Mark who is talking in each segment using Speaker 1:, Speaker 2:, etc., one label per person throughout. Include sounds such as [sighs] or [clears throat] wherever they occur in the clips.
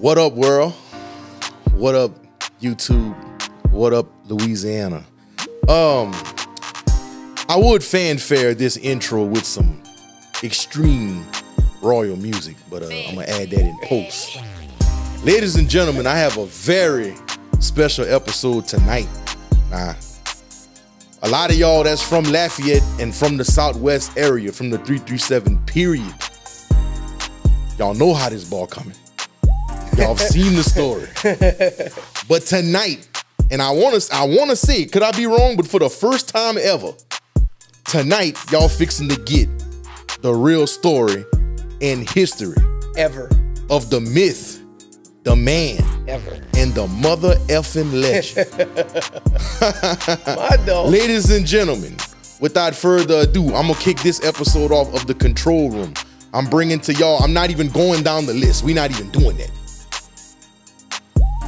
Speaker 1: What up, world? What up, YouTube? What up, Louisiana? Um, I would fanfare this intro with some extreme royal music, but uh, I'm gonna add that in post. Ladies and gentlemen, I have a very special episode tonight. Nah, a lot of y'all that's from Lafayette and from the Southwest area, from the 337 period, y'all know how this ball coming. Y'all have seen the story. But tonight, and I want to, I want to say, could I be wrong? But for the first time ever, tonight y'all fixing to get the real story and history
Speaker 2: Ever.
Speaker 1: of the myth, the man,
Speaker 2: Ever.
Speaker 1: and the mother effing legend. Uh,
Speaker 2: My dog.
Speaker 1: Ladies and gentlemen, without further ado, I'm gonna kick this episode off of the control room. I'm bringing to y'all, I'm not even going down the list. We're not even doing that.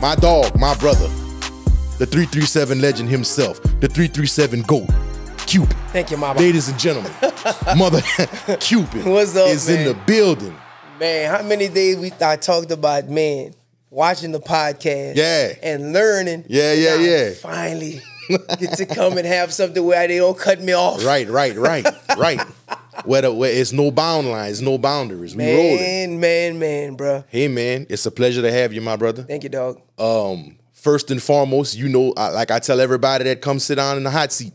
Speaker 1: My dog, my brother, the 337 legend himself, the 337 GOAT, Cupid.
Speaker 2: Thank you, mama.
Speaker 1: Ladies and
Speaker 2: [laughs]
Speaker 1: gentlemen, mother [laughs] Cupid
Speaker 2: What's up,
Speaker 1: is in
Speaker 2: man?
Speaker 1: the building.
Speaker 2: Man, how many days we I talked about man watching the podcast,
Speaker 1: Yeah.
Speaker 2: and learning,
Speaker 1: Yeah,
Speaker 2: and
Speaker 1: yeah,
Speaker 2: I
Speaker 1: yeah. [laughs]
Speaker 2: Finally, get to come and have something where they don't cut me off.
Speaker 1: Right, right,
Speaker 2: [laughs]
Speaker 1: right, right. Where, the, where it's no bound lines, no boundaries. We rolling.
Speaker 2: Man, man, man, bruh.
Speaker 1: Hey man, it's a pleasure to have you, my brother.
Speaker 2: Thank you, dog.
Speaker 1: um, first and foremost, you know, I, like I tell everybody that comes sit down in the hot seat,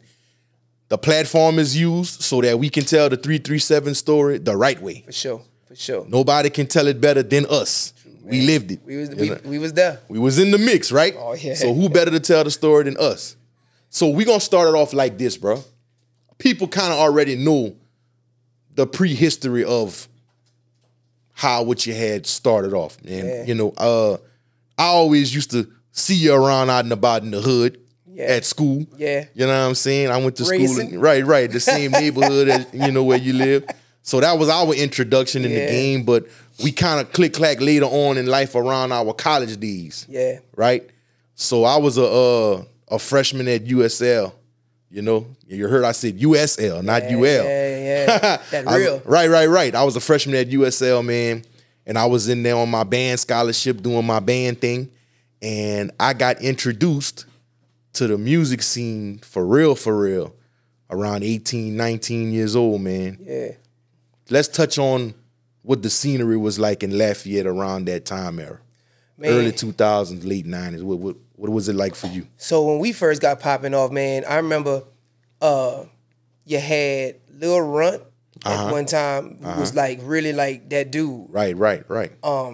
Speaker 1: the platform is used so that we can tell the 337 story the right way.
Speaker 2: For sure, for sure.
Speaker 1: Nobody can tell it better than us. we lived it.
Speaker 2: We was
Speaker 1: You
Speaker 2: we,
Speaker 1: know?
Speaker 2: we was there.
Speaker 1: We was in the mix, right?
Speaker 2: Oh, yeah.
Speaker 1: So who better to tell the story than us? So we gonna start it off like this, bro. People kind of already know the prehistory of how what you had started off, man.
Speaker 2: Yeah.
Speaker 1: You know, uh, I always used to see you around out and about in the hood
Speaker 2: Yeah.
Speaker 1: at school.
Speaker 2: Yeah.
Speaker 1: You know what I'm saying? I went to school,
Speaker 2: Racing.
Speaker 1: in, right, right, the same neighborhood as you know where you live. So that was our introduction in the
Speaker 2: Yeah.
Speaker 1: game, but we kind of click clack later on in life around our college days
Speaker 2: Yeah,
Speaker 1: right? So I was a uh, a freshman at USL. You know, you heard I said USL, not UL.
Speaker 2: yeah,
Speaker 1: [laughs]
Speaker 2: yeah. That
Speaker 1: I-
Speaker 2: real.
Speaker 1: right, right, right. I was a freshman at USL, man, and I was in there on my band scholarship doing my band thing, and I got introduced to the music scene for real, for real, around 18, 19 years old, man
Speaker 2: Yeah,
Speaker 1: let's touch on what the scenery was like in Lafayette around that time era.
Speaker 2: Man.
Speaker 1: Early 2000s, late 90s. What, what what was it like for you?
Speaker 2: So when we first got popping off, man, I remember uh you had Lil Runt at one time who was like really like that dude.
Speaker 1: Right, right, right.
Speaker 2: Um,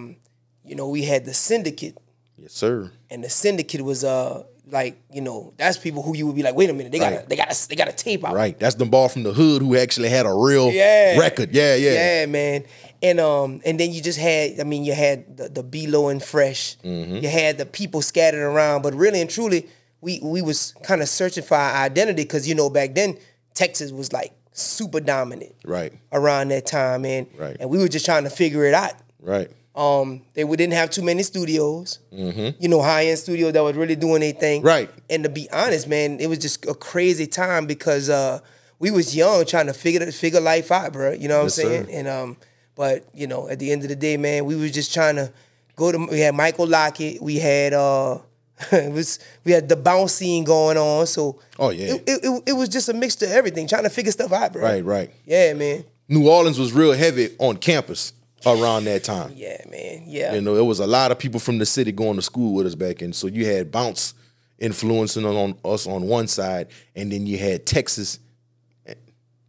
Speaker 2: You know, we had the syndicate,
Speaker 1: yes, sir.
Speaker 2: and the syndicate was uh like, you know, that's people who you would be like, wait a minute, they got
Speaker 1: Right.
Speaker 2: to they got a, they got a tape out.
Speaker 1: Right. That's the ball from the hood who actually had a real
Speaker 2: Yeah.
Speaker 1: record. Yeah, yeah.
Speaker 2: Yeah, man. And um, and then you just had, I mean, you had the, the B-Lo and Fresh. You had the people scattered around, but really and truly, we we was kind of searching for our identity because you know back then Texas was like super dominant
Speaker 1: Right,
Speaker 2: around that time, and
Speaker 1: Right.
Speaker 2: and we were just trying to figure it out.
Speaker 1: right.
Speaker 2: Um, they we didn't have too many studios, you know, high end studio that was really doing anything.
Speaker 1: Mm-hmm. Right.
Speaker 2: And to be honest, man, it was just a crazy time because uh, we was young trying to figure figure life out, bro. You know what
Speaker 1: Yes,
Speaker 2: I'm saying?
Speaker 1: sir.
Speaker 2: And um, but you know, at the end of the day, man, we was just trying to go to. We had Michael Lockett. We had uh, [laughs] it was we had the bounce scene going on. So
Speaker 1: Oh, yeah.
Speaker 2: it, it, it, it was just a mixture of everything, trying to figure stuff out, bro.
Speaker 1: Right, right.
Speaker 2: Yeah, man.
Speaker 1: New Orleans was real heavy on campus around that time.
Speaker 2: Yeah, man. Yeah.
Speaker 1: You know, it was a lot of people from the city going to school with us back in. So you had bounce influencing on, on us on one side, and then you had Texas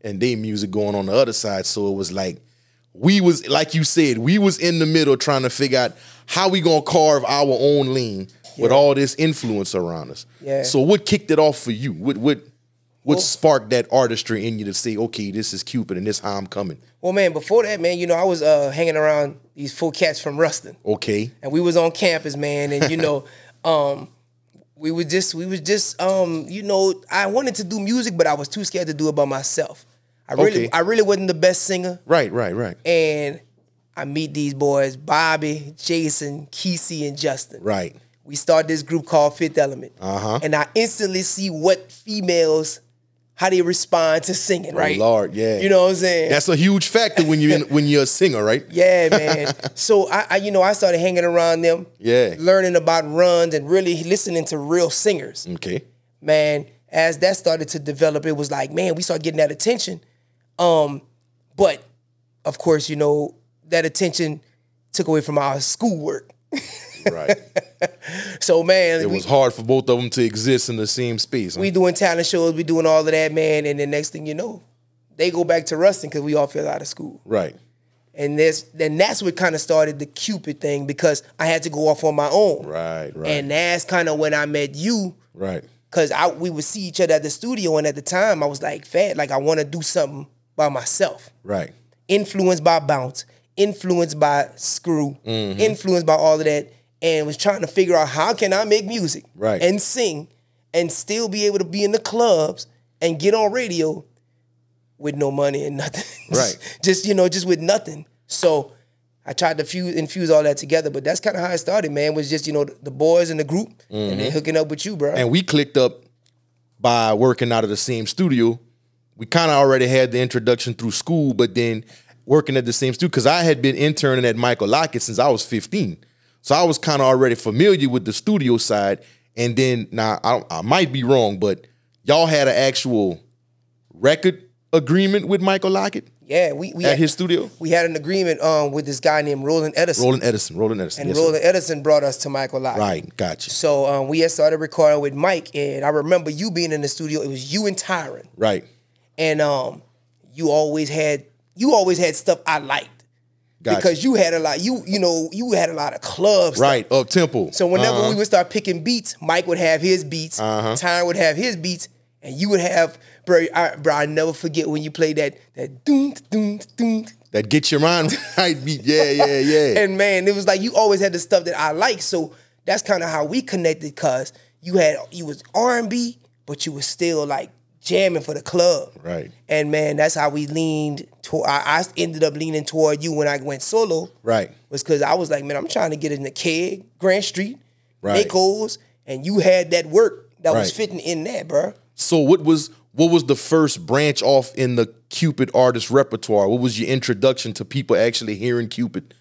Speaker 1: and they music going on the other side. So it was like we was like you said, we was in the middle trying to figure out how we gonna carve our own lane with all this influence around us.
Speaker 2: Yeah.
Speaker 1: So what kicked it off for you? What what what sparked that artistry in you to say, okay, this is Cupid and this how I'm coming?
Speaker 2: Well, man, before that, man, you know, I was uh, hanging around these full cats from Ruston,
Speaker 1: Okay.
Speaker 2: and we was on campus, man, and
Speaker 1: [laughs]
Speaker 2: you know, um, we was just, we was just, um, you know, I wanted to do music, but I was too scared to do it by myself. I really,
Speaker 1: Okay.
Speaker 2: I really wasn't the best singer,
Speaker 1: Right, right, right.
Speaker 2: and I meet these boys, Bobby, Jason, Kesey, and Justin.
Speaker 1: Right.
Speaker 2: We start this group called Fifth Element, uh-huh. and I instantly see what females, how they respond to singing, right?
Speaker 1: Lord, yeah.
Speaker 2: You know what I'm saying?
Speaker 1: That's a huge factor when you when you're a singer, right?
Speaker 2: yeah, man. [laughs] so I, I, you know, I started hanging around them,
Speaker 1: Yeah.
Speaker 2: learning about runs and really listening to real singers.
Speaker 1: Okay.
Speaker 2: man, as that started to develop, it was like, man, we started getting that attention. Um, but of course, you know, that attention took away from our schoolwork.
Speaker 1: Right.
Speaker 2: So man,
Speaker 1: it
Speaker 2: we,
Speaker 1: was hard for both of them to exist in the same space. huh?
Speaker 2: we doing talent shows, we doing all of that, man, and the next thing you know, they go back to Ruston because we all fell out of school.
Speaker 1: right.
Speaker 2: And this then that's what kind of started the Cupid thing because I had to go off on my own.
Speaker 1: Right. Right.
Speaker 2: And that's kind of when I met you
Speaker 1: right.
Speaker 2: Cause I we would see each other at the studio, and at the time I was like, "Fat, like I want to do something by myself."
Speaker 1: Right.
Speaker 2: Influenced by Bounce, influenced by Screw,
Speaker 1: Mm-hmm.
Speaker 2: influenced by all of that, and was trying to figure out how can I make music
Speaker 1: Right.
Speaker 2: and sing, and still be able to be in the clubs and get on radio with no money and nothing. [laughs]
Speaker 1: Right.
Speaker 2: just you know, just with nothing. So I tried to fuse, infuse all that together, but that's kind of how it started, man. Was just you know the, the boys in the group and then hooking up with you, bro.
Speaker 1: Mm-hmm. And we clicked up by working out of the same studio. We kind of already had the introduction through school, but then working at the same studio because I had been interning at Michael Lockett since I was 15. So I was kind of already familiar with the studio side. And then now I, I might be wrong, but y'all had an actual record agreement with Michael Lockett
Speaker 2: Yeah, we we
Speaker 1: at
Speaker 2: had,
Speaker 1: his studio.
Speaker 2: we had an agreement um with this guy named Roland Edison,
Speaker 1: Roland Edison, Roland Edison,
Speaker 2: and
Speaker 1: yes, sir.
Speaker 2: Roland Edison brought us to Michael Lock.
Speaker 1: right, gotcha,
Speaker 2: So um, we had started recording with Mike, and I remember you being in the studio. It was you and Tyron,
Speaker 1: right,
Speaker 2: and um, you always had you always had stuff I liked
Speaker 1: gotcha,
Speaker 2: because you had a lot. You you know you had a lot of clubs.
Speaker 1: right, Uh-huh. up tempo.
Speaker 2: So whenever we would start picking beats, Mike would have his beats,
Speaker 1: Uh-huh.
Speaker 2: Tyron would have his beats, and you would have bro. I, bro, I never forget when you played that that doom doom doom.
Speaker 1: that get your mind [laughs] right beat, yeah, yeah, yeah.
Speaker 2: [laughs] and man, it was like you always had the stuff that I like. So that's kind of how we connected, cause you had you was R and B, but you was still like jamming for the club.
Speaker 1: Right.
Speaker 2: And man, that's how we leaned toward. I, I ended up leaning toward you when I went solo.
Speaker 1: Right.
Speaker 2: Was because I was like, man, I'm trying to get in the keg, Grand Street,
Speaker 1: Right.
Speaker 2: Nichols, and you had that work that was
Speaker 1: Right.
Speaker 2: fitting in that, bruh.
Speaker 1: So what was what was the first branch off in the Cupid artist repertoire? What was your introduction to people actually hearing Cupid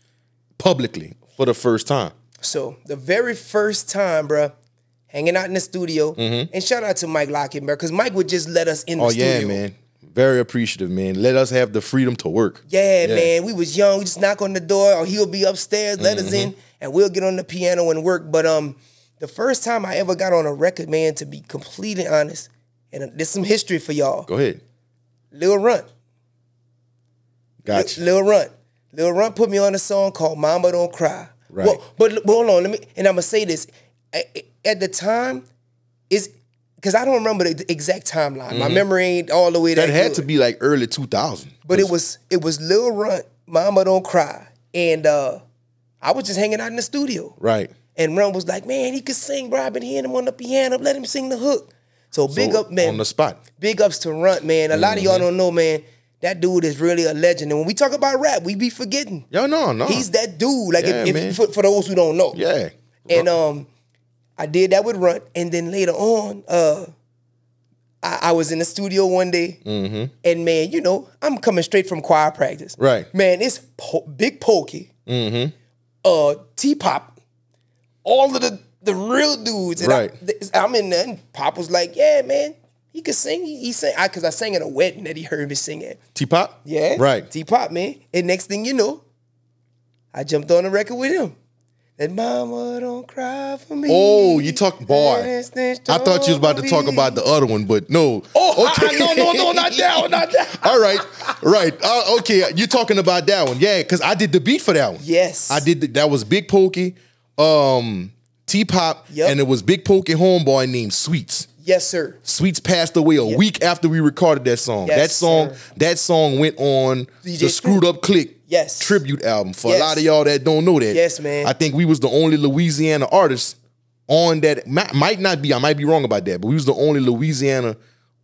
Speaker 1: publicly for the first time?
Speaker 2: So the very first time, bruh, hanging out in the studio, and shout out to Mike Lockett, bruh, because Mike would just let us in the
Speaker 1: Mm-hmm. Oh
Speaker 2: studio.
Speaker 1: yeah, man. Very appreciative, man. Let us have the freedom to work.
Speaker 2: Yeah,
Speaker 1: Yeah.
Speaker 2: man. We was young. We just knock on the door, or he'll be upstairs, let us in,
Speaker 1: Mm-hmm.
Speaker 2: and we'll get on the piano and work. But um, the first time I ever got on a record, man, to be completely honest, and uh, there's some history for y'all.
Speaker 1: Go ahead.
Speaker 2: Lil Runt,
Speaker 1: Gotcha.
Speaker 2: Lil Runt, Lil Runt put me on a song called "Mama Don't Cry."
Speaker 1: Right.
Speaker 2: Well, but, but hold on, let me, and I'm gonna say this. I- I- At the time, is because I don't remember the exact timeline. My memory ain't all the way. That,
Speaker 1: Mm-hmm. That had
Speaker 2: good.
Speaker 1: to be like early 2000.
Speaker 2: But it was it was Lil Runt, Mama Don't Cry, and uh, I was just hanging out in the studio.
Speaker 1: right.
Speaker 2: And Runt was like, "Man, he could sing, bro. I've been hearing him on the piano. Let him sing the hook." So big up, man.
Speaker 1: on the Mm-hmm. spot.
Speaker 2: big ups to Runt, man. A lot of y'all don't know, man. That dude is really a legend. And when we talk about rap, we be forgetting.
Speaker 1: Yo, no, no.
Speaker 2: He's that dude. Like
Speaker 1: Yeah,
Speaker 2: if,
Speaker 1: man.
Speaker 2: if for, for those who don't know,
Speaker 1: yeah.
Speaker 2: and um, I did that with Runt, and then later on, uh, I, I was in the studio one day, and man, you know, I'm coming straight from choir practice.
Speaker 1: Mm-hmm. Right. Mm-hmm.
Speaker 2: man, it's po- big pokey, uh, T pop, all of the the real dudes. And
Speaker 1: Right.
Speaker 2: I, th- I'm in there, and Pop was like, "Yeah, man, he could sing. He, he sang. I, Cause I sang at a wedding that he heard me sing at.
Speaker 1: T Pop?
Speaker 2: Yeah.
Speaker 1: Right.
Speaker 2: T Pop, man. And next thing you know, I jumped on the record with him. That mama don't cry for me.
Speaker 1: Oh, you talk boy.
Speaker 2: That snitch
Speaker 1: I thought you was about to talk
Speaker 2: don't
Speaker 1: about the other one, but no.
Speaker 2: Oh, [laughs] I- I- no, no, no, not that one, not that
Speaker 1: [laughs]
Speaker 2: one.
Speaker 1: All right, right. Uh, okay, you're talking about that one, yeah? Because I did the beat for that one.
Speaker 2: Yes.
Speaker 1: I did. The, that was Big Pokey, um, T Pop,
Speaker 2: Yep.
Speaker 1: and it was Big Pokey homeboy named Sweets.
Speaker 2: Yes, sir.
Speaker 1: Sweets passed away a week after we recorded that song.
Speaker 2: Yes,
Speaker 1: that song,
Speaker 2: sir.
Speaker 1: that song went on
Speaker 2: DJ
Speaker 1: the Screwed Up Click
Speaker 2: Yes.
Speaker 1: tribute album. For
Speaker 2: Yes.
Speaker 1: a lot of y'all that don't know that,
Speaker 2: Yes, man.
Speaker 1: I think we was the only Louisiana artist on that. mi- Might not be, I might be wrong about that, but we was the only Louisiana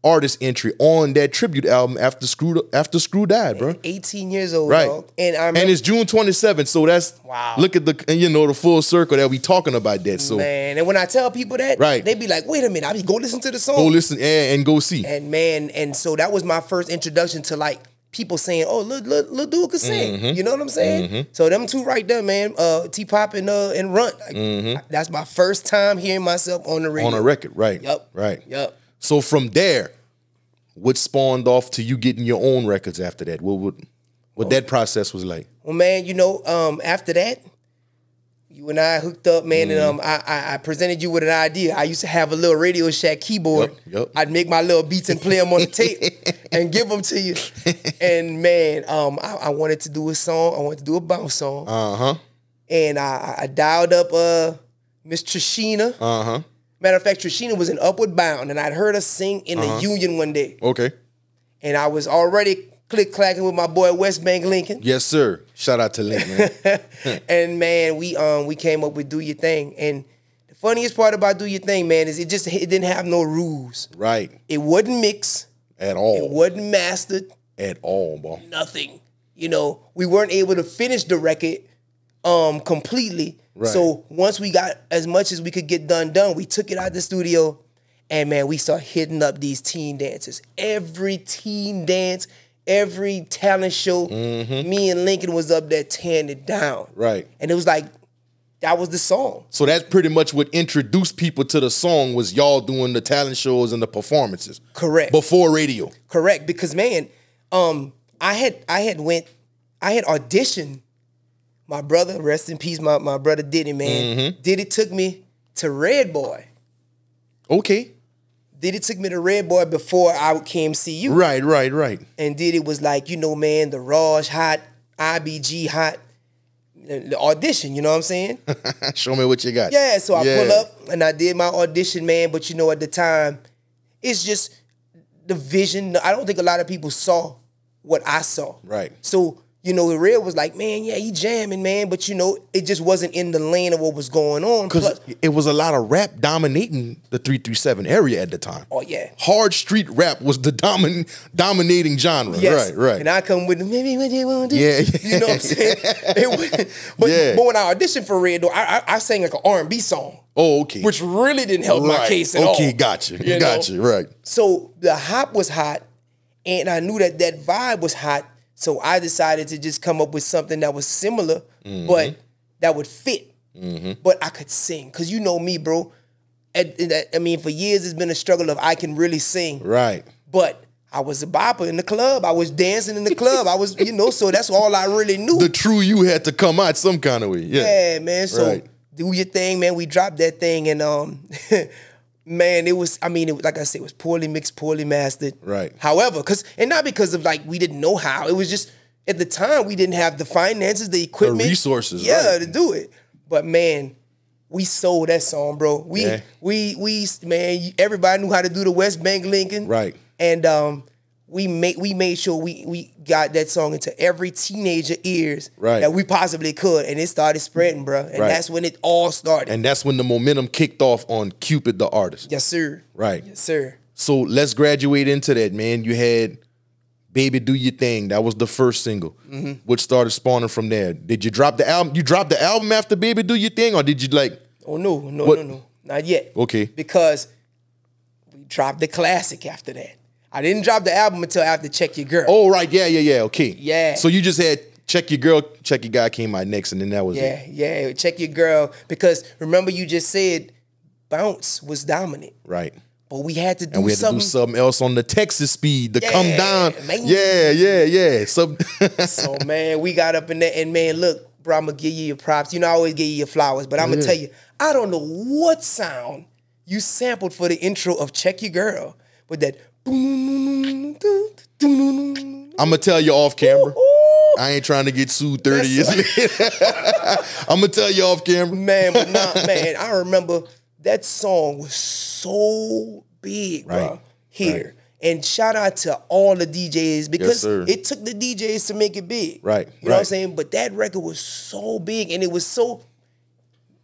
Speaker 1: artist entry on that tribute album after Screw after Screw died, bro.
Speaker 2: 18 years old,
Speaker 1: Right.
Speaker 2: dog. And I
Speaker 1: and
Speaker 2: remember,
Speaker 1: it's June 27th, so that's
Speaker 2: Wow.
Speaker 1: Look at the and you know the full circle that we talking about that. So
Speaker 2: man, and when I tell people that,
Speaker 1: Right.
Speaker 2: they be like, wait a minute, I be go listen to the song.
Speaker 1: go listen and, and go see.
Speaker 2: and man, and so that was my first introduction to like people saying, "Oh, look, look, look, dude can sing."
Speaker 1: Mm-hmm.
Speaker 2: You know what I'm saying? So them two right there, man, uh, T Pop and uh, and Runt. Like, That's my first time hearing myself on the radio.
Speaker 1: Mm-hmm. on a record, right?
Speaker 2: Yup.
Speaker 1: Right.
Speaker 2: Yup.
Speaker 1: So from there, what spawned off to you getting your own records after that? What would what that process was like?
Speaker 2: Well, man, you know, um, after that, you and I hooked up, man, and
Speaker 1: Mm-hmm.
Speaker 2: um, I, I I presented you with an idea. I used to have a little Radio Shack keyboard.
Speaker 1: Yup, yup.
Speaker 2: I'd make my little beats and play them on
Speaker 1: [laughs]
Speaker 2: the tape and give them to you. And man, um, I, I wanted to do a song. I wanted to do a bounce song.
Speaker 1: Uh huh.
Speaker 2: and I, I- I dialed up uh Miss Trishina.
Speaker 1: Uh huh.
Speaker 2: Matter of fact, Trishina was in Upward Bound, and I'd heard her sing in the Union one day,
Speaker 1: Okay.
Speaker 2: and I was already click clacking with my boy West Bank Lincoln.
Speaker 1: Yes, sir. Shout out to Link,
Speaker 2: [laughs]
Speaker 1: man.
Speaker 2: And man, we um we came up with Do Your Thing, and the funniest part about Do Your Thing, man, is it just it didn't have no rules.
Speaker 1: right.
Speaker 2: It wasn't mixed,
Speaker 1: At
Speaker 2: it
Speaker 1: all.
Speaker 2: wasn't mastered,
Speaker 1: At all, bro.
Speaker 2: nothing. You know, we weren't able to finish the record um completely.
Speaker 1: Right.
Speaker 2: So once we got as much as we could get done done, we took it out the studio and man, we start hitting up these teen dances. Every teen dance, every talent show, me and Lincoln was up there tearing it down.
Speaker 1: Right.
Speaker 2: And it was like that was the song.
Speaker 1: So that's pretty much what introduced people to the song was y'all doing the talent shows and the performances.
Speaker 2: Correct.
Speaker 1: Before radio.
Speaker 2: Correct, because man, um, I had I had went, I had auditioned. My brother, rest in peace, my, my brother Diddy, man. Diddy took me to Red Boy.
Speaker 1: Okay.
Speaker 2: Diddy took me to Red Boy before I came see you.
Speaker 1: Right, right, right. [laughs]
Speaker 2: And Diddy was like, you know, man, the Raj hot, IBG hot, the the audition, you know what I'm saying?
Speaker 1: Show me what you got.
Speaker 2: Yeah, so I pull
Speaker 1: Yeah.
Speaker 2: up and I did my audition, man. But you know, at the time, it's just the vision. I don't think a lot of people saw what I saw.
Speaker 1: Right.
Speaker 2: So, you know, Real was like, man, yeah, he jamming, man. But you know, it just wasn't in the lane of what was going on.
Speaker 1: Because
Speaker 2: Plus-
Speaker 1: it was a lot of rap dominating the 337 area at the time.
Speaker 2: oh, yeah.
Speaker 1: Hard street rap was the domin- dominating genre.
Speaker 2: Yes.
Speaker 1: Right, right.
Speaker 2: And I come with maybe what they want to do.
Speaker 1: Yeah,
Speaker 2: You know what
Speaker 1: [laughs]
Speaker 2: I'm saying? They wouldn't- but,
Speaker 1: Yeah.
Speaker 2: but when I auditioned for Red, though, I, I, I sang like an R&B song,
Speaker 1: oh, okay.
Speaker 2: which really didn't help my
Speaker 1: Right.
Speaker 2: case at all.
Speaker 1: Okay, gotcha.
Speaker 2: You
Speaker 1: You gotcha. Right.
Speaker 2: So the hop was hot, and I knew that that vibe was hot. So I decided to just come up with something that was similar, but that would fit. But I could sing, cause you know me, bro. At- at- I mean, for years it's been a struggle of I can really sing,
Speaker 1: Right.
Speaker 2: but I was a bopper in the club. I was dancing in the club. I was, you know, so that's all I really knew.
Speaker 1: The true you had to come out some kind of way. Yeah.
Speaker 2: Yeah, man. So
Speaker 1: Right.
Speaker 2: do your thing, man. We dropped that thing, and um, [laughs] man, it was. I mean, it was like I said, it was poorly mixed, poorly mastered.
Speaker 1: Right.
Speaker 2: However, because and not because of like we didn't know how. It was just at the time we didn't have the finances, the equipment,
Speaker 1: resources,
Speaker 2: Yeah,
Speaker 1: right.
Speaker 2: to do it. But man. We sold that song, bro. We
Speaker 1: Yeah.
Speaker 2: we we man, everybody knew how to do the West Bank Lincoln.
Speaker 1: Right.
Speaker 2: And um, we made we made sure we we got that song into every teenager ears
Speaker 1: Right.
Speaker 2: that we possibly could, and it started spreading, bro. And
Speaker 1: Right.
Speaker 2: that's when it all started.
Speaker 1: And that's when the momentum kicked off on Cupid the artist.
Speaker 2: yes, sir.
Speaker 1: Right.
Speaker 2: Yes, sir.
Speaker 1: So let's graduate into that, man. You had Baby Do Your Thing. That was the first single,
Speaker 2: Mm-hmm.
Speaker 1: which started spawning from there. Did you drop the album? You dropped the album after Baby Do Your Thing, or did you like,
Speaker 2: Oh no, no,
Speaker 1: What-
Speaker 2: no, no, not yet.
Speaker 1: okay,
Speaker 2: Because we dropped the classic after that. I didn't drop the album until after Check Your Girl.
Speaker 1: Oh right, yeah, yeah, yeah. Okay.
Speaker 2: Yeah.
Speaker 1: So you just had check your girl, check your guy came out next, and then that was it.
Speaker 2: Yeah, yeah. Check Your Girl. Because remember, you just said bounce was dominant,
Speaker 1: Right.
Speaker 2: but we had to do
Speaker 1: And we had
Speaker 2: something.
Speaker 1: to do something else on the Texas speed to come
Speaker 2: Yeah,
Speaker 1: down.
Speaker 2: man.
Speaker 1: Yeah, yeah, yeah. Some [laughs]
Speaker 2: So man, we got up in there, and man, look, bro, I'm gonna give you your props. You know, I always give you your flowers, but I'm gonna tell you, I don't know what sound you sampled for the intro of "Check Your Girl" with that.
Speaker 1: I'ma tell you off camera.
Speaker 2: Ooh,
Speaker 1: I ain't trying to get sued 30 years later. [laughs] I'ma tell you off camera.
Speaker 2: man, but nah, man, I remember that song was so big, bro.
Speaker 1: Right,
Speaker 2: Here. And shout out to all the DJs because
Speaker 1: sir.
Speaker 2: it took the DJs to make it big.
Speaker 1: Right,
Speaker 2: You know what I'm
Speaker 1: right.
Speaker 2: saying? But that record was so big and it was so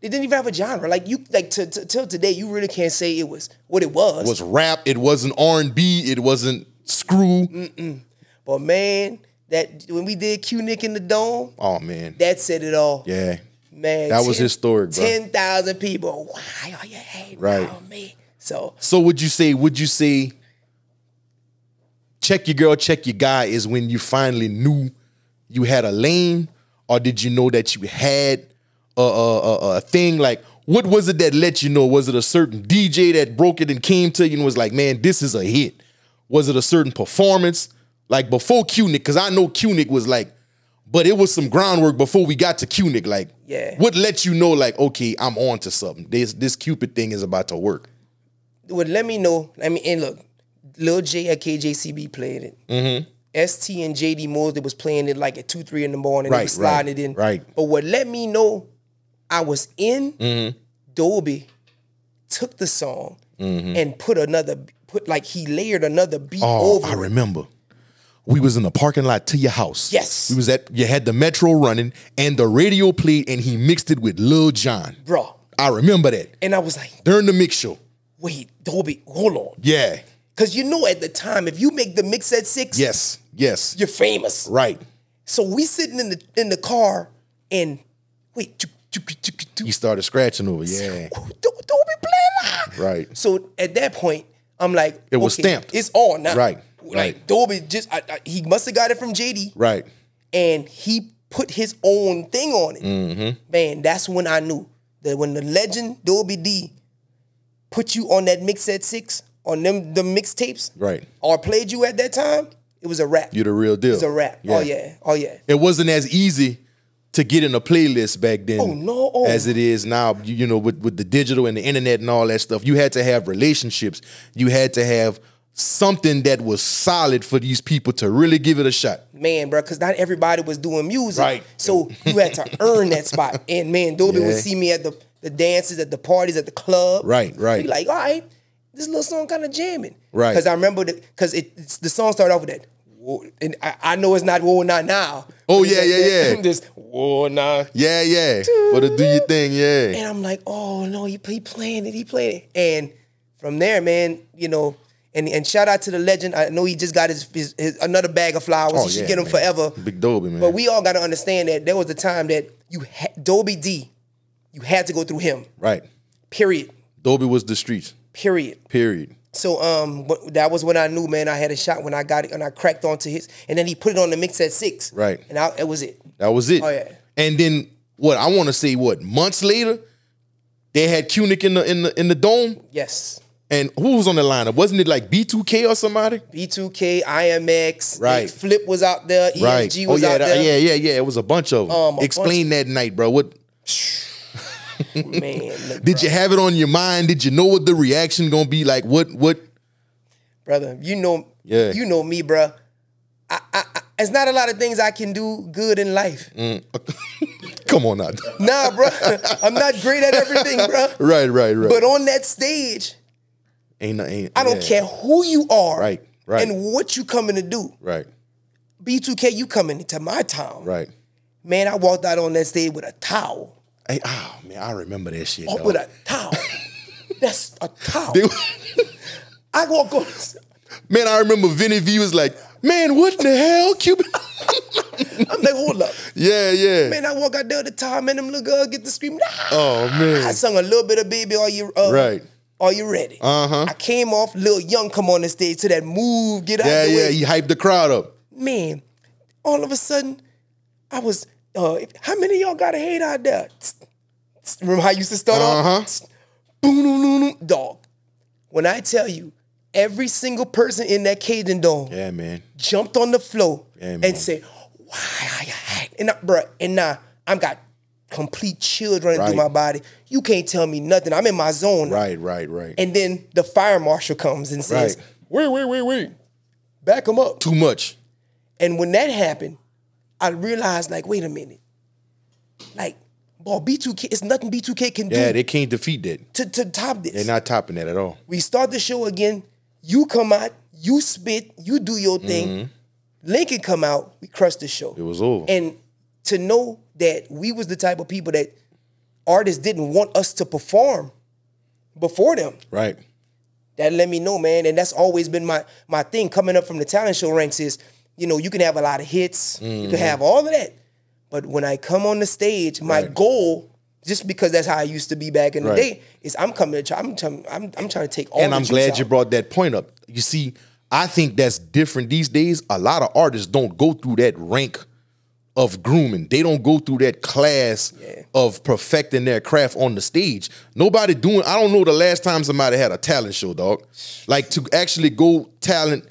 Speaker 2: They didn't even have a genre. Like you, like to, to, till today, you really can't say it was what it was.
Speaker 1: It was rap. It wasn't R and B. It wasn't screw.
Speaker 2: Mm. But man, that when we did Q Nick in the Dome,
Speaker 1: Oh man,
Speaker 2: that said it all.
Speaker 1: yeah.
Speaker 2: Man,
Speaker 1: That was historic, bro.
Speaker 2: Ten thousand people. Wow, are you hating
Speaker 1: Right.
Speaker 2: on me? Oh, So
Speaker 1: So would you say? Would you say? Check your girl, check your guy is when you finally knew you had a lane, or did you know that you had a a, a, a thing? Like, what was it that let you know? Was it a certain DJ that broke it and came to you and was like, "Man, this is a hit"? Was it a certain performance? Like before Qnick, because I know Qnick was like, but it was some groundwork before we got to Qnick. Like,
Speaker 2: Yeah.
Speaker 1: what let you know? Like, okay, I'm on to something. This this Cupid thing is about to work.
Speaker 2: would let me know. I mean, and look, Lil J at KJCB played it.
Speaker 1: Mm-hmm.
Speaker 2: ST and JD Mosley was playing it like at two, three in the morning. they
Speaker 1: Right,
Speaker 2: was sliding
Speaker 1: right,
Speaker 2: it in.
Speaker 1: right.
Speaker 2: But what let me know I was in
Speaker 1: Mm-hmm.
Speaker 2: Dolby took the song
Speaker 1: Mm-hmm.
Speaker 2: and put another put like he layered another beat
Speaker 1: Oh,
Speaker 2: over.
Speaker 1: I
Speaker 2: it.
Speaker 1: remember. We was in the parking lot to your house.
Speaker 2: Yes.
Speaker 1: We was at you had the metro running and the radio played and he mixed it with Lil Jon.
Speaker 2: Bruh.
Speaker 1: I remember that.
Speaker 2: And I was like,
Speaker 1: During the mix show.
Speaker 2: wait, Dolby, hold on.
Speaker 1: Yeah.
Speaker 2: Cause you know at the time, if you make the mix at six,
Speaker 1: Yes. Yes.
Speaker 2: you're famous.
Speaker 1: Right.
Speaker 2: So we sitting in the in the car and wait, chuk, chuk, chuk, chuk,
Speaker 1: He started scratching over. Yeah.
Speaker 2: don't, don't be playing live.
Speaker 1: Right.
Speaker 2: So at that point, I'm like,
Speaker 1: It was stamped.
Speaker 2: It's on now.
Speaker 1: Right,
Speaker 2: Like
Speaker 1: right.
Speaker 2: Dolby just I, I, he must have got it from JD,
Speaker 1: Right.
Speaker 2: and he put his own thing on it.
Speaker 1: Mm-hmm.
Speaker 2: Man, that's when I knew that when the legend Dolby D put you on that mix at six on them the mixtapes,
Speaker 1: Right.
Speaker 2: or played you at that time, it was a rap.
Speaker 1: You're the real deal.
Speaker 2: it was a rap. Oh yeah. Oh yeah.
Speaker 1: It wasn't as easy to get in a playlist back then
Speaker 2: Oh, no. Oh.
Speaker 1: as it is now you, you know with, with the digital and the internet and all that stuff you had to have relationships you had to have something that was solid for these people to really give it a shot
Speaker 2: man, bro, because not everybody was doing music.
Speaker 1: Right.
Speaker 2: So you had to earn that spot. And man, Dolby
Speaker 1: Yeah.
Speaker 2: would see me at the, the dances, at the parties, at the club.
Speaker 1: Right, right.
Speaker 2: Be like, all right, this little song kind of jamming.
Speaker 1: Right.
Speaker 2: Because I remember the because it it's, the song started off with that. "Whoa," And I, I know it's not whoa, not now.
Speaker 1: Oh,
Speaker 2: But it's
Speaker 1: yeah,
Speaker 2: like
Speaker 1: yeah,
Speaker 2: that-
Speaker 1: yeah.
Speaker 2: [laughs] this whoa, nah.
Speaker 1: yeah yeah for the do your thing yeah
Speaker 2: And I'm like, oh no, he, he playing it, he playing it. And from there, man, you know, and, and shout out to the legend. I know he just got his, his, his another bag of flowers.
Speaker 1: Oh,
Speaker 2: he should
Speaker 1: yeah,
Speaker 2: get them
Speaker 1: man.
Speaker 2: forever.
Speaker 1: big Dolby man
Speaker 2: But we all got to understand that there was a time that you ha- Dolby D, you had to go through him.
Speaker 1: right
Speaker 2: Period.
Speaker 1: Dolby was the streets
Speaker 2: Period.
Speaker 1: period
Speaker 2: So um, but that was when I knew, man. I had a shot when I got it, and I cracked onto his, and then he put it on the mix at six.
Speaker 1: Right.
Speaker 2: And I, it was it.
Speaker 1: That was it.
Speaker 2: Oh, yeah.
Speaker 1: And then what I want to say, what months later, they had Kunick in the in the in the dome,
Speaker 2: Yes.
Speaker 1: and who was on the lineup? Wasn't it like B2K or somebody?
Speaker 2: B2K, IMX,
Speaker 1: Right.
Speaker 2: Flip was out there, EMG
Speaker 1: Oh
Speaker 2: was
Speaker 1: yeah,
Speaker 2: out
Speaker 1: that-
Speaker 2: there.
Speaker 1: yeah, yeah, yeah. It was a bunch of them.
Speaker 2: Um, a
Speaker 1: Explain that night, bro.
Speaker 2: [sighs]
Speaker 1: What
Speaker 2: Man, look,
Speaker 1: [laughs] did you have it on your mind? Did you know what the reaction gonna be like? What what?
Speaker 2: brother, you know,
Speaker 1: Yeah.
Speaker 2: you know me, bruh. I, I, I, it's not a lot of things I can do good in life.
Speaker 1: Mm. Come on out.
Speaker 2: Nah, bruh, [laughs] I'm not great at everything, bruh.
Speaker 1: [laughs] right, right, right.
Speaker 2: But on that stage,
Speaker 1: ain't no- ain't.
Speaker 2: I don't care who you are,
Speaker 1: Right, right.
Speaker 2: and what you coming to do.
Speaker 1: Right,
Speaker 2: B2K, you coming into my town,
Speaker 1: right.
Speaker 2: man? I walked out on that stage with a towel,
Speaker 1: Hey, oh man, I remember that shit.
Speaker 2: Oh,
Speaker 1: dawg.
Speaker 2: with a
Speaker 1: [laughs]
Speaker 2: towel. That's a towel. I walk on.
Speaker 1: man, I remember Vinny V was like, man, what the hell, Cuban?
Speaker 2: I'm like, hold up,
Speaker 1: [laughs] yeah, yeah.
Speaker 2: man. I walk out there with a towel, man. Them little girls get to screaming. "Ah!"
Speaker 1: Oh
Speaker 2: I
Speaker 1: man.
Speaker 2: sung a little bit of "Baby, Are You uh,
Speaker 1: Right.
Speaker 2: Are you ready? Uh-huh. I came off. Lil Young come on the stage to that move. Get out
Speaker 1: Yeah,
Speaker 2: the
Speaker 1: yeah.
Speaker 2: way.
Speaker 1: He hyped the crowd up.
Speaker 2: man, all of a sudden, I was, uh, how many of y'all got a head out there? Tss, tss. Remember how I used to start
Speaker 1: Uh-huh.
Speaker 2: off? Tss, Boom, boom, boom, boom. Dog, when I tell you, every single person in that Cajun Dome
Speaker 1: Yeah, man.
Speaker 2: jumped on the floor
Speaker 1: Yeah, man.
Speaker 2: and said, why are you hating? And I, bruh, and now I'm got complete chills running through
Speaker 1: Right.
Speaker 2: my body. You can't tell me nothing. I'm in my zone. now.
Speaker 1: Right, right, right.
Speaker 2: And then the fire marshal comes and says,
Speaker 1: Right.
Speaker 2: wait, wait, wait, wait. Back them up.
Speaker 1: Too much.
Speaker 2: And when that happened, I realized, like, wait a minute. Like, boy, B2K, it's nothing B2K can do
Speaker 1: Yeah, they can't defeat that.
Speaker 2: to, to top this.
Speaker 1: They're not topping that at all.
Speaker 2: we start the show again. You come out, you spit, you do your thing.
Speaker 1: Mm-hmm.
Speaker 2: Lincoln come out, we crush the show.
Speaker 1: It was over.
Speaker 2: And to know that we was the type of people that artists didn't want us to perform before them.
Speaker 1: Right.
Speaker 2: That let me know, man. And that's always been my my thing coming up from the talent show ranks is, you know, you can have a lot of hits, you
Speaker 1: Mm-hmm.
Speaker 2: can have all of that. But when I come on the stage, my
Speaker 1: Right.
Speaker 2: goal, just because that's how I used to be back in the
Speaker 1: Right.
Speaker 2: day, is I'm coming to try, I'm, trying- I'm I'm trying to take all
Speaker 1: and
Speaker 2: the
Speaker 1: I'm
Speaker 2: juice
Speaker 1: glad
Speaker 2: out.
Speaker 1: you brought that point up. You see, I think that's different these days. A lot of artists don't go through that rank of grooming. They don't go through that class
Speaker 2: Yeah.
Speaker 1: of perfecting their craft on the stage. Nobody doing. I don't know the last time somebody had a talent show, dog. Like to actually go talent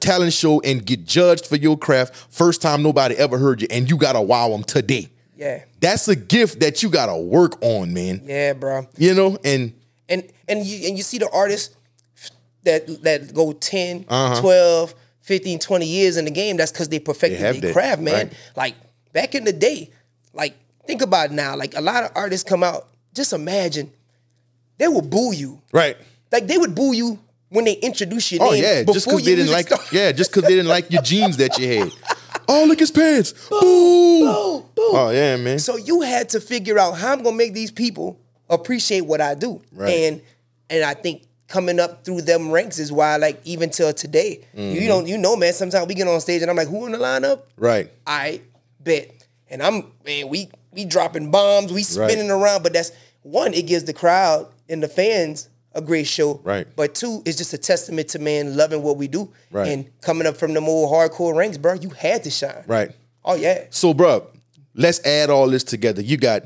Speaker 1: talent show and get judged for your craft. First time nobody ever heard you, and you gotta wow them today.
Speaker 2: Yeah.
Speaker 1: That's a gift that you gotta work on, man.
Speaker 2: Yeah, bro.
Speaker 1: You know, and
Speaker 2: and and you and you see the artists that that go 10
Speaker 1: Uh-huh.
Speaker 2: 12 15 20 years in the game that's because they perfected
Speaker 1: They have
Speaker 2: their
Speaker 1: that,
Speaker 2: craft man
Speaker 1: right.
Speaker 2: like back in the day like think about it now like a lot of artists come out just imagine they will boo you
Speaker 1: right.
Speaker 2: like they would boo you when they introduce your
Speaker 1: Oh
Speaker 2: name
Speaker 1: yeah, just
Speaker 2: before
Speaker 1: because they
Speaker 2: your
Speaker 1: didn't like
Speaker 2: music starts.
Speaker 1: yeah, just because they didn't like your jeans that you had. [laughs] Oh look his pants. Boo.
Speaker 2: [laughs] Boo, boo.
Speaker 1: Oh yeah, man.
Speaker 2: So you had to figure out how I'm gonna make these people appreciate what I do.
Speaker 1: Right.
Speaker 2: And and I think coming up through them ranks is why like even till today,
Speaker 1: Mm-hmm.
Speaker 2: you don't you know, man, sometimes we get on stage and I'm like, who in the lineup?
Speaker 1: right.
Speaker 2: I bet. And I'm man, we we dropping bombs, we spinning around, but that's one, it gives the crowd and the fans a great show.
Speaker 1: Right.
Speaker 2: But two, it's just a testament to man loving what we do.
Speaker 1: Right.
Speaker 2: And coming up from them old hardcore ranks, bro, you had to shine.
Speaker 1: Right.
Speaker 2: Oh yeah.
Speaker 1: So, bruh, let's add all this together. You got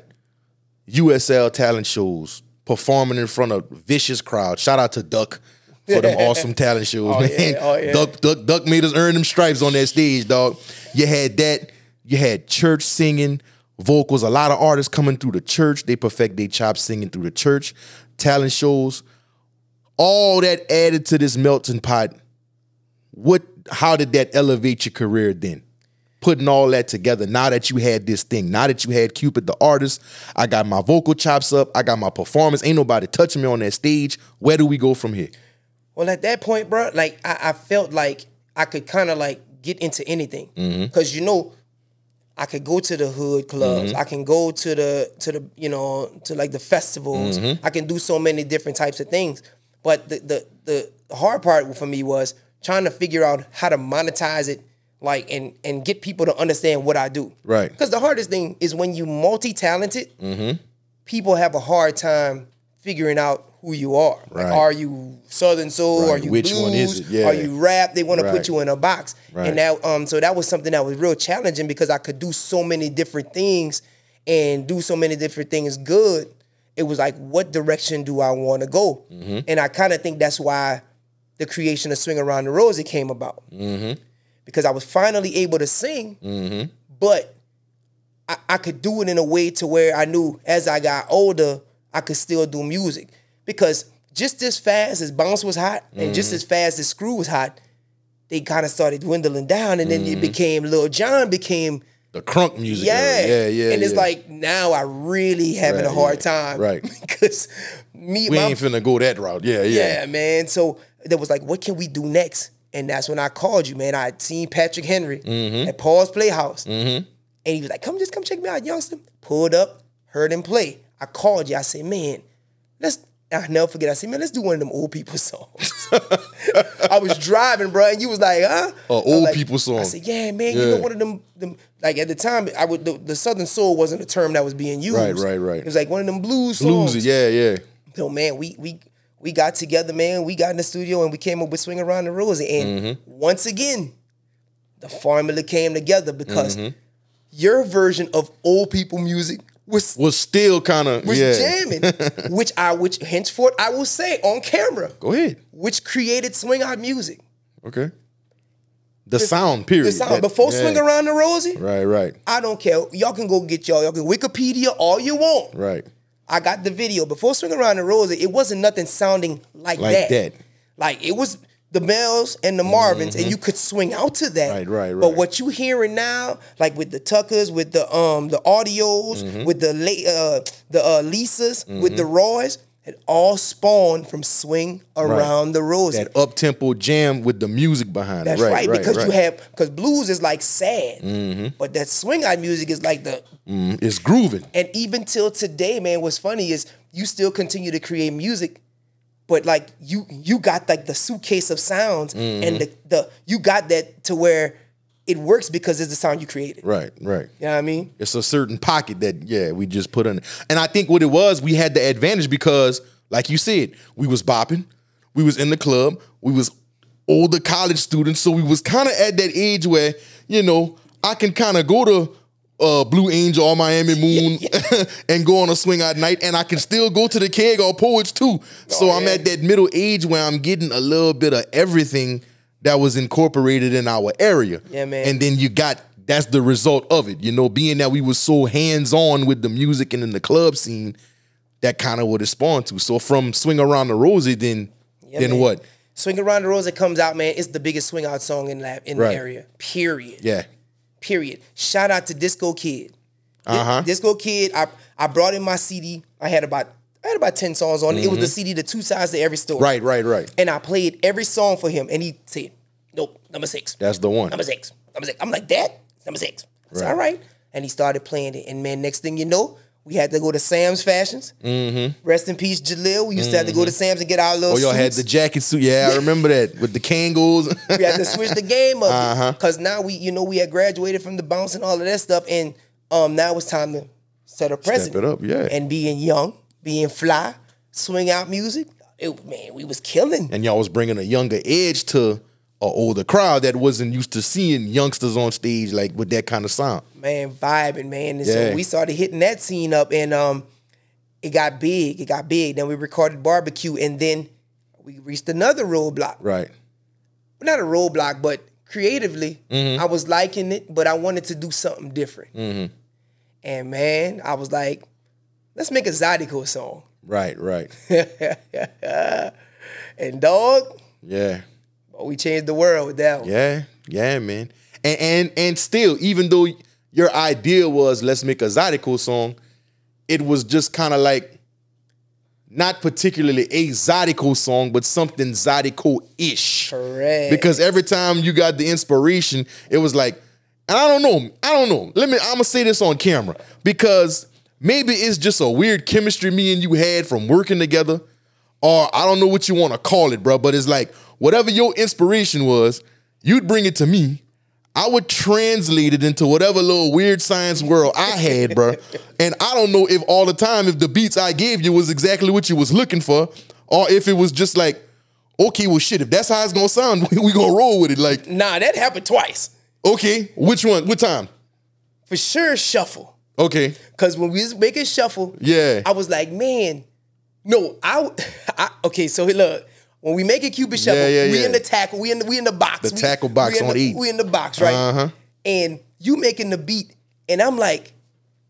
Speaker 1: USL talent shows performing in front of vicious crowd. Shout out to Duck for
Speaker 2: [laughs]
Speaker 1: them awesome talent shows, man.
Speaker 2: yeah, oh, yeah.
Speaker 1: Duck, Duck, Duck made us earn them stripes on that stage, dog. You had that. You had church singing, vocals. A lot of artists coming through the church. They perfect their chops singing through the church. Talent shows. All that added to this melting pot. What? How did that elevate your career then? putting all that together now that you had this thing now that you had cupid the artist i got my vocal chops up i got my performance ain't nobody touching me on that stage where do we go from here
Speaker 2: Well, at that point, bro, like I, I felt like I could kind of like get into anything because you know I could go to the hood clubs, I can go to the to the you know to like the festivals, I can do so many different types of things. But the the the hard part for me was trying to figure out how to monetize it, like and and get people to understand what I do.
Speaker 1: Right.
Speaker 2: Because the hardest thing is when you multi talented, people have a hard time figuring out who you are. Like,
Speaker 1: Right.
Speaker 2: are you Southern soul?
Speaker 1: Right.
Speaker 2: Are you
Speaker 1: Which
Speaker 2: blues?
Speaker 1: one is it? Yeah.
Speaker 2: Are you rap? They want to
Speaker 1: Right.
Speaker 2: put you in a box.
Speaker 1: Right.
Speaker 2: And that um so that was something that was real challenging because I could do so many different things and do so many different things good. It was like what direction do I want to go? And I kind of think that's why the creation of Swing Around the Rose it came about. Because I was finally able to sing, but I, I could do it in a way to where I knew as I got older, I could still do music. Because just as fast as Bounce was hot and just as fast as Screw was hot, they kind of started dwindling down. And then
Speaker 1: Mm-hmm.
Speaker 2: it became Lil John became,
Speaker 1: the crunk music
Speaker 2: yeah.
Speaker 1: era. yeah yeah
Speaker 2: And it's
Speaker 1: yeah.
Speaker 2: like now I really having
Speaker 1: Right,
Speaker 2: a hard
Speaker 1: yeah.
Speaker 2: time.
Speaker 1: Right.
Speaker 2: [laughs] Because me,
Speaker 1: we
Speaker 2: my
Speaker 1: ain't finna go that route yeah yeah,
Speaker 2: yeah, man. So there was like, what can we do next? And that's when I called you, man. I had seen Patrick Henry
Speaker 1: Mm-hmm.
Speaker 2: at Paul's Playhouse. And he was like, come just come check me out, youngster. Pulled up, heard him play. I called you. I said, man, let's, I'll never forget. I said, man, let's do one of them old people
Speaker 1: [laughs]
Speaker 2: [laughs] songs. I was driving, bro, and you was like, huh?
Speaker 1: A
Speaker 2: I was
Speaker 1: old
Speaker 2: like-
Speaker 1: people song.
Speaker 2: I said, yeah, man, you know,
Speaker 1: Yeah.
Speaker 2: one of them, them, like at the time, I would, the, the Southern Soul wasn't a term that was being used.
Speaker 1: Right, right, right.
Speaker 2: It was like one of them blues songs.
Speaker 1: bluesy yeah yeah
Speaker 2: So man, we we we got together, man. We got in the studio and we came up with Swing Around the Rules. And
Speaker 1: Mm-hmm.
Speaker 2: once again, the formula came together because
Speaker 1: Mm-hmm.
Speaker 2: your version of old people music was
Speaker 1: was still kind of
Speaker 2: was
Speaker 1: yeah
Speaker 2: jamming,
Speaker 1: [laughs]
Speaker 2: which I which henceforth I will say on camera,
Speaker 1: go ahead
Speaker 2: which created swing out music.
Speaker 1: okay the sound period
Speaker 2: The sound
Speaker 1: That-
Speaker 2: before
Speaker 1: yeah.
Speaker 2: Swing Around the Rosie,
Speaker 1: right right
Speaker 2: I don't care. Y'all can go get y'all. Y'all can Wikipedia all you want.
Speaker 1: right
Speaker 2: I got the video before Swing Around the Rosie. It wasn't nothing sounding like,
Speaker 1: Like that. Mm-hmm.
Speaker 2: Like it was the Bells and the Marvins, and you could swing out to that.
Speaker 1: Right, right,
Speaker 2: But
Speaker 1: right.
Speaker 2: what you hearing now, like with the Tuckers, with
Speaker 1: Mm-hmm.
Speaker 2: the um the audios, with the La- uh, the uh, Lisas, with the Roys, It all spawned from swing around the rosy.
Speaker 1: That up tempo jam with the music behind
Speaker 2: That's
Speaker 1: it.
Speaker 2: right,
Speaker 1: Right, right,
Speaker 2: because
Speaker 1: right. Mm-hmm.
Speaker 2: you have because blues is like sad, but that swing out music is like the
Speaker 1: Mm, it's grooving.
Speaker 2: and even till today, man. What's funny is you still continue to create music, but like you you got like the suitcase of sounds
Speaker 1: Mm-hmm.
Speaker 2: and the the you got that to where it works because it's the sound you created.
Speaker 1: Right, right.
Speaker 2: You know what I mean?
Speaker 1: It's a certain pocket that yeah we just put on. And I think what it was, we had the advantage because, like you said, we was bopping, we was in the club, we was older college students, so we was kind of at that age where you know I can kind of go to. Uh, Blue Angel or Miami Moon [laughs] and go on a swing out night, and I can still go to the keg or poets too. so I'm
Speaker 2: yeah.
Speaker 1: at that middle age where I'm getting a little bit of everything that was incorporated in our area.
Speaker 2: Yeah, man.
Speaker 1: And then you got that's the result of it. You know, being that we was so hands on with the music and in the club scene, that kind of what it spawned to. So from swing around the rosy, then then
Speaker 2: man.
Speaker 1: what?
Speaker 2: Swing around the rose that comes out, man. It's the biggest swing out song in la- in
Speaker 1: Right.
Speaker 2: the area. Period.
Speaker 1: Yeah,
Speaker 2: Period. Shout out to Disco Kid.
Speaker 1: uh huh.
Speaker 2: Disco Kid, I I brought in my CD. I had about I had about ten songs on it. It was the CD, the two sides to every story.
Speaker 1: Mm-hmm. Right, right, right.
Speaker 2: And I played every song for him, and he said, "Nope, number six,
Speaker 1: That's the one.
Speaker 2: number six, number six. I'm like that, number six. I said,
Speaker 1: Right.
Speaker 2: all right. And he started playing it, and man, next thing you know, we had to go to Sam's Fashions. Rest in peace, Jalil. We used to have to go to Sam's and get our little.
Speaker 1: Mm-hmm. Oh, y'all had
Speaker 2: suits
Speaker 1: the jacket suit. Yeah, I remember that with the
Speaker 2: [laughs]
Speaker 1: Uh-huh. Kangles.
Speaker 2: we had to switch the game up because now we, you know, we had graduated from the bounce and all of that stuff, and um, now it's time to set a precedent.
Speaker 1: it up, yeah.
Speaker 2: And being young, being fly, swing out music, it, man, we was killing.
Speaker 1: and y'all was bringing a younger edge to an older crowd that wasn't used to seeing youngsters on stage like with that kind of sound.
Speaker 2: man, vibing, man. And
Speaker 1: Yeah.
Speaker 2: so we started hitting that scene up, and um, it got big. It got big. Then we recorded barbecue, and then we reached another roadblock.
Speaker 1: Right.
Speaker 2: Not a roadblock, but creatively,
Speaker 1: Mm-hmm.
Speaker 2: I was liking it, but I wanted to do something different. And man, I was like, let's make a Zydeco song.
Speaker 1: Right. Right. [laughs]
Speaker 2: And dog,
Speaker 1: Yeah.
Speaker 2: oh, we changed the world with that one.
Speaker 1: Yeah, yeah, man. And and and still, even though your idea was let's make a Zydeco song, it was just kind of like not particularly a Zydeco song, but something Zydeco-ish.
Speaker 2: Correct.
Speaker 1: Because every time you got the inspiration, it was like, and I don't know, I don't know. Let me, I'm gonna say this on camera because maybe it's just a weird chemistry me and you had from working together, or I don't know what you want to call it, bro. But it's like whatever your inspiration was, you'd bring it to me. I would translate it into whatever little weird science world I had, bro. And I don't know if all the time if the beats I gave you was exactly what you was looking for, or if it was just like, okay, well shit, if that's how it's gonna sound, [laughs] we, we gonna roll with it. Like,
Speaker 2: nah, that happened twice.
Speaker 1: okay, which one? What time?
Speaker 2: For sure, shuffle.
Speaker 1: Okay.
Speaker 2: Cause when we was making shuffle,
Speaker 1: Yeah.
Speaker 2: I was like, man, no, I, I okay. So look, when we make a cupid shuffle,
Speaker 1: Yeah, yeah,
Speaker 2: we
Speaker 1: yeah.
Speaker 2: in the tackle, we in the we in the box,
Speaker 1: The
Speaker 2: we-
Speaker 1: tackle box
Speaker 2: we in
Speaker 1: on
Speaker 2: the,
Speaker 1: E.
Speaker 2: we in the box, right?
Speaker 1: Uh-huh.
Speaker 2: And you making the beat, and I'm like,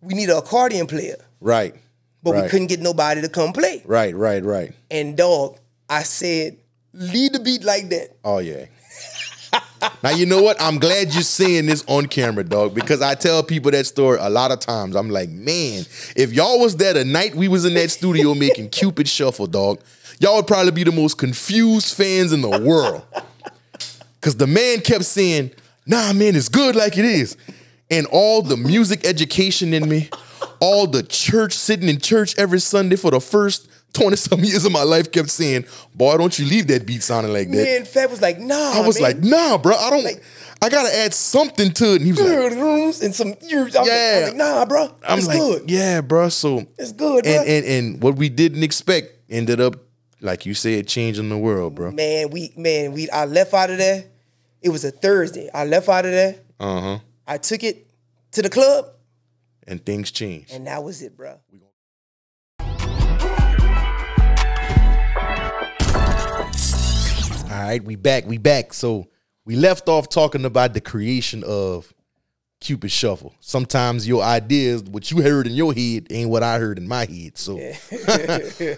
Speaker 2: we need an accordion player,
Speaker 1: Right.
Speaker 2: but we
Speaker 1: Right.
Speaker 2: couldn't get nobody to come play.
Speaker 1: Right, right, right.
Speaker 2: And dog, I said, lead the beat like that.
Speaker 1: Oh yeah. now you know what? I'm glad you're seeing this on camera, dog, because I tell people that story a lot of times. I'm like, man, if y'all was there the night we was in that studio making Cupid Shuffle, dog, y'all would probably be the most confused fans in the world. Cause the man kept saying, nah, man, it's good like it is. And all the music education in me, all the church, sitting in church every Sunday for the first 20 some years of my life kept saying, boy, don't you leave that beat sounding like that.
Speaker 2: Man, Fab was like, nah.
Speaker 1: I was
Speaker 2: man.
Speaker 1: like, nah, bro, I don't. I gotta add something to it. And he was like,
Speaker 2: [laughs] and some ears. I'm
Speaker 1: Yeah.
Speaker 2: like, I'm like, nah, bro.
Speaker 1: I'm
Speaker 2: it's
Speaker 1: like,
Speaker 2: good.
Speaker 1: yeah, bro. So
Speaker 2: It's good, bro.
Speaker 1: and, and and what we didn't expect ended up, like you said, changing the world, bro.
Speaker 2: man, we man, we I left out of there. It was a Thursday. I left out of there.
Speaker 1: Uh huh.
Speaker 2: I took it to the club,
Speaker 1: And things changed.
Speaker 2: and that was it, bro.
Speaker 1: All right, we back, we back. So we left off talking about the creation of Cupid Shuffle. Sometimes your ideas, what you heard in your head, ain't what I heard in my head. So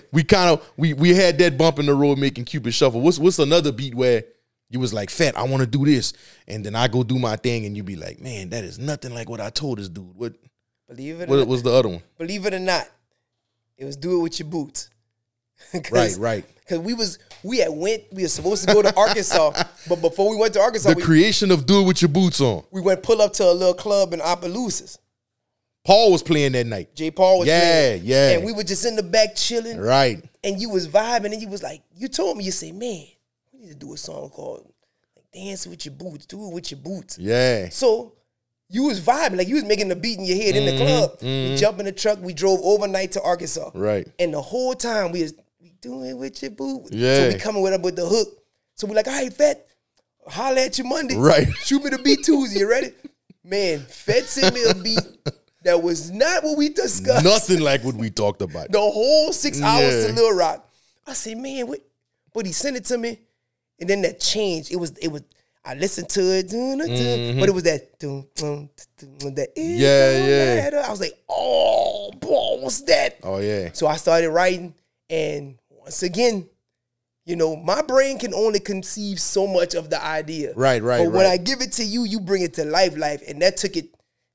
Speaker 1: [laughs] we kind of we we had that bump in the road making Cupid Shuffle. What's what's another beat where you was like, "Fat, I want to do this," and then I go do my thing, and you be like, "Man, that is nothing like what I told this dude." What
Speaker 2: Believe it, or
Speaker 1: what
Speaker 2: not,
Speaker 1: was the other one?
Speaker 2: believe it or not, it was do it with your boots. [laughs]
Speaker 1: Right, right.
Speaker 2: Because we was we had went we were supposed to go to
Speaker 1: [laughs]
Speaker 2: Arkansas, but before we went to Arkansas,
Speaker 1: The
Speaker 2: Oh, we,
Speaker 1: creation of Do It With Your Boots On.
Speaker 2: we went pull up to a little club in Opelousas.
Speaker 1: Paul was playing that night.
Speaker 2: J. Paul was
Speaker 1: Yeah,
Speaker 2: playing,
Speaker 1: yeah.
Speaker 2: and we were just in the back chilling,
Speaker 1: Right.
Speaker 2: and you was vibing, and you was like, you told me you say, man, we need to do a song called like, "Dance with Your Boots," do it with your boots.
Speaker 1: Yeah.
Speaker 2: So you was vibing, like you was making the beat in your head
Speaker 1: Mm-hmm,
Speaker 2: in the club. We jumped in the truck. We drove overnight to Arkansas.
Speaker 1: Right.
Speaker 2: And the whole time we was we doing it with your boo.
Speaker 1: Yeah.
Speaker 2: So we coming with up with the hook. So we like, all right, Fat, holla at you Monday.
Speaker 1: Right.
Speaker 2: [laughs] Shoot me the beat Tuesday. You ready? Man, Fat sent me a beat that was not what we
Speaker 1: [laughs]
Speaker 2: discussed.
Speaker 1: Nothing like what we talked about.
Speaker 2: [laughs] The whole six hours
Speaker 1: Yeah.
Speaker 2: to Lil Rock. I said, man, what? But he sent it to me, and then that changed. It was, it was. I listened to it, dun, dun, dun, but it was that, dun, dun, dun, dun, that it
Speaker 1: Mm-hmm. Yeah,
Speaker 2: don't
Speaker 1: yeah.
Speaker 2: matter. I was like, oh, boy, what's that?
Speaker 1: Oh yeah.
Speaker 2: So I started writing, and once again, you know, my brain can only conceive so much of the idea.
Speaker 1: Right, right,
Speaker 2: But when
Speaker 1: right.
Speaker 2: I give it to you, you bring it to life, life, and that took it,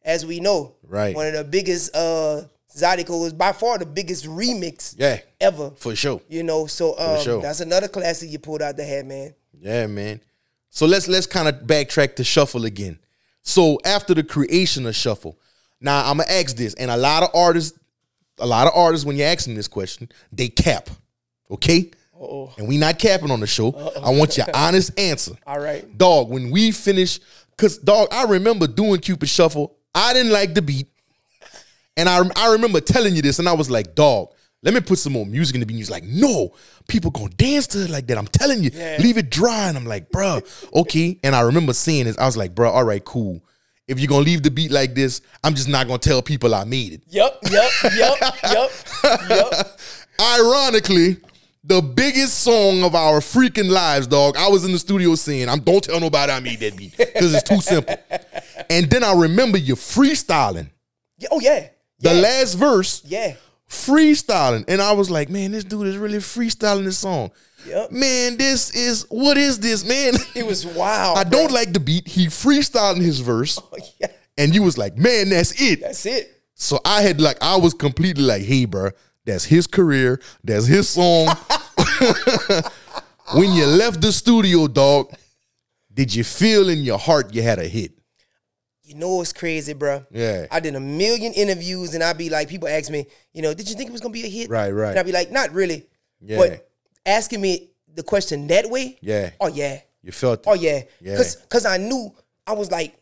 Speaker 2: as we know,
Speaker 1: Right.
Speaker 2: One of the biggest, uh, Zydeco is by far the biggest remix
Speaker 1: Yeah.
Speaker 2: ever.
Speaker 1: For sure.
Speaker 2: You know, so um,
Speaker 1: sure.
Speaker 2: that's another classic you pulled out the hat, man.
Speaker 1: Yeah, man. So let's let's kind of backtrack to shuffle again. So after the creation of shuffle, now I'm gonna ask this, and a lot of artists, a lot of artists, when you ask them this question, they cap, okay?
Speaker 2: Uh-oh.
Speaker 1: And we not capping on the show. I want
Speaker 2: [laughs]
Speaker 1: your honest answer.
Speaker 2: All right.
Speaker 1: dog. When we finish, cause dog, I remember doing Cupid Shuffle. I didn't like the beat, and I I remember telling you this, and I was like, dog. Let me put some more music in the beat. And He's like, no, people gonna dance to it like that. I'm telling you,
Speaker 2: Yeah.
Speaker 1: leave it dry. And I'm like, bruh, okay. And I remember seeing this. I was like, bruh, all right, cool. If you're gonna leave the beat like this, I'm just not gonna tell people I made it.
Speaker 2: Yep, yep, yep, yep, yep.
Speaker 1: [laughs] Ironically, the biggest song of our freaking lives, dog. I was in the studio saying, "I'm don't tell nobody I made that beat because it's too simple." and then I remember you freestyling
Speaker 2: [laughs] Yeah, Oh yeah, yeah,
Speaker 1: the last verse,
Speaker 2: yeah.
Speaker 1: freestyling, and I was like, "Man, this dude is really freestyling this song."
Speaker 2: Yep.
Speaker 1: Man, this is what is this, man? [laughs]
Speaker 2: It was wild.
Speaker 1: I
Speaker 2: bro.
Speaker 1: don't like the beat. He freestyling his verse,
Speaker 2: [laughs] Yeah,
Speaker 1: and you was like, "Man, that's it."
Speaker 2: that's it.
Speaker 1: So I had like I was completely like, hey, bro, that's his career, that's his song.
Speaker 2: [laughs]
Speaker 1: [laughs] when you left the studio, dog, did you feel in your heart you had a hit?
Speaker 2: You know what's crazy, bro?
Speaker 1: Yeah.
Speaker 2: I did a million interviews, and I'd be like, people ask me, you know, did you think it was gonna be a hit?
Speaker 1: Right, right.
Speaker 2: And I'd be like, not really.
Speaker 1: Yeah.
Speaker 2: But asking me the question that way,
Speaker 1: Yeah.
Speaker 2: Oh yeah,
Speaker 1: You felt
Speaker 2: oh yeah,
Speaker 1: Yeah.
Speaker 2: because because I knew I was like,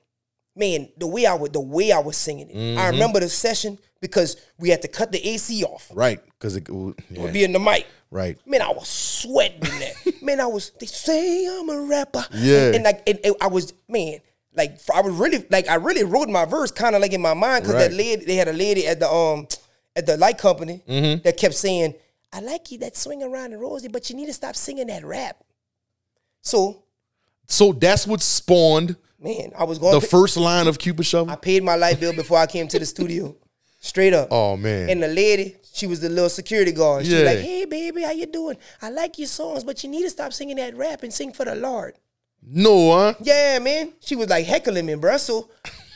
Speaker 2: man, the way I would, the way I was singing it. I
Speaker 1: Mm-hmm.
Speaker 2: remember the session because we had to cut the AC off,
Speaker 1: right because it w- yeah,
Speaker 2: be in the mic.
Speaker 1: right.
Speaker 2: Man, I was sweating
Speaker 1: [laughs]
Speaker 2: in that. man, I was. They say I'm a rapper.
Speaker 1: Yeah.
Speaker 2: And, like, and, and I was, man, like I was really, like, I really wrote my verse kind of like in my mind because that
Speaker 1: Right.
Speaker 2: lady, they had a lady at the um at the light company
Speaker 1: Mm-hmm.
Speaker 2: that kept saying, "I like you that swing around the rosy, but you need to stop singing that rap." So,
Speaker 1: So that's what spawned
Speaker 2: man, I was going.
Speaker 1: the
Speaker 2: to
Speaker 1: first line of Cupid
Speaker 2: I
Speaker 1: Shovel.
Speaker 2: paid my light bill before I came to the studio, straight up.
Speaker 1: Oh man,
Speaker 2: And the lady, she was the little security guard. She was
Speaker 1: Yeah.
Speaker 2: like, hey, baby, how you doing? I like your songs, but you need to stop singing that rap and sing for the Lord.
Speaker 1: no, huh?
Speaker 2: Yeah, man. She was like heckling me, bruh. So,
Speaker 1: [laughs]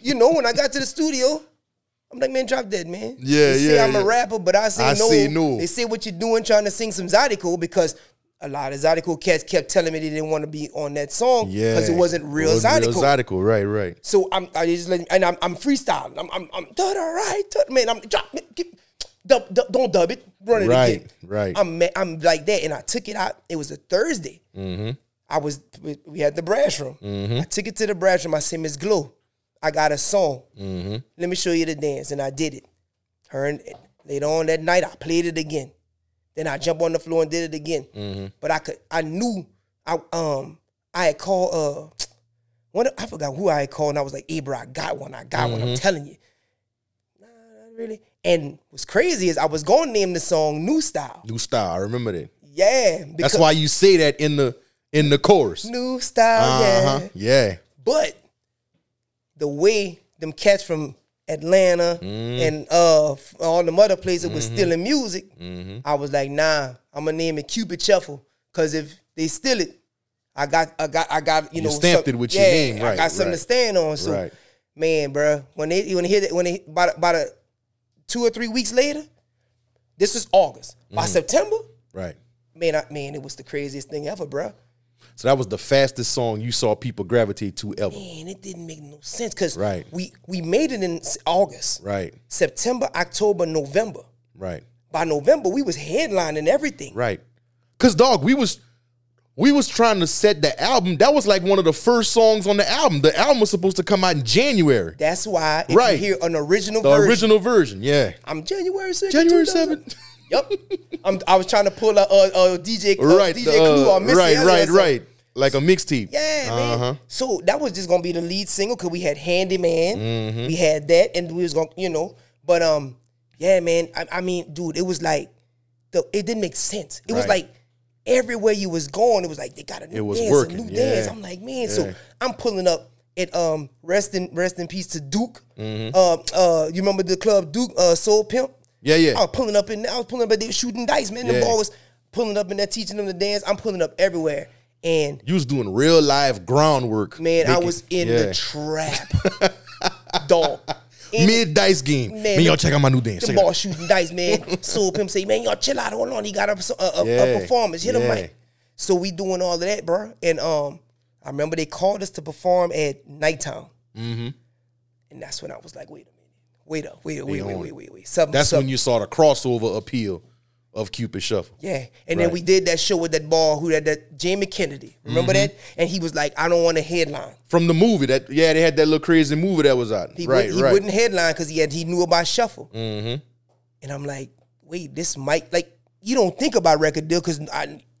Speaker 2: you know, when I got to the studio, I'm like, man, drop dead, man.
Speaker 1: Yeah,
Speaker 2: they say
Speaker 1: yeah,
Speaker 2: I'm
Speaker 1: yeah.
Speaker 2: a rapper, but I say
Speaker 1: I
Speaker 2: no.
Speaker 1: say no.
Speaker 2: They say what you're doing trying to sing some Zydeco because a lot of Zydeco cats kept telling me they didn't want to be on that song
Speaker 1: Yeah,
Speaker 2: because it wasn't real
Speaker 1: It wasn't
Speaker 2: Zydeco.
Speaker 1: Zydeco, right, right.
Speaker 2: So I'm I just let and I'm I'm freestyling. I'm I'm I'm done all right. done- man, I'm drop man, get, dub, dub, don't dub it. Run it
Speaker 1: Right,
Speaker 2: again.
Speaker 1: right.
Speaker 2: I'm ma- I'm like that, and I took it out. It was a Thursday. I was we- we had the brass room. I took it to the brass room. I said, Miss Glow, I got a song. Let me show you the dance, and I did it. Her and later on that night, I played it again. Then I jumped on the floor and did it again. But I could, I knew, I um, I had called uh, one of- I forgot who I had called, and I was like, "Hey, bro, I got one. I got one. I'm telling you." Nah, not really. And what's crazy is I was going to name the song "New Style."
Speaker 1: New style, I remember that.
Speaker 2: Yeah, because
Speaker 1: That's why you say that in the in the chorus.
Speaker 2: "New Style."
Speaker 1: Uh-huh.
Speaker 2: Yeah,
Speaker 1: Yeah,
Speaker 2: but the way them cats from Atlanta
Speaker 1: Mm.
Speaker 2: and uh f- all them other places was
Speaker 1: Mm-hmm.
Speaker 2: stealing music, I was like, "Nah, I'm gonna name it Cupid Shuffle." Cause if they steal it, I got, I got, I got, you, know,
Speaker 1: stamped
Speaker 2: some-
Speaker 1: it with your
Speaker 2: yeah,
Speaker 1: name,
Speaker 2: I
Speaker 1: right,
Speaker 2: got something
Speaker 1: right.
Speaker 2: to stand on. So
Speaker 1: right.
Speaker 2: man, bruh, when they when they hear that when they about about a two or three weeks later, This is August. By
Speaker 1: Mm-hmm.
Speaker 2: September,
Speaker 1: Right.
Speaker 2: man, I, man, it was the craziest thing ever, bruh.
Speaker 1: So that was the fastest song you saw people gravitate to ever.
Speaker 2: Man, it didn't make no sense because
Speaker 1: Right.
Speaker 2: we we made it in s- August,
Speaker 1: Right.
Speaker 2: September, October, November.
Speaker 1: Right.
Speaker 2: By November, we was headlining everything.
Speaker 1: Right. Cause dog, we was we was trying to set the album. That was like one of the first songs on the album. The album was supposed to come out in January.
Speaker 2: That's why if
Speaker 1: Right.
Speaker 2: you hear an original
Speaker 1: The
Speaker 2: version,
Speaker 1: original version, yeah.
Speaker 2: I'm January 6th.
Speaker 1: January
Speaker 2: 2000.
Speaker 1: 7th.
Speaker 2: Yep. I'm, I was trying to pull a, a, a DJ, uh, [laughs]
Speaker 1: right.
Speaker 2: DJ
Speaker 1: the,
Speaker 2: Clue
Speaker 1: uh,
Speaker 2: or Missy
Speaker 1: right,
Speaker 2: Elliott or
Speaker 1: right,
Speaker 2: something.
Speaker 1: right. Like a mixtape.
Speaker 2: Yeah,
Speaker 1: Uh-huh.
Speaker 2: man. So that was just gonna be the lead single because we had Handyman,
Speaker 1: Mm-hmm.
Speaker 2: we had that, and we was gonna, you know. But um, yeah, man. I, I mean, dude, it was like, the it didn't make sense. It was
Speaker 1: Right.
Speaker 2: like everywhere you was going, it was like they got a new
Speaker 1: It was
Speaker 2: dance,
Speaker 1: working,
Speaker 2: a new
Speaker 1: yeah.
Speaker 2: dance. I'm like, man. So
Speaker 1: Yeah.
Speaker 2: I'm pulling up at um, rest in rest in peace to Duke.
Speaker 1: Mm-hmm.
Speaker 2: Um, uh, you remember the club Duke uh, Soul Pimp?
Speaker 1: Yeah, yeah.
Speaker 2: I was pulling up in. I was pulling up, but they were shooting dice, man.
Speaker 1: Yeah.
Speaker 2: The ball was pulling up in there, teaching them to dance. I'm pulling up everywhere, and
Speaker 1: You was doing real live groundwork.
Speaker 2: Man, I
Speaker 1: making-
Speaker 2: was in
Speaker 1: yeah.
Speaker 2: the trap.
Speaker 1: [laughs]
Speaker 2: Dog. In
Speaker 1: mid dice game. Man,
Speaker 2: Man,
Speaker 1: y'all check out my new dance.
Speaker 2: the
Speaker 1: Check it
Speaker 2: ball
Speaker 1: out.
Speaker 2: shooting dice, man. Soul Pimp say, man, y'all chill out. Hold on. He got a, a, a,
Speaker 1: Yeah,
Speaker 2: a performance. Hit
Speaker 1: yeah.
Speaker 2: a mic. So we doing all of that, bro. And um, I remember they called us to perform at Nighttown. Mm-hmm. And that's when I was like, wait a minute. Wait up. Wait up. Wait, wait,
Speaker 1: on.
Speaker 2: wait, wait, wait. Something,
Speaker 1: That's
Speaker 2: something.
Speaker 1: when you saw the crossover appeal of Cupid Shuffle.
Speaker 2: Yeah, and
Speaker 1: Right. Mm-hmm.
Speaker 2: then we did that show with that ball who had that Jamie Kennedy. Remember that? And he was like, "I don't want a headline."
Speaker 1: From the movie that yeah, they had that little crazy movie that was out.
Speaker 2: He,
Speaker 1: right,
Speaker 2: would, he
Speaker 1: right. Mm-hmm.
Speaker 2: wouldn't headline because he had he knew about shuffle. And I'm like, wait, this might like you don't think about record deal because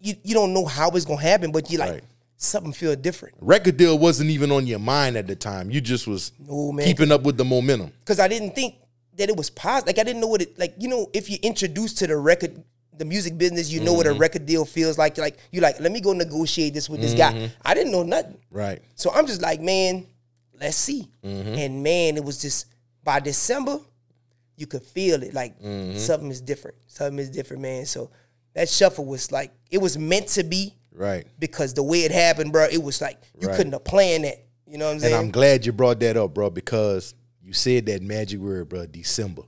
Speaker 2: you you don't know how it's gonna happen, but you like
Speaker 1: Right.
Speaker 2: something feel different
Speaker 1: Record deal wasn't even on your mind at the time. You just was
Speaker 2: No, man.
Speaker 1: keeping up with the momentum.
Speaker 2: because I didn't think that it was positive. Like I didn't know what it like. You know, if you're introduced to the record. The music business, you know what
Speaker 1: Mm-hmm.
Speaker 2: a record deal feels like. Like you like, let me go negotiate this with this
Speaker 1: Mm-hmm.
Speaker 2: guy. I didn't know nothing.
Speaker 1: Right.
Speaker 2: So I'm just like, man, let's see.
Speaker 1: Mm-hmm.
Speaker 2: And man, it was just by December, you could feel it. Like
Speaker 1: Mm-hmm.
Speaker 2: something is different. Something is different, man. So that shuffle was like, it was meant to be
Speaker 1: Right.
Speaker 2: because the way it happened, bro, it was like you
Speaker 1: Right.
Speaker 2: couldn't have planned that. You know what I'm
Speaker 1: And
Speaker 2: saying?
Speaker 1: I'm glad you brought that up, bro, because you said that magic word, bro, December.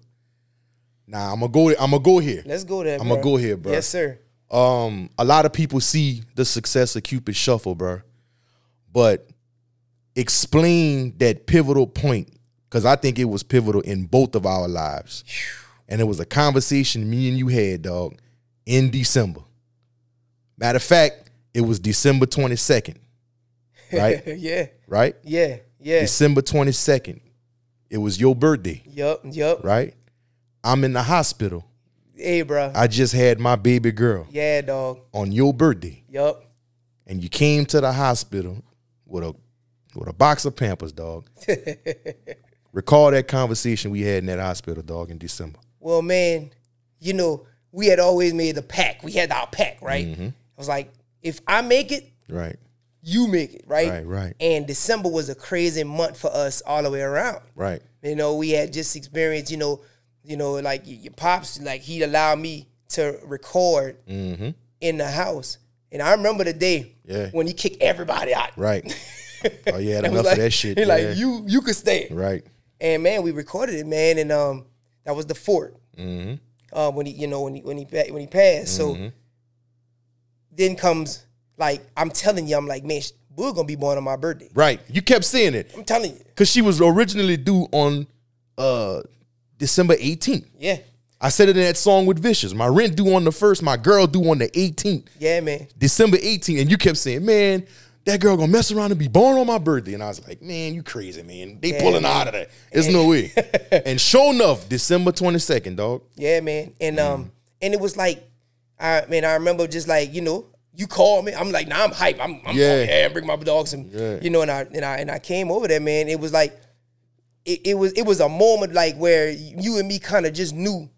Speaker 1: Now I'm gonna go I'm gonna go here.
Speaker 2: let's go there.
Speaker 1: I'm gonna
Speaker 2: bro.
Speaker 1: go here, bro.
Speaker 2: Yes, sir. [laughs]
Speaker 1: um a lot of people see the success of Cupid Shuffle, bro. But explain that pivotal point cuz I think it was pivotal in both of our lives. And it was a conversation me and you had, dog, in December. Matter of fact, it was December 22nd. Right?
Speaker 2: yeah,
Speaker 1: right?
Speaker 2: yeah, yeah.
Speaker 1: December 22nd. It was your birthday,
Speaker 2: Yup, yup.
Speaker 1: right? I'm in the hospital.
Speaker 2: Hey, bro.
Speaker 1: I just had my baby girl
Speaker 2: yeah, dog.
Speaker 1: on your birthday.
Speaker 2: Yup.
Speaker 1: and you came to the hospital with a with a box of Pampers,
Speaker 2: [laughs]
Speaker 1: dog. Recall that conversation we had in that hospital, dog, in December.
Speaker 2: well, man, you know, we had always made the pack. We had our pack, right?
Speaker 1: Mm-hmm.
Speaker 2: I was like, if I make it,
Speaker 1: Right,
Speaker 2: you make it, right?
Speaker 1: Right, right.
Speaker 2: And December was a crazy month for us all the way around.
Speaker 1: right,
Speaker 2: You know, we had just experienced, you know, you know, like y- your pops, like he allowed me to record in the house. And I remember the day
Speaker 1: Mm-hmm. Yeah.
Speaker 2: when he kicked everybody out. [laughs]
Speaker 1: right. Oh yeah,
Speaker 2: It was
Speaker 1: enough
Speaker 2: [laughs] like,
Speaker 1: of that shit.
Speaker 2: he
Speaker 1: yeah.
Speaker 2: like, you you could stay.
Speaker 1: right,
Speaker 2: And man, we recorded it, man, and um, that was the fort.
Speaker 1: Mm-hmm.
Speaker 2: Uh, when he, you know, when he when he pa- when he passed. So then comes like I'm telling you, I'm like, man, sh- Boo gonna be born on my birthday.
Speaker 1: right. You kept saying it
Speaker 2: I'm telling you,
Speaker 1: because she was originally due on uh December 18th.
Speaker 2: yeah,
Speaker 1: I said it in that song with Vicious. My rent due on the first, my girl due on the 18th.
Speaker 2: yeah, man,
Speaker 1: December 18th, and you kept saying, man, that girl gonna mess around and be born on my birthday. And I was like, man, you crazy, man. They pulling her out of that. There's no way. and sure enough, December 22nd, dog.
Speaker 2: yeah, man, and um, and it was like, I man, I remember just like you know. You called me. I'm like, nah, I'm hype. I'm, I'm
Speaker 1: Yeah.
Speaker 2: yeah. yeah, bring my dogs and
Speaker 1: Yeah.
Speaker 2: you know, and I and I and I came over there, man. It was like, it, it was it was a moment like where you and me kind of just knew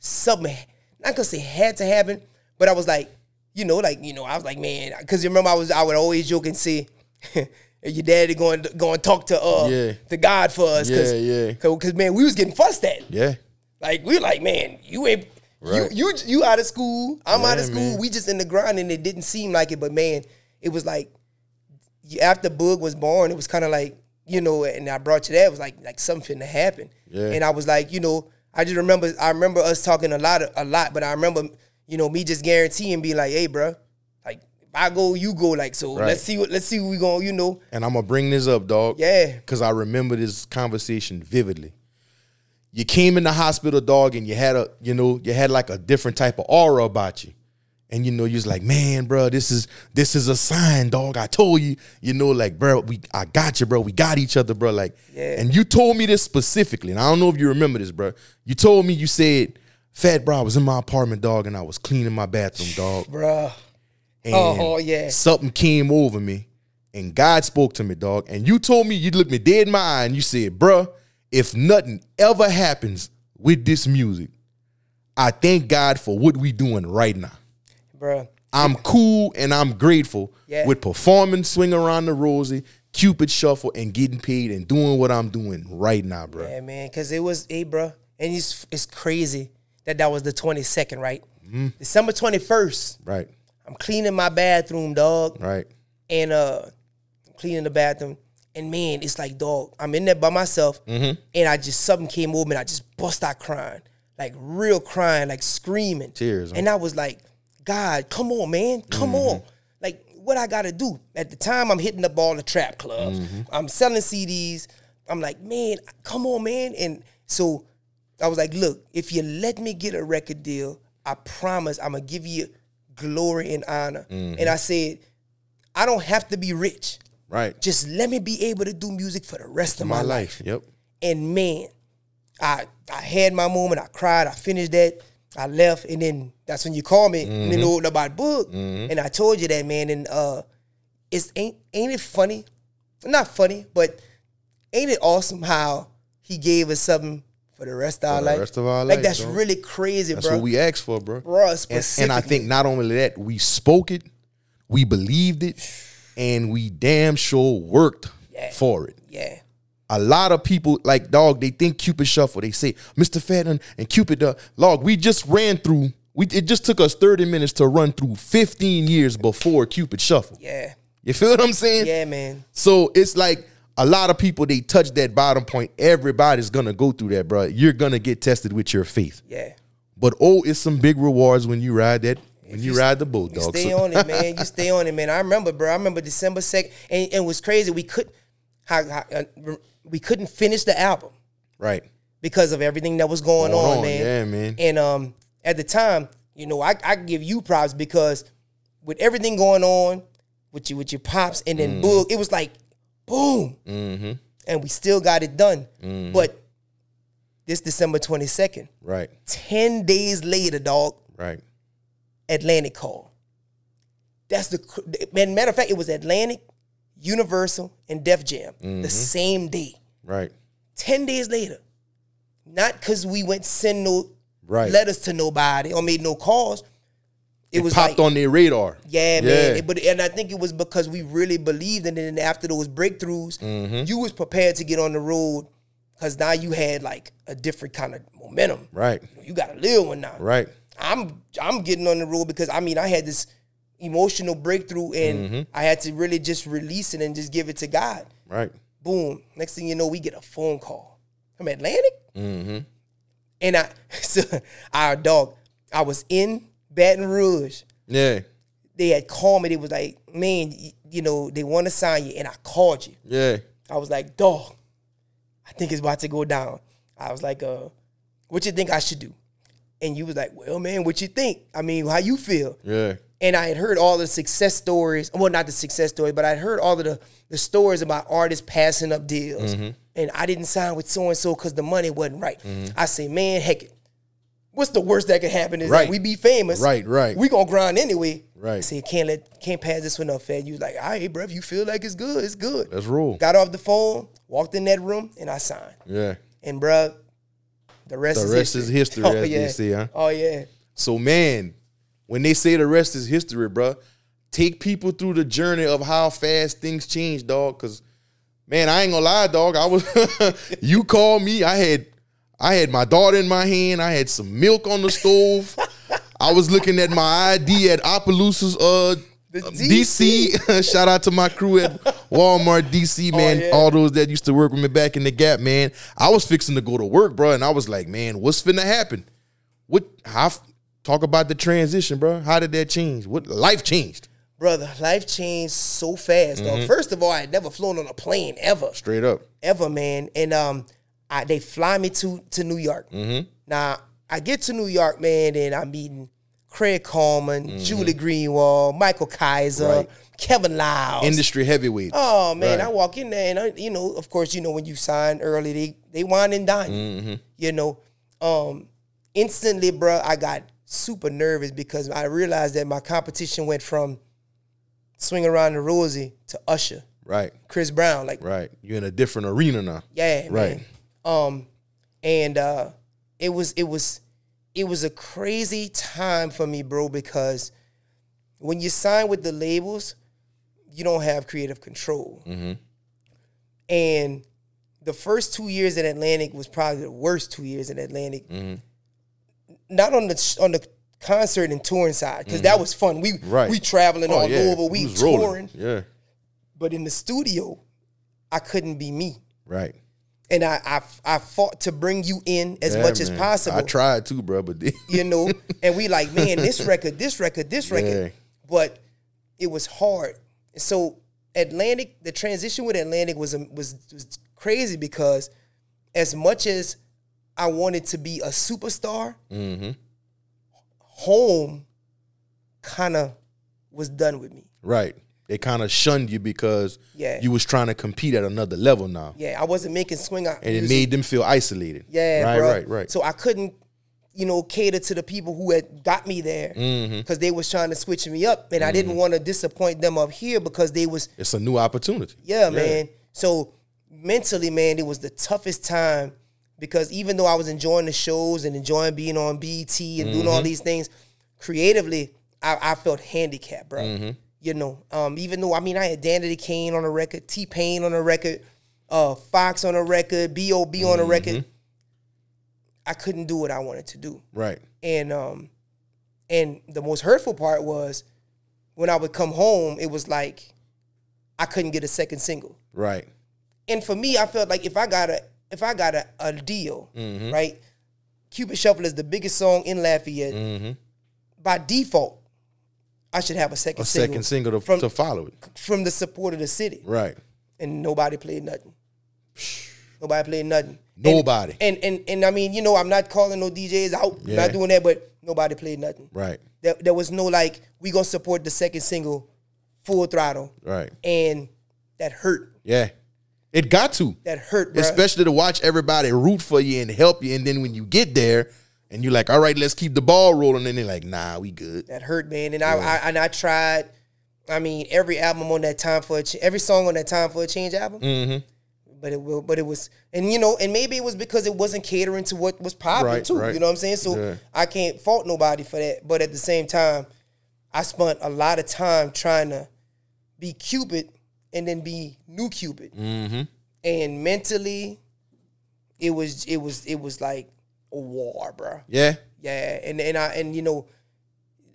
Speaker 2: something not gonna say had to happen, but I was like, you know, like you know, I was like, man, because you remember I was I would always joke and say, [laughs] your daddy going go and talk to uh
Speaker 1: Yeah.
Speaker 2: to God for us, cause,
Speaker 1: Yeah, yeah.
Speaker 2: cause, 'cause, man, we was getting fussed at.
Speaker 1: Yeah.
Speaker 2: Like we were like, man, you ain't
Speaker 1: Right.
Speaker 2: you you you out of school, I'm out
Speaker 1: Yeah,
Speaker 2: of school.
Speaker 1: man.
Speaker 2: We just in the grind, and it didn't seem like it, but man, it was like you- after Boog was born, it was kind of like you know, and I brought you there. It was like like something to happen,
Speaker 1: Yeah.
Speaker 2: and I was like, you know, I just remember I remember us talking a lot a lot, but I remember you know me just guaranteeing be like, hey, bro, like if I go, you go, like so.
Speaker 1: Right.
Speaker 2: Let's see what let's see what we going, to you know.
Speaker 1: and I'm gonna bring this up, dog.
Speaker 2: Yeah.
Speaker 1: Cause I remember this conversation vividly. You came in the hospital, dog, and you had a, you know, you had like a different type of aura about you. And you know, you was like, man, bro, this is this is a sign, dog. I told you, you know, like, bro, we I got you, bro. We got each other, bro. Like,
Speaker 2: Yeah.
Speaker 1: and you told me this specifically, and I don't know if you remember this, bro. You told me you said, Fat bro, I was in my apartment, dog, and I was cleaning my bathroom, dog
Speaker 2: Bruh.
Speaker 1: and
Speaker 2: Oh, yeah.
Speaker 1: something came over me and God spoke to me, dog. And you told me you looked me dead in my eye and you said, bruh, if nothing ever happens with this music, I thank God for what we doing right now.
Speaker 2: Bruh.
Speaker 1: I'm cool and I'm grateful
Speaker 2: Yeah.
Speaker 1: with performing Swing Around the Rosie, Cupid Shuffle, and getting paid and doing what I'm doing right now, bruh.
Speaker 2: Yeah, man, because it was, hey, bro, and it's it's crazy that that was the twenty second, right? December twenty first.
Speaker 1: Right,
Speaker 2: I'm cleaning my bathroom, dog,
Speaker 1: right,
Speaker 2: and uh, I'm cleaning the bathroom, and man, it's like, dog, I'm in there by myself,
Speaker 1: Mm-hmm.
Speaker 2: and I just something came over me, and I just bust out crying, like real crying, like screaming,
Speaker 1: Tears, huh? Mm-hmm.
Speaker 2: and I was like, God, come on, man, come on, like what I gotta do? At the time, I'm hitting up all the trap clubs,
Speaker 1: Mm-hmm.
Speaker 2: I'm selling CDs, I'm like, man, come on, man, and so I was like, look, if you let me get a record deal, I promise I'm gonna give you glory and honor.
Speaker 1: Mm-hmm.
Speaker 2: And I said, I don't have to be rich.
Speaker 1: right.
Speaker 2: Just let me be able to do music for the rest of my,
Speaker 1: my
Speaker 2: life.
Speaker 1: life. Yep.
Speaker 2: And man, I I had my moment. I cried. I finished that. I left, and then that's when you called me and
Speaker 1: Mm-hmm.
Speaker 2: then opened up my book, and I told you that man. And uh, it's ain't ain't it funny? Not funny, but ain't it awesome how he gave us something for the rest of our
Speaker 1: the
Speaker 2: life?
Speaker 1: rest of our
Speaker 2: like
Speaker 1: life,
Speaker 2: that's
Speaker 1: dog.
Speaker 2: really crazy,
Speaker 1: That's
Speaker 2: bro.
Speaker 1: what we asked for, bro.
Speaker 2: Bro,
Speaker 1: and, and I
Speaker 2: specifically.
Speaker 1: think not only that, we spoke it, we believed it, and we damn sure worked for it.
Speaker 2: yeah,
Speaker 1: A lot of people, like dog, they think Cupid Shuffle. They say Mr. Fadden and Cupid uh, Log. We just ran through. We it just took us thirty minutes to run through fifteen years before Cupid Shuffle.
Speaker 2: yeah,
Speaker 1: You feel what I'm saying?
Speaker 2: yeah, man.
Speaker 1: So it's like a lot of people they touch that bottom point. Everybody's gonna go through that, bro. You're gonna get tested with your faith.
Speaker 2: Yeah.
Speaker 1: But oh, it's some big rewards when you ride that when you, ride the bulldog. So-
Speaker 2: Stay on it, [laughs] man. You stay on it, man. I remember, bro. I remember December second, and, and it was crazy. We could, how, how, uh, we couldn't finish the album
Speaker 1: Right.
Speaker 2: because of everything that was going,
Speaker 1: Going
Speaker 2: on,
Speaker 1: on,
Speaker 2: man.
Speaker 1: yeah, man.
Speaker 2: And um, at the time, you know, I, I give you props because with everything going on with you with your pops and then Boog, it was like boom, and we still got it done. But this December twenty second,
Speaker 1: Right.
Speaker 2: ten days later, dog,
Speaker 1: Right.
Speaker 2: Atlantic call. That's the cr- man. Matter of fact, it was Atlantic, Universal, and Def Jam
Speaker 1: Mm-hmm.
Speaker 2: the same day.
Speaker 1: Right.
Speaker 2: Ten days later, not because we went send no
Speaker 1: Right.
Speaker 2: letters to nobody or made no calls. It, was
Speaker 1: Popped
Speaker 2: like,
Speaker 1: on their radar.
Speaker 2: yeah,
Speaker 1: Yeah.
Speaker 2: man. But and I think it was because we really believed, in it. and then after those breakthroughs,
Speaker 1: Mm-hmm.
Speaker 2: you was prepared to get on the road because now you had like a different kind of momentum.
Speaker 1: Right.
Speaker 2: You got a little one now.
Speaker 1: Right.
Speaker 2: I'm I'm getting on the road because I mean I had this emotional breakthrough and I had to really just release it and just give it to God.
Speaker 1: Right.
Speaker 2: Boom. Next thing you know, we get a phone call from Atlantic. And I [laughs] so our dog, I was in Baton Rouge.
Speaker 1: Yeah.
Speaker 2: They had called me. They was like, man, y- you know, they want to sign you. And I called you.
Speaker 1: Yeah.
Speaker 2: I was like, dog, I think it's about to go down. I was like, uh, what you think I should do? And you was like, well, man, what you think? I mean, how you feel?
Speaker 1: Yeah.
Speaker 2: And I had heard all the success stories. Well, not the success stories, but I'd heard all of the, the stories about artists passing up deals.
Speaker 1: Mm-hmm.
Speaker 2: And I didn't sign with so and so because the money wasn't right.
Speaker 1: Mm-hmm.
Speaker 2: I say, man, heck it. What's the worst that could happen is
Speaker 1: Right.
Speaker 2: that we be famous.
Speaker 1: Right, right.
Speaker 2: We gonna grind anyway.
Speaker 1: Right.
Speaker 2: I said, can't let can't pass this one up, Fed. You was like, all right, bruv, you feel like it's good, it's good.
Speaker 1: That's rule.
Speaker 2: Got off the phone, walked in that room, and I signed.
Speaker 1: Yeah.
Speaker 2: And bruh, the rest
Speaker 1: The
Speaker 2: is
Speaker 1: rest
Speaker 2: history.
Speaker 1: is history,
Speaker 2: [laughs] Oh,
Speaker 1: as
Speaker 2: yeah.
Speaker 1: they say, huh?
Speaker 2: Oh yeah.
Speaker 1: So man, when they say the rest is history, bruh, take people through the journey of how fast things change, dog. Cause man, I ain't gonna lie, dog. I was [laughs] you called me. I had I had my daughter in my hand. I had some milk on the stove. I was looking at my ID at Opelousa's uh
Speaker 2: The
Speaker 1: DC. [laughs] shout out to my crew at Walmart DC, man.
Speaker 2: Oh, yeah.
Speaker 1: All those that used to work with me back in the gap, man. I was fixing to go to work, bro, and I was like, man, what's finna happen? What? How? Talk about the transition, bro. How did that change? What life changed?
Speaker 2: Brother, life changed so fast. Though. First of all, I had never flown on a plane ever,
Speaker 1: Mm-hmm. Straight up.
Speaker 2: ever, man. And um, I, they fly me to to New York.
Speaker 1: Mm-hmm.
Speaker 2: Now I get to New York, man, and I'm meeting Craig Coleman, Julie Greenwald, Michael Kaiser,
Speaker 1: Mm-hmm. Right.
Speaker 2: Kevin Lyles.
Speaker 1: Industry heavyweight.
Speaker 2: Oh man,
Speaker 1: Right.
Speaker 2: I walk in there and I, you know, of course, you know when you sign early, they they wine and dine. you. You know, um, instantly, bruh, I got super nervous because I realized that my competition went from swing around the Rosie to Usher,
Speaker 1: Right.
Speaker 2: Chris Brown, like
Speaker 1: Right. You're in a different arena now.
Speaker 2: yeah,
Speaker 1: Right.
Speaker 2: man. Um, and uh, it was it was it was a crazy time for me, bro, because when you sign with the labels, you don't have creative control.
Speaker 1: Mm-hmm.
Speaker 2: And the first two years in Atlantic was probably the worst two years in Atlantic.
Speaker 1: Mm-hmm.
Speaker 2: Not on the sh- on the concert and touring side because that was fun. We
Speaker 1: Mm-hmm. Right. Oh,
Speaker 2: we traveling all
Speaker 1: yeah.
Speaker 2: over, we
Speaker 1: Who's
Speaker 2: touring,
Speaker 1: rolling? Yeah.
Speaker 2: but in the studio, I couldn't be me
Speaker 1: Right.
Speaker 2: and I, I I fought to bring you in as
Speaker 1: Yeah,
Speaker 2: much as
Speaker 1: man.
Speaker 2: possible.
Speaker 1: I tried too, bro, but [laughs]
Speaker 2: you know, and we like, man, this record, this record, this record, but it was hard. So Atlantic, the transition with Atlantic was um, was was crazy because as much as I wanted to be a superstar,
Speaker 1: Mm-hmm.
Speaker 2: home kind of was done with me.
Speaker 1: right. They kind of shunned you because
Speaker 2: Yeah.
Speaker 1: you was trying to compete at another level now.
Speaker 2: Yeah, I wasn't making swing out.
Speaker 1: and it made them feel isolated.
Speaker 2: Yeah,
Speaker 1: right,
Speaker 2: bro.
Speaker 1: right, right.
Speaker 2: So I couldn't, you know, cater to the people who had got me there because
Speaker 1: Mm-hmm.
Speaker 2: they was trying to switch me up, and I didn't want to disappoint them up here because they was,
Speaker 1: it's a new opportunity.
Speaker 2: yeah, man. So mentally, man, it was the toughest time because even though I was enjoying the shows and enjoying being on BET and doing all these things, creatively, I, I felt handicapped, bro. You know, um, even though I mean, I had Danity Kane on a record, T Pain on a record, uh, Fox on a record, Bob on a record. I couldn't do what I wanted to do.
Speaker 1: Right.
Speaker 2: And um and the most hurtful part was when I would come home, it was like I couldn't get a second single.
Speaker 1: Right.
Speaker 2: And for me, I felt like if I got a if I got a, a deal,
Speaker 1: Mm-hmm.
Speaker 2: right? Cupid Shuffle is the biggest song in Lafayette.
Speaker 1: Mm-hmm.
Speaker 2: By default, I should have a second
Speaker 1: A
Speaker 2: single
Speaker 1: second single to,
Speaker 2: from
Speaker 1: to follow it.
Speaker 2: from the support of the city.
Speaker 1: Right.
Speaker 2: And nobody played nothing. Nobody played nothing.
Speaker 1: Nobody.
Speaker 2: And and and I mean, you know, I'm not calling no DJs out, I'm
Speaker 1: Yeah.
Speaker 2: not doing that, but nobody played nothing.
Speaker 1: right.
Speaker 2: There, there was no like, we gonna support the second single, full throttle,
Speaker 1: Right.
Speaker 2: and that hurt.
Speaker 1: Yeah. It got to.
Speaker 2: That hurt, bruh.
Speaker 1: Especially to watch everybody root for you and help you. And then when you get there and you're like, all right, let's keep the ball rolling. And they're like, nah, we good.
Speaker 2: that hurt, man. And I, I and I tried. I mean, every album on that time for a Ch- every song on that time for a change album. Mm-hmm. But it will, but it was, and you know, and maybe it was because it wasn't catering to what was popular
Speaker 1: Right,
Speaker 2: too.
Speaker 1: right.
Speaker 2: You know what I'm saying? So
Speaker 1: Yeah.
Speaker 2: I can't fault nobody for that. But at the same time, I spent a lot of time trying to be Cupid and then be new Cupid. Mm-hmm. And mentally, it was it was it was like a war, bruh.
Speaker 1: Yeah.
Speaker 2: Yeah, and and I and you know,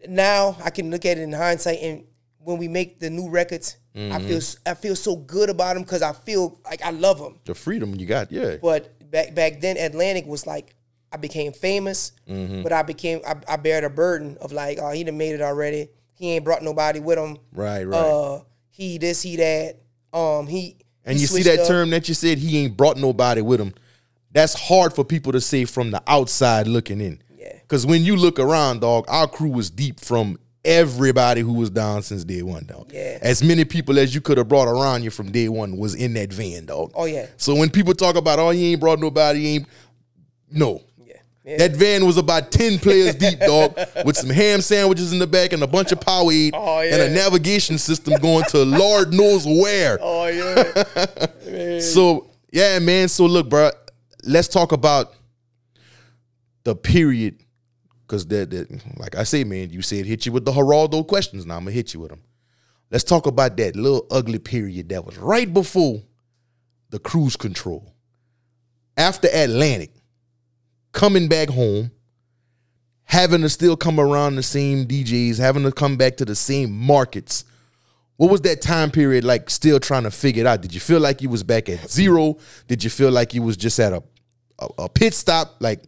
Speaker 2: now I can look at it in hindsight, and when we make the new records, I
Speaker 1: Mm-hmm.
Speaker 2: feel s- I feel so good about them because I feel like I love them.
Speaker 1: The freedom you got. Yeah.
Speaker 2: But back back then, Atlantic was like I became famous,
Speaker 1: Mm-hmm.
Speaker 2: but I became I, I bear the burden of like oh he done made it already. He ain't brought nobody with him.
Speaker 1: Right, right.
Speaker 2: Uh, he this he that. Um, he
Speaker 1: and
Speaker 2: he
Speaker 1: you see
Speaker 2: switched
Speaker 1: that
Speaker 2: up.
Speaker 1: term that you said, he ain't brought nobody with him. That's hard for people to say from the outside looking in.
Speaker 2: Yeah.
Speaker 1: Because when you look around, dog, our crew was deep from everybody who was down since day one, dog.
Speaker 2: Yeah.
Speaker 1: As many people as you could have brought around you from day one was in that van, dog.
Speaker 2: Oh yeah,
Speaker 1: So when people talk about, oh, you ain't brought nobody, you ain't, no.
Speaker 2: yeah. yeah.
Speaker 1: That van was about 10 players deep, dog, with some ham sandwiches in the back and a bunch of Powerade
Speaker 2: Oh,
Speaker 1: and a
Speaker 2: yeah.
Speaker 1: navigation system going to Lord knows where.
Speaker 2: oh
Speaker 1: [laughs]
Speaker 2: yeah.
Speaker 1: So yeah, man. So look, bro. Let's talk about the period, because that, that, like I say, man, you said hit you with the Geraldo questions. Now I'm gonna hit you with them. Let's talk about that little ugly period that was right before the cruise control, after Atlantic, coming back home, having to still come around the same DJs, having to come back to the same markets What was that time period like? Still trying to figure it out. Did you feel like you was back at zero? Did you feel like you was just at a a, a pit stop? Like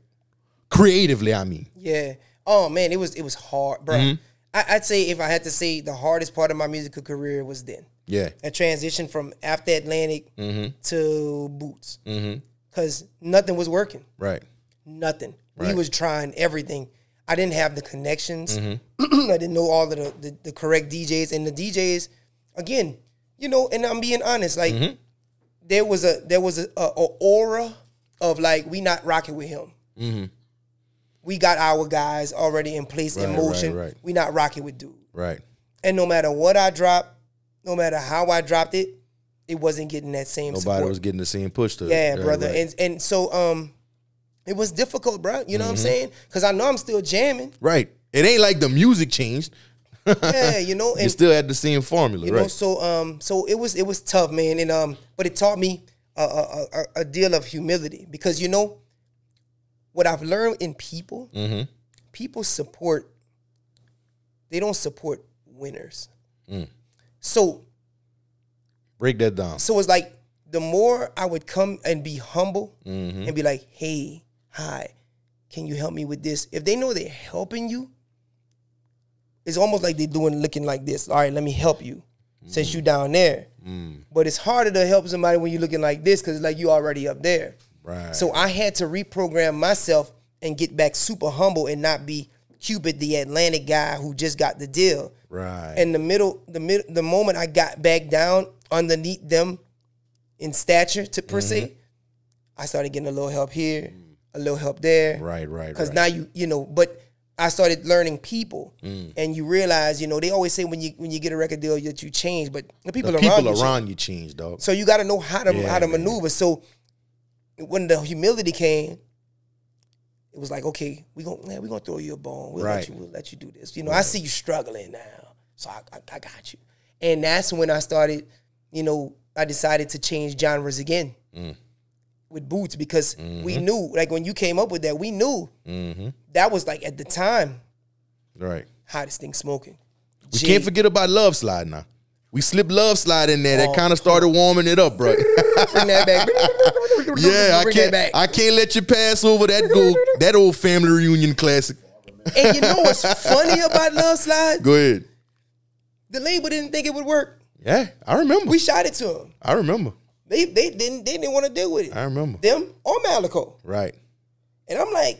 Speaker 1: creatively, I mean.
Speaker 2: Yeah. Oh man, it was it was hard, bro. I, I'd say if I had to say the hardest part of my musical career was then
Speaker 1: Yeah.
Speaker 2: a transition from After Atlantic to Boots, because nothing was working.
Speaker 1: Right.
Speaker 2: Nothing. We
Speaker 1: Right.
Speaker 2: was trying everything. I didn't have the connections.
Speaker 1: Mm-hmm.
Speaker 2: [clears throat] I didn't know all of the, the the correct DJs and the DJs. Again, you know, and I'm being honest. Like
Speaker 1: Mm-hmm.
Speaker 2: there was a there was a, a, a aura of like we not rocking with him.
Speaker 1: Mm-hmm.
Speaker 2: We got our guys already in place in
Speaker 1: Right,
Speaker 2: motion.
Speaker 1: right, right.
Speaker 2: We not rocking with dude.
Speaker 1: Right.
Speaker 2: And no matter what I dropped, no matter how I dropped it, it wasn't getting that same
Speaker 1: Nobody
Speaker 2: support.
Speaker 1: was getting the same push to.
Speaker 2: Yeah,
Speaker 1: right,
Speaker 2: brother.
Speaker 1: right.
Speaker 2: And and so um it was difficult, bro. You know what
Speaker 1: Mm-hmm.
Speaker 2: I'm saying? Cuz I know I'm still
Speaker 1: [laughs]
Speaker 2: jamming.
Speaker 1: Right. It ain't like the music changed.
Speaker 2: Yeah, you know,
Speaker 1: You
Speaker 2: and
Speaker 1: still had the same formula,
Speaker 2: you
Speaker 1: right?
Speaker 2: know so um so it was it was tough, man. And um but it taught me a a, a, a deal of humility because you know what I've learned in people,
Speaker 1: Mm-hmm.
Speaker 2: people support they don't support winners.
Speaker 1: Mm.
Speaker 2: So
Speaker 1: Break that down.
Speaker 2: So it's like the more I would come and be humble and be like, hey, hi, can you help me with this? If they know they're helping you, it's almost like they're doing looking like this. All right, let me help you since you down there. But it's harder to help somebody when you're looking like this because like you already up there.
Speaker 1: Right.
Speaker 2: So I had to reprogram myself and get back super humble and not be Cupid, the Atlantic guy who just got the deal
Speaker 1: right.
Speaker 2: and the middle the mid, the moment I got back down underneath them in stature to per se, I started getting a little help here, a little help there.
Speaker 1: Mm-hmm. right. Right.
Speaker 2: Because
Speaker 1: Right.
Speaker 2: now you you know, but I started learning people,
Speaker 1: Mm.
Speaker 2: and you realize you know they always say when you when you get a record deal that you change, but the people
Speaker 1: the
Speaker 2: around you
Speaker 1: people
Speaker 2: change.
Speaker 1: around you changed, dog.
Speaker 2: So you got to know how to
Speaker 1: Yeah,
Speaker 2: how to
Speaker 1: man.
Speaker 2: maneuver. So when the humility came, it was like, okay, we going man, we gonna throw you a bone. We'll
Speaker 1: Right.
Speaker 2: let you we'll let you do this. You know, I see you struggling now, so I, I, I got you. And that's when I started. You know, I decided to change genres again
Speaker 1: Mm.
Speaker 2: with boots because we
Speaker 1: Mm-hmm.
Speaker 2: knew, like when you came up with that, we knew that was like at the time
Speaker 1: Right.
Speaker 2: hottest thing smoking.
Speaker 1: We can't forget about Love Slide now. We slipped Love Slide in there. That
Speaker 2: Oh,
Speaker 1: kind of started warming it up,
Speaker 2: [laughs]
Speaker 1: bro.
Speaker 2: bring that back.
Speaker 1: [laughs] yeah, I
Speaker 2: Bring that
Speaker 1: can't.
Speaker 2: back.
Speaker 1: I can't let you pass over that
Speaker 2: [laughs]
Speaker 1: gold, that old family reunion classic.
Speaker 2: And you know what's funny about Love Slide?
Speaker 1: Go ahead.
Speaker 2: The label didn't think it would work.
Speaker 1: Yeah, I remember.
Speaker 2: We shot it to them.
Speaker 1: I remember.
Speaker 2: They they didn't they didn't want to deal with it.
Speaker 1: I remember.
Speaker 2: Them or Malico.
Speaker 1: Right.
Speaker 2: And I'm like,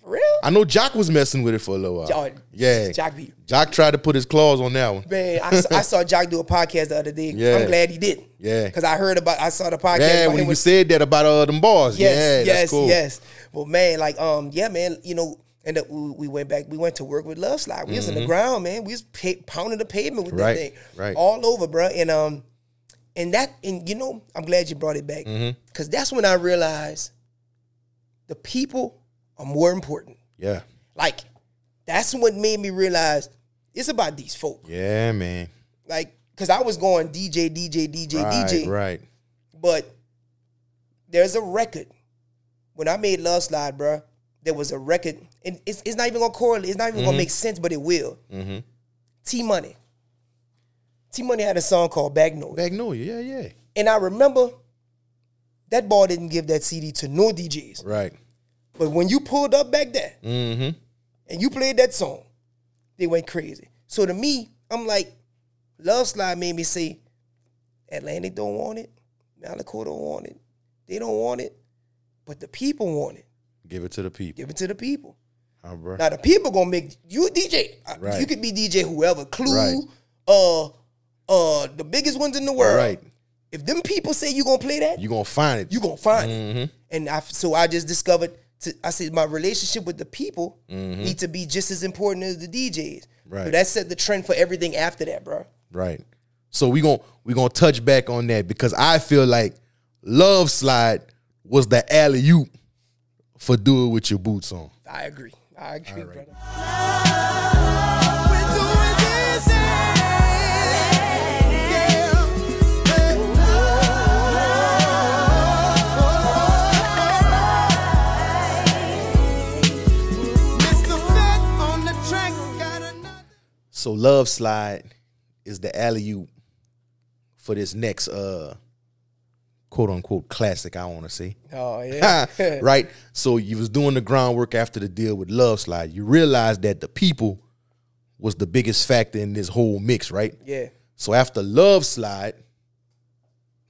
Speaker 2: for real?
Speaker 1: I know Jock was messing with it for a little while.
Speaker 2: Jock-
Speaker 1: yeah. Jock.
Speaker 2: Jock B.
Speaker 1: tried to put his claws on that one.
Speaker 2: Man, I, saw- I saw Jock do a podcast the other day.
Speaker 1: Yeah.
Speaker 2: I'm glad he didn't.
Speaker 1: Yeah.
Speaker 2: Because I heard about I saw the podcast.
Speaker 1: Yeah,
Speaker 2: about
Speaker 1: when
Speaker 2: him
Speaker 1: you
Speaker 2: with-
Speaker 1: said that about all them bars. yeah,
Speaker 2: yes, yes,
Speaker 1: that's cool.
Speaker 2: yes. Well, man, like um, yeah, man, you know, and the, we, we went back. We went to work with Love Slide. We was in the ground, man. We was pa- pounding the pavement with
Speaker 1: Mm-hmm. Right,
Speaker 2: that thing,
Speaker 1: right.
Speaker 2: all over, bro. And um, and that, and you know, I'm glad you brought it back
Speaker 1: Mm-hmm.
Speaker 2: because that's when I realized the people are more important.
Speaker 1: Yeah.
Speaker 2: Like that's what made me realize it's about these folk.
Speaker 1: Yeah, man.
Speaker 2: Like, cause I was going DJ, DJ, DJ,
Speaker 1: Right,
Speaker 2: DJ,
Speaker 1: right.
Speaker 2: but there's a record. When I made Love Slide, bruh, there was a record. And it's, it's not even gonna correlate, it's not even gonna make sense, but it will. T Money. T Money had a song called Back Noise.
Speaker 1: Magnolia, yeah, yeah.
Speaker 2: And I remember that ball didn't give that CD to no DJs.
Speaker 1: Right.
Speaker 2: But when you pulled up back there
Speaker 1: Mm-hmm.
Speaker 2: and you played that song, they went crazy. So to me, I'm like, Love Slide made me say, Atlantic don't want it, Malico don't want it, they don't want it, but the people want it.
Speaker 1: Give it to the people.
Speaker 2: Give it to the people.
Speaker 1: Huh, bro.
Speaker 2: Now the people gonna make you a DJ. Uh,
Speaker 1: Right.
Speaker 2: You could be DJ whoever, Clue,
Speaker 1: Right.
Speaker 2: uh, uh, the biggest ones in the world.
Speaker 1: Right.
Speaker 2: If them people say you gonna play that,
Speaker 1: You gonna find it.
Speaker 2: you gonna find it.
Speaker 1: Mm-hmm.
Speaker 2: And I, so I just discovered. To, I said my relationship with the people need to be just as important as the DJs.
Speaker 1: Mm-hmm. Right.
Speaker 2: So that set the trend for everything after that, bro.
Speaker 1: Right. So we gon' we gonna touch back on that because I feel like Love Slide was the alley oop for do it with your boots on.
Speaker 2: I agree. I agree, brother.
Speaker 3: We're doing this, yeah. Mr. Fat on the track got another.
Speaker 1: So Love Slide is the alley oop for this next uh quote unquote classic. I want to say. [laughs]
Speaker 2: Oh yeah. [laughs]
Speaker 1: right? So you was doing the groundwork after the deal with Love Slide. You realized that the people was the biggest factor in this whole mix, right?
Speaker 2: yeah.
Speaker 1: So after Love Slide,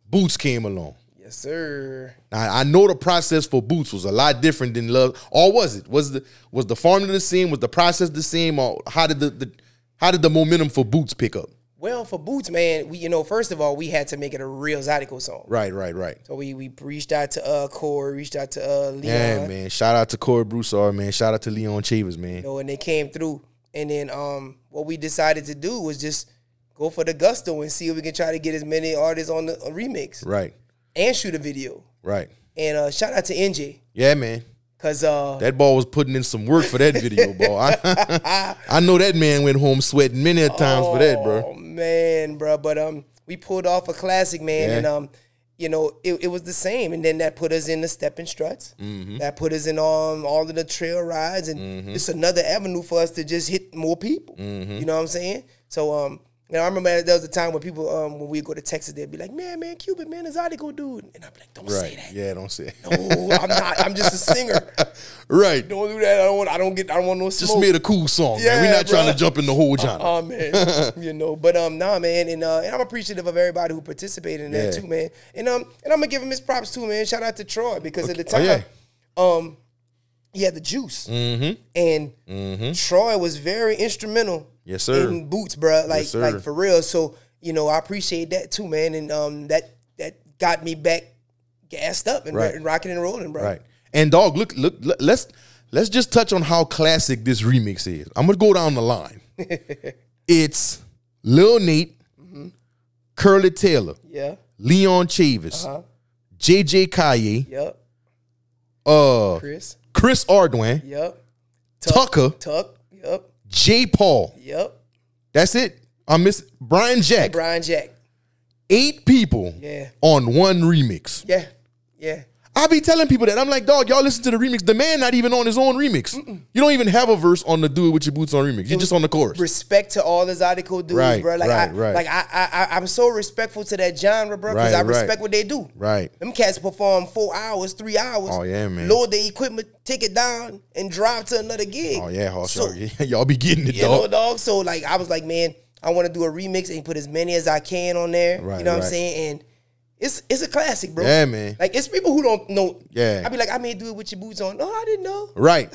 Speaker 1: Boots came along.
Speaker 2: Yes, sir.
Speaker 1: Now I know the process for Boots was a lot different than Love, or was it? Was the was the farming the same? Was the process the same? Or how did the, the how did the momentum for Boots pick up?
Speaker 2: Well, for Boots, man, we you know, first of all, we had to make it a real Zydeco song.
Speaker 1: Right, right, right.
Speaker 2: So we we reached out to uh Corey, reached out to uh Leon,
Speaker 1: Yeah, man. Shout out to Corey Broussard, man. Shout out to Leon Chavez, man.
Speaker 2: you know, and they came through. And then um what we decided to do was just go for the gusto and see if we can try to get as many artists on the a remix
Speaker 1: Right,
Speaker 2: and shoot a video.
Speaker 1: right.
Speaker 2: And uh shout out to NJ.
Speaker 1: Yeah, man.
Speaker 2: Cause uh
Speaker 1: That ball was putting in some work for that video, ball. I, [laughs] I know that man went home sweating many a times for that, bro.
Speaker 2: Oh man, bro. But um, we pulled off a classic, man,
Speaker 1: Yeah.
Speaker 2: and um, you know, it, it was the same. And then that put us in the stepping struts.
Speaker 1: Mm-hmm.
Speaker 2: That put us in um all of the trail rides, and it's another avenue for us to just hit more people.
Speaker 1: Mm-hmm.
Speaker 2: You know what I'm saying? So um. You know, I remember there was a time when people, um, when we go to Texas, they'd be like, "Man, man, Cuban, man, is go dude," and I'm like, "Don't say
Speaker 1: Right.
Speaker 2: that.
Speaker 1: Yeah, don't say it.
Speaker 2: No, I'm not. I'm just a singer.
Speaker 1: [laughs] Right.
Speaker 2: Don't do that. I don't want. I don't get. I don't want no smoke.
Speaker 1: Just made a cool song, man. We're
Speaker 2: Yeah,
Speaker 1: not trying to
Speaker 2: bruh.
Speaker 1: jump in the whole genre. [laughs]
Speaker 2: Oh man, you know. But um, nah, man, and uh, and I'm appreciative of everybody who participated in that
Speaker 1: Yeah.
Speaker 2: too, man. And um, and I'm gonna give him his props too, man. Shout out to Troy because at the
Speaker 1: Oh,
Speaker 2: time,
Speaker 1: yeah.
Speaker 2: um, he had the juice, mm-hmm. and Troy was very instrumental.
Speaker 1: Mm-hmm. Yes, sir.
Speaker 2: In boots, bro. Like
Speaker 1: sir.
Speaker 2: like for real. So you know, I appreciate that too, man. And um, that that got me back gassed up and,
Speaker 1: Right.
Speaker 2: and rocking and rolling, bro.
Speaker 1: Right. And dog, look, look, l- let's let's just touch on how classic this remix is. I'm gonna go down the
Speaker 2: [laughs]
Speaker 1: line. it's Lil Nate,
Speaker 2: Mm-hmm.
Speaker 1: Curly Taylor,
Speaker 2: Yeah.
Speaker 1: Leon Chavis,
Speaker 2: Uh-huh.
Speaker 1: JJ Kaye,
Speaker 2: Yep.
Speaker 1: uh,
Speaker 2: Chris.
Speaker 1: Chris Ardwin,
Speaker 2: Yep.
Speaker 1: Tucker,
Speaker 2: Tuck. Yep.
Speaker 1: J. Paul.
Speaker 2: Yep.
Speaker 1: That's it. I miss Brian Jack.
Speaker 2: Brian Jack.
Speaker 1: Eight people
Speaker 2: Yeah.
Speaker 1: on one remix.
Speaker 2: Yeah, yeah.
Speaker 1: I be telling people that I'm like, dog, y'all listen to the remix. The man not even on his own remix. You don't even have a verse on the "Do It with Your Boots On" remix. You're just on the chorus.
Speaker 2: Respect to all the Zydeco dudes,
Speaker 1: Right,
Speaker 2: bro. Like,
Speaker 1: right,
Speaker 2: I,
Speaker 1: right.
Speaker 2: like I, I, I, I'm so respectful to that genre, bro, because
Speaker 1: Right,
Speaker 2: I
Speaker 1: right.
Speaker 2: respect what they do.
Speaker 1: Right.
Speaker 2: Them cats perform four hours, three hours.
Speaker 1: Oh, yeah, man.
Speaker 2: Load the equipment, take it down, and drive to another gig.
Speaker 1: Oh [laughs] yeah, Hoss,
Speaker 2: So,
Speaker 1: y'all- y'all be getting it,
Speaker 2: you know,
Speaker 1: dog.
Speaker 2: dog. So like, I was like, man, I want to do a remix and put as many as I can on there.
Speaker 1: Right,
Speaker 2: you know what
Speaker 1: right.
Speaker 2: I'm saying? And it's it's a classic, bro.
Speaker 1: Yeah, man.
Speaker 2: Like it's people who don't know.
Speaker 1: Yeah.
Speaker 2: I be like, I may do it with your boots on. No, I didn't know.
Speaker 1: Right,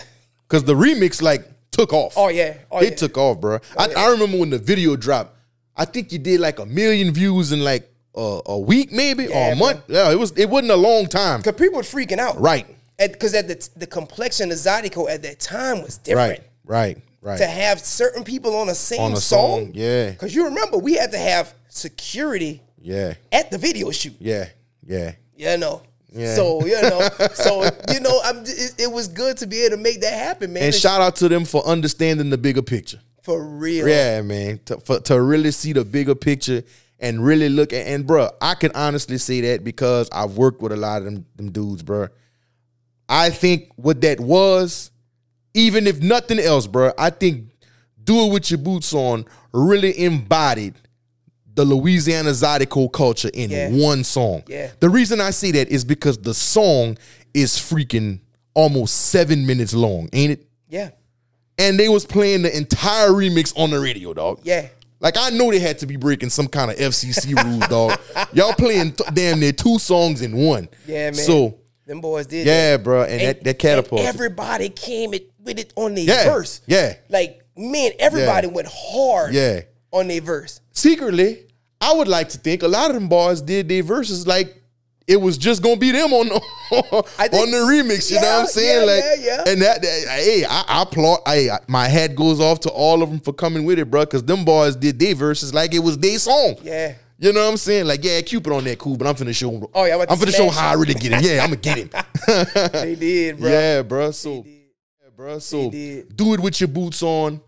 Speaker 1: because the remix like took off.
Speaker 2: Oh yeah. Oh
Speaker 1: it
Speaker 2: yeah.
Speaker 1: took off, bro. I, I remember when the video dropped. I think you did like a million views in like a, a week, maybe or
Speaker 2: Yeah,
Speaker 1: a month. Yeah, it was. It wasn't a long time.
Speaker 2: Cause people were freaking out.
Speaker 1: Right,
Speaker 2: because at, the t- the complexion of Zydeco at that time was different.
Speaker 1: right, right, right.
Speaker 2: To have certain people on the same
Speaker 1: On a
Speaker 2: song,
Speaker 1: song, yeah.
Speaker 2: Because you remember, we had to have security
Speaker 1: Yeah,
Speaker 2: at the video shoot.
Speaker 1: yeah, yeah.
Speaker 2: You know.
Speaker 1: Yeah.
Speaker 2: So
Speaker 1: [laughs]
Speaker 2: you know, so you know, I'm, it, it was good to be able to make that happen, man.
Speaker 1: And
Speaker 2: It's
Speaker 1: shout out to them for understanding the bigger picture.
Speaker 2: for real,
Speaker 1: Yeah, man. To, for, to really see the bigger picture and really look at and bruh, I can honestly say that because I've worked with a lot of them them dudes, bruh. I think what that was, even if nothing else, bruh, I think do it with your boots on really embodied the Louisiana Zydeco culture in
Speaker 2: Yeah.
Speaker 1: one song.
Speaker 2: Yeah.
Speaker 1: The reason I say that is because the song is freaking almost seven minutes long, ain't it?
Speaker 2: yeah,
Speaker 1: and they was playing the entire remix on the radio, dog.
Speaker 2: yeah.
Speaker 1: Like I know they had to be breaking some kind of FCC [laughs] rules, dog. Y'all playing t- damn near two songs in one.
Speaker 2: Yeah, man.
Speaker 1: So
Speaker 2: Them boys did. that.
Speaker 1: yeah, bro, and, that that catapult.
Speaker 2: and everybody came it, with it on their
Speaker 1: Yeah,
Speaker 2: verse.
Speaker 1: yeah.
Speaker 2: like man, everybody went hard.
Speaker 1: Yeah.
Speaker 2: on their verse.
Speaker 1: Secretly, I would like to think a lot of them boys did their verses like it was just gonna be them on [laughs] the,
Speaker 2: think-
Speaker 1: on the remix. You know
Speaker 2: Yeah,
Speaker 1: what I'm saying?
Speaker 2: yeah,
Speaker 1: like,
Speaker 2: yeah, yeah.
Speaker 1: and that, that- hey, I, I applaud. Hey, I- my hat goes off to all of them for coming with it, bro, because them boys did their verses like it was their song. [laughs]
Speaker 2: Yeah.
Speaker 1: You know what I'm saying? Like, yeah, Cupid on that cool, but I'm finna show.
Speaker 2: Oh, yeah, I'm about to
Speaker 1: I'm finna show
Speaker 2: smash
Speaker 1: how I really get it. Yeah, I'm gonna get
Speaker 2: [laughs]
Speaker 1: it.
Speaker 2: They did, bro.
Speaker 1: Yeah, bro. So, yeah, bro. So,
Speaker 2: did.
Speaker 1: do it with your boots on.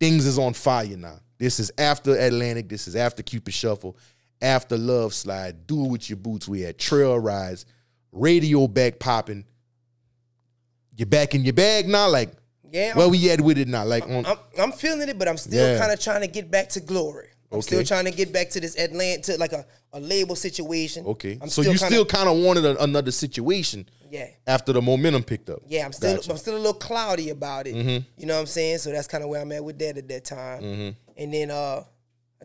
Speaker 1: Things is on fire now. This is after Atlantic. This is after Cupid Shuffle. After Love Slide. Do it with your boots. We had Trail Rise. Radio back popping. You're back in your bag now. Like,
Speaker 2: Yeah, I'm-
Speaker 1: where we at with it now? Like, on,
Speaker 2: I'm, I'm feeling it, but I'm still
Speaker 1: Yeah.
Speaker 2: kind of trying to get back to glory. I'm still
Speaker 1: Okay.
Speaker 2: trying to get back to this Atlanta, like a, a label situation.
Speaker 1: Okay.
Speaker 2: I'm
Speaker 1: so you
Speaker 2: kinda-
Speaker 1: still kind of wanted a, another situation
Speaker 2: Yeah.
Speaker 1: after the momentum picked up.
Speaker 2: Yeah, I'm still
Speaker 1: Gotcha. Mm-hmm.
Speaker 2: I'm still a little cloudy about it. You know what I'm saying? So that's kind of where I'm at with that at that time.
Speaker 1: Mm-hmm.
Speaker 2: And then uh,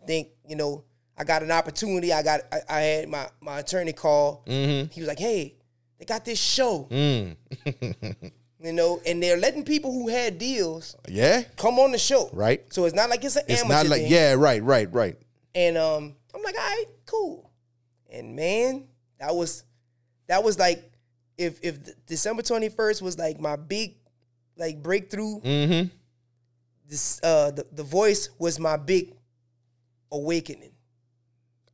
Speaker 2: I think you know I got an opportunity. I got I, I had my my attorney call.
Speaker 1: Mm-hmm.
Speaker 2: He was like, "Hey, they got this show."
Speaker 1: Mm. [laughs]
Speaker 2: you know, and they're letting people who had deals
Speaker 1: Yeah.
Speaker 2: come on the show.
Speaker 1: Right.
Speaker 2: So it's not like it's an
Speaker 1: It's
Speaker 2: amateur
Speaker 1: not like,
Speaker 2: thing.
Speaker 1: yeah, right, right, right.
Speaker 2: And um, I'm like, all right, cool. And man, that was that was like if if th- December 21st was like my big like breakthrough.
Speaker 1: Mm.
Speaker 2: This uh, the the voice was my big awakening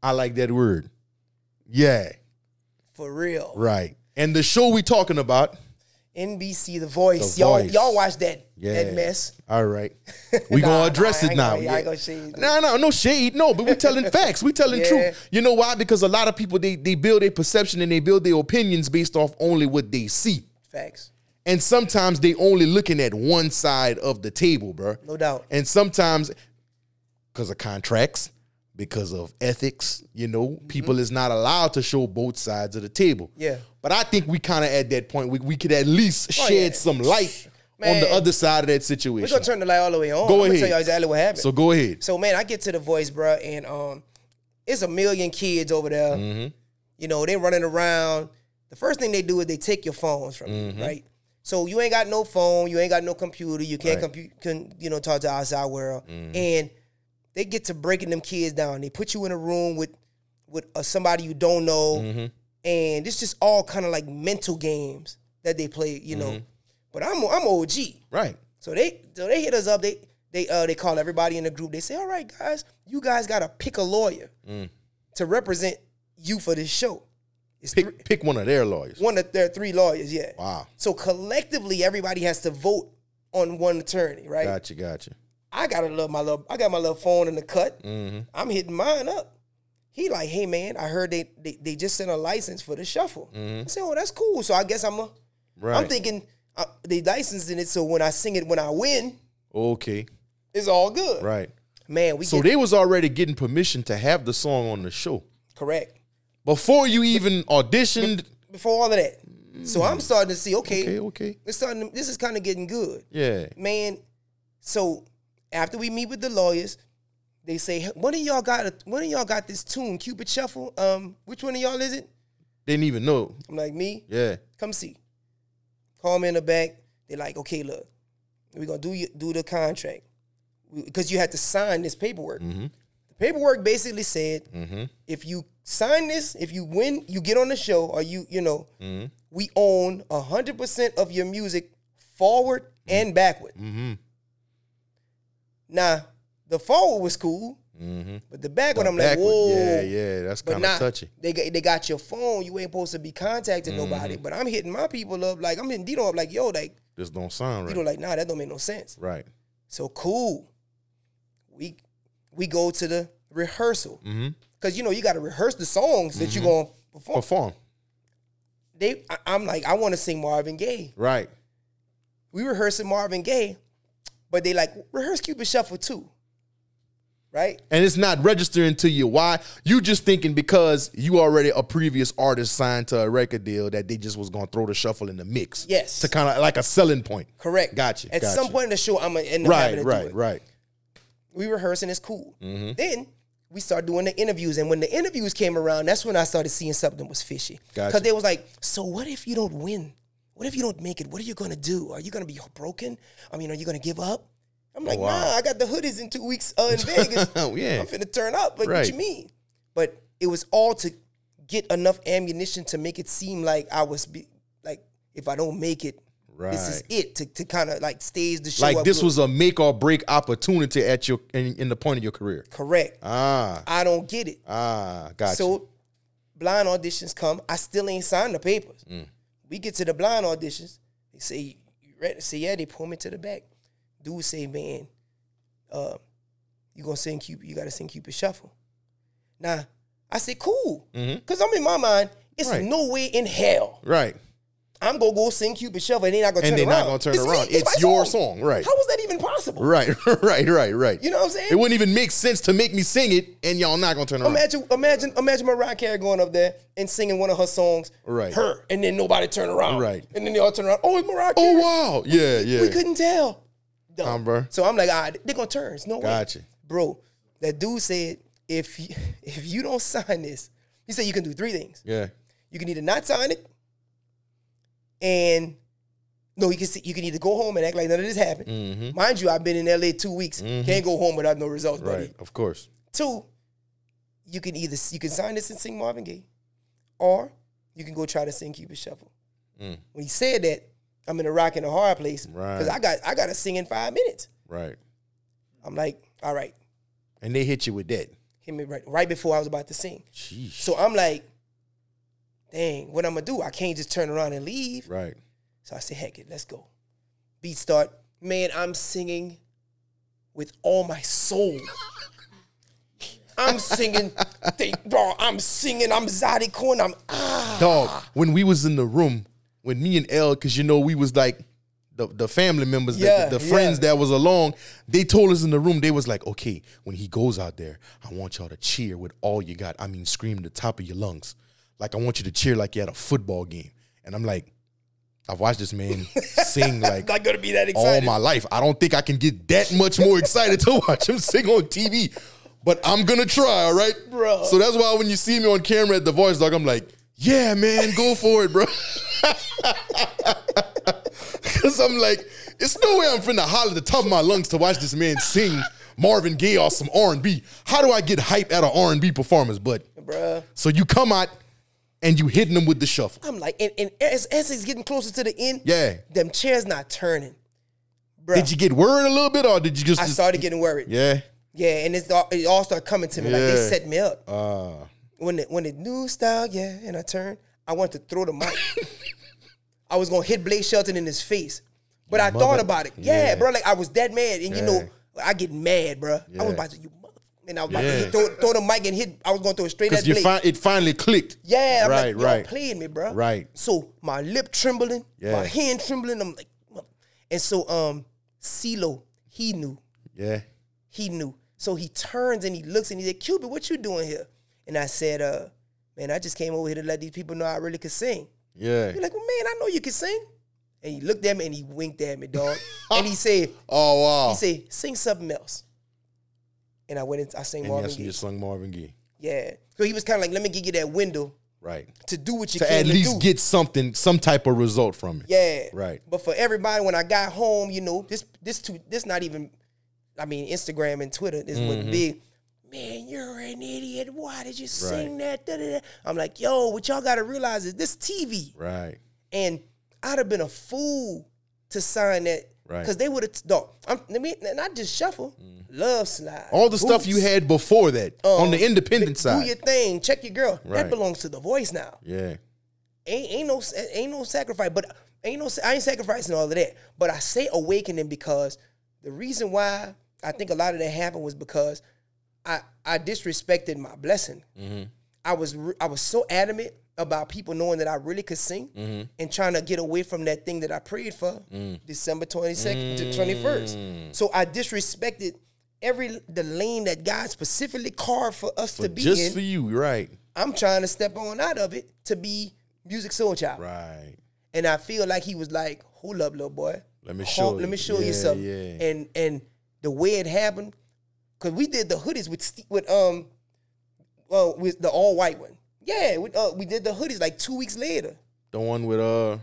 Speaker 1: I like that word. Yeah,
Speaker 2: for real.
Speaker 1: right. And the show we talking about.
Speaker 2: NBC, the voice,
Speaker 1: The
Speaker 2: y'all
Speaker 1: Voice.
Speaker 2: y'all watch that
Speaker 1: Yeah.
Speaker 2: that mess.
Speaker 1: All
Speaker 2: [laughs]
Speaker 1: right. We
Speaker 2: Nah,
Speaker 1: gonna address
Speaker 2: nah, I
Speaker 1: it
Speaker 2: ain't
Speaker 1: now.
Speaker 2: gonna- I ain't gonna shade.
Speaker 1: No, no, no shade. No, but we
Speaker 2: [laughs]
Speaker 1: telling facts. We telling
Speaker 2: Yeah.
Speaker 1: truth. You know why? Because a lot of people they they build their perception and they build their opinions based off only what they see.
Speaker 2: Facts,
Speaker 1: And sometimes they only looking at one side of the table, bruh.
Speaker 2: no doubt.
Speaker 1: And sometimes because of contracts, because of ethics, you know, people is not allowed to show both sides of the table.
Speaker 2: Mm-hmm. Yeah.
Speaker 1: But I think we kind of at that point we, we could at least
Speaker 2: Oh,
Speaker 1: shed
Speaker 2: yeah.
Speaker 1: some light on
Speaker 2: Man.
Speaker 1: the other side of that
Speaker 2: We're
Speaker 1: situation.
Speaker 2: gonna turn the light all the way on.
Speaker 1: Go
Speaker 2: I'm gonna
Speaker 1: ahead.
Speaker 2: tell y'all exactly what happened.
Speaker 1: so go ahead.
Speaker 2: So man, I get to the voice, bro, and um, it's a million kids over there. You know, they running around. The first thing they do is they take your phones from you, right? So you ain't got no phone, you ain't got no computer, you
Speaker 1: Right.
Speaker 2: can't compute, can you know, talk to outside world, and they get to breaking them kids down. They put you in a room with with uh, somebody you don't know, and it's just all kind of like mental games that they play, you know. But I'm I'm OG,
Speaker 1: Right.
Speaker 2: so they so they hit us up. They they uh they call everybody in the group. They say, "All right, guys, you guys got to pick a lawyer
Speaker 1: Mm.
Speaker 2: to represent you for this show." It's three,
Speaker 1: Pick pick one of their lawyers.
Speaker 2: one of their three lawyers. Yeah.
Speaker 1: Wow.
Speaker 2: So collectively, everybody has to vote on one attorney, right?
Speaker 1: Gotcha, gotcha.
Speaker 2: I gotta love my little. I got my little phone in the cut.
Speaker 1: Mm-hmm.
Speaker 2: I'm hitting mine up. He like, hey man, I heard they they, they just sent a license for the shuffle. I said, oh, that's cool. So I guess I'm a.
Speaker 1: Mm-hmm. Right.
Speaker 2: am thinking uh, they licensing it, so when I sing it, when I win,
Speaker 1: Okay.
Speaker 2: it's all good.
Speaker 1: Right.
Speaker 2: Man, we
Speaker 1: So
Speaker 2: get
Speaker 1: they was already getting permission to have the song on the show.
Speaker 2: correct
Speaker 1: Before you even auditioned.
Speaker 2: before all of that. So I'm starting to see. Okay,
Speaker 1: Okay, okay.
Speaker 2: it's starting. To, this is kind of getting good,
Speaker 1: Yeah.
Speaker 2: man. So after we meet with the lawyers, they say, "Hey, "One of y'all got a, one of y'all got this tune, Cupid Shuffle. Um, which one of y'all is it?"
Speaker 1: Didn't even know.
Speaker 2: I'm like, "Me."
Speaker 1: Yeah.
Speaker 2: Come see. Call me in the back. They're like, "Okay, look, we're gonna do you, do the contract because you had to sign this paperwork."
Speaker 1: Mm-hmm.
Speaker 2: The paperwork basically said, if you sign this, if you win, you get on the show, or you, you know,
Speaker 1: Mm-hmm.
Speaker 2: we own hundred percent of your music forward
Speaker 1: Mm-hmm.
Speaker 2: and backward. Now, the forward was cool, but the backward, I'm
Speaker 1: Mm-hmm. Backward.
Speaker 2: like, whoa,
Speaker 1: Yeah, yeah. That's
Speaker 2: but
Speaker 1: kind of
Speaker 2: not
Speaker 1: touchy. Mm-hmm.
Speaker 2: they got, they got your phone. You ain't supposed to be contacting nobody. But I'm hitting my people up like I'm hitting Dino up like yo like
Speaker 1: This don't sound
Speaker 2: Dino
Speaker 1: right.
Speaker 2: like nah that don't make no sense.
Speaker 1: Right.
Speaker 2: So cool. We we go to the rehearsal
Speaker 1: Mm-hmm.
Speaker 2: because you know you got to rehearse the songs that you gonna perform.
Speaker 1: Perform.
Speaker 2: They I, I'm like I want to sing Marvin Gaye.
Speaker 1: Right.
Speaker 2: We rehearsing Marvin Gaye, but they like rehearse Cupid Shuffle too, right?
Speaker 1: And it's not registering to you. Why? You just thinking because you already a previous artist signed to a record deal that they just was gonna throw the shuffle in the mix.
Speaker 2: Yes.
Speaker 1: To kind of like a selling point.
Speaker 2: Correct.
Speaker 1: Gotcha,
Speaker 2: At
Speaker 1: gotcha.
Speaker 2: some point in the show, I'm gonna end up having
Speaker 1: Right,
Speaker 2: to do
Speaker 1: right,
Speaker 2: it.
Speaker 1: right.
Speaker 2: we rehearsing it's cool
Speaker 1: Mm-hmm.
Speaker 2: then we start doing the interviews and when the interviews came around that's when i started seeing something was fishy because
Speaker 1: Gotcha.
Speaker 2: they was like so what if you don't win what if you don't make it what are you gonna do are you gonna be broken i mean are you gonna give up i'm like
Speaker 1: Oh, wow. Oh,
Speaker 2: nah i got the hoodies in two weeks uh,
Speaker 1: [laughs]
Speaker 2: in vegas
Speaker 1: Yeah.
Speaker 2: i'm finna turn up like what
Speaker 1: Right.
Speaker 2: you mean but it was all to get enough ammunition to make it seem like i was be, like if i don't make it this is
Speaker 1: Right.
Speaker 2: it to, to kind of like stage the show
Speaker 1: Like
Speaker 2: up
Speaker 1: this
Speaker 2: good.
Speaker 1: was a make or break opportunity at your in, in the point of your career.
Speaker 2: correct
Speaker 1: Ah,
Speaker 2: i don't get it
Speaker 1: ah, gotcha.
Speaker 2: So blind auditions come. I still ain't signed the papers.
Speaker 1: Mm.
Speaker 2: We get to the blind auditions. They say, you ready? Say, yeah, they pull me to the back. Dude say, man, uh, you gonna sing Cupid, you gotta sing Cupid Shuffle. Now, I said, cool. Cause I'm in my mind, it's
Speaker 1: Mm-hmm. Right.
Speaker 2: no way in hell
Speaker 1: right.
Speaker 2: I'm gonna go sing Cupid Shuffle, and they're not gonna
Speaker 1: And
Speaker 2: turn
Speaker 1: they're
Speaker 2: around.
Speaker 1: not gonna turn
Speaker 2: It's me.
Speaker 1: around.
Speaker 2: my
Speaker 1: It's your song, right.
Speaker 2: How was that even possible?
Speaker 1: Right, [laughs] right, right, right.
Speaker 2: You know what I'm saying?
Speaker 1: It wouldn't even make sense to make me sing it, and y'all not gonna turn around.
Speaker 2: Imagine, imagine, imagine Mariah Carey going up there and singing one of her songs,
Speaker 1: Right.
Speaker 2: Her, and then nobody turn around,
Speaker 1: Right.
Speaker 2: And then they all turn around. Oh, it's Mariah. Carey.
Speaker 1: oh wow, yeah, yeah.
Speaker 2: We couldn't tell. Dumb.
Speaker 1: Um, bruh.
Speaker 2: So I'm like, ah, they're gonna turn. It's no
Speaker 1: Gotcha.
Speaker 2: way, bro. That dude said, if you, if you don't sign this, he said you can do three things.
Speaker 1: yeah,
Speaker 2: You can either not sign it, and no, you can see, you can either go home and act like none of this happened.
Speaker 1: Mm-hmm.
Speaker 2: Mind you, I've been in LA two weeks. Can't go home without no results, buddy.
Speaker 1: right. Of course.
Speaker 2: Two, you can either you can sign this and sing Marvin Gaye, or you can go try to sing Cupid Shuffle. When he said that, I'm in a rock and a hard place because
Speaker 1: Right.
Speaker 2: I got I got to sing in five minutes.
Speaker 1: Right.
Speaker 2: I'm like, all right,
Speaker 1: And they hit you with that.
Speaker 2: hit me right right before I was about to sing.
Speaker 1: Jeez.
Speaker 2: So I'm like, dang, what I'm gonna do? I can't just turn around and leave.
Speaker 1: Right.
Speaker 2: So I said, heck it, let's go. Beat start. Man, I'm singing with all my soul. I'm singing, they, bro, I'm singing, I'm Zadie Corn, I'm ah.
Speaker 1: Dog, when we was in the room, when me and L, because you know we was like the, the family members,
Speaker 2: Yeah,
Speaker 1: the, the
Speaker 2: yeah.
Speaker 1: friends that was along, they told us in the room, they was like, okay, when he goes out there, I want y'all to cheer with all you got. I mean, scream the top of your lungs. Like, I want you to cheer like you had a football game. And I'm like, I've watched this
Speaker 2: [laughs]
Speaker 1: man sing like
Speaker 2: Not gonna be that
Speaker 1: all
Speaker 2: excited.
Speaker 1: my life. I don't think I can get that much more excited to watch him sing on TV. But I'm gonna try, all right?
Speaker 2: Bro.
Speaker 1: So that's why when you see me on camera at the voice dog, I'm like, yeah, man, go for it, bro. [laughs] Cause I'm like, it's no way I'm finna holler at the top of my lungs to watch this man sing Marvin Gaye or some R&B. How do I get hype at an R&B performance? But
Speaker 2: Bruh.
Speaker 1: so you come out and you hitting them with the shuffle.
Speaker 2: I'm like, and, and as, as it's getting closer to the end,
Speaker 1: Yeah.
Speaker 2: them chairs not turning. Bruh.
Speaker 1: Did you get worried a little bit or did you just,
Speaker 2: I
Speaker 1: just-
Speaker 2: started getting worried.
Speaker 1: yeah?
Speaker 2: Yeah, and it's all, it all started coming to me like they
Speaker 1: Yeah.
Speaker 2: set me up.
Speaker 1: Uh,
Speaker 2: when the when the new style, yeah, and I turned, I wanted to throw
Speaker 1: [laughs]
Speaker 2: the mic. I was gonna hit Blake Shelton in his face, but I thought
Speaker 1: mother-
Speaker 2: about it. Yeah,
Speaker 1: Yeah.
Speaker 2: bro, like I was that mad, and you know, I get mad, bro. I was
Speaker 1: Yeah.
Speaker 2: about to you, mother- and I was about to
Speaker 1: Yeah.
Speaker 2: hit- throw, throw the mic and hit. I was gonna throw it straight at
Speaker 1: Because you
Speaker 2: Blake.
Speaker 1: fi- it finally clicked.
Speaker 2: yeah, I'm
Speaker 1: right,
Speaker 2: like, y'all
Speaker 1: right.
Speaker 2: playing me, bro.
Speaker 1: Right.
Speaker 2: So my lip trembling,
Speaker 1: Yeah.
Speaker 2: my hand trembling. I'm like, mother- and so um, CeeLo, he knew
Speaker 1: Yeah.
Speaker 2: he knew. So he turns and he looks and he said, Cupid, what you doing here? And I said, uh, man, I just came over here to let these people know I really could sing.
Speaker 1: Yeah.
Speaker 2: He's like, well, man, I know you can sing. And he looked at me and he winked at
Speaker 1: [laughs]
Speaker 2: me, dog. and he said,
Speaker 1: oh wow.
Speaker 2: he said, sing something else. And I went and I sang
Speaker 1: and
Speaker 2: Marvin
Speaker 1: that's when
Speaker 2: Gaye.
Speaker 1: you sung Marvin Gaye.
Speaker 2: Yeah. So he was kind of like, let me give you that window
Speaker 1: Right.
Speaker 2: to do what you
Speaker 1: To
Speaker 2: can
Speaker 1: at least
Speaker 2: do.
Speaker 1: get something, some type of result from it.
Speaker 2: Yeah.
Speaker 1: Right.
Speaker 2: But for everybody, when I got home, you know, this this too this not even I mean, Instagram and Twitter is what
Speaker 1: Mm-hmm.
Speaker 2: big. Man, you're an idiot. Why did you sing that? Da, da, da. I'm like, yo, what y'all gotta realize is this TV.
Speaker 1: Right.
Speaker 2: And I'd have been a fool to sign that.
Speaker 1: Right. Mm.
Speaker 2: Cause they would have dog. I'm let me not just shuffle, love slide.
Speaker 1: All the stuff you
Speaker 2: Roots, Uh,
Speaker 1: had before that on the independent
Speaker 2: Do
Speaker 1: side.
Speaker 2: your thing, check your girl. That
Speaker 1: Right.
Speaker 2: belongs to the voice now
Speaker 1: yeah.
Speaker 2: ain't ain't no ain't no sacrifice, but ain't no I ain't sacrificing all of that. But I say awakening because the reason why I think a lot of that happened was because I I disrespected my blessing.
Speaker 1: Mm-hmm.
Speaker 2: I was re- I was so adamant about people knowing that I really could sing
Speaker 1: Mm-hmm.
Speaker 2: and trying to get away from that thing that I prayed for,
Speaker 1: Mm.
Speaker 2: December twenty second to twenty first. So I disrespected every the lane that God specifically carved for us to be
Speaker 1: Just
Speaker 2: in.
Speaker 1: for you. Right.
Speaker 2: I'm trying to step on out of it to be music soul child.
Speaker 1: Right.
Speaker 2: And I feel like he was like, "Hold up, little boy.
Speaker 1: Let me
Speaker 2: Hold-
Speaker 1: show
Speaker 2: Let me
Speaker 1: you.
Speaker 2: show you
Speaker 1: Yeah,
Speaker 2: something."
Speaker 1: yeah.
Speaker 2: And and the way it happened, because we did the hoodies with Ste- with um, well with the all white one. Yeah, we, uh, we did the hoodies like two weeks later.
Speaker 1: The one with uh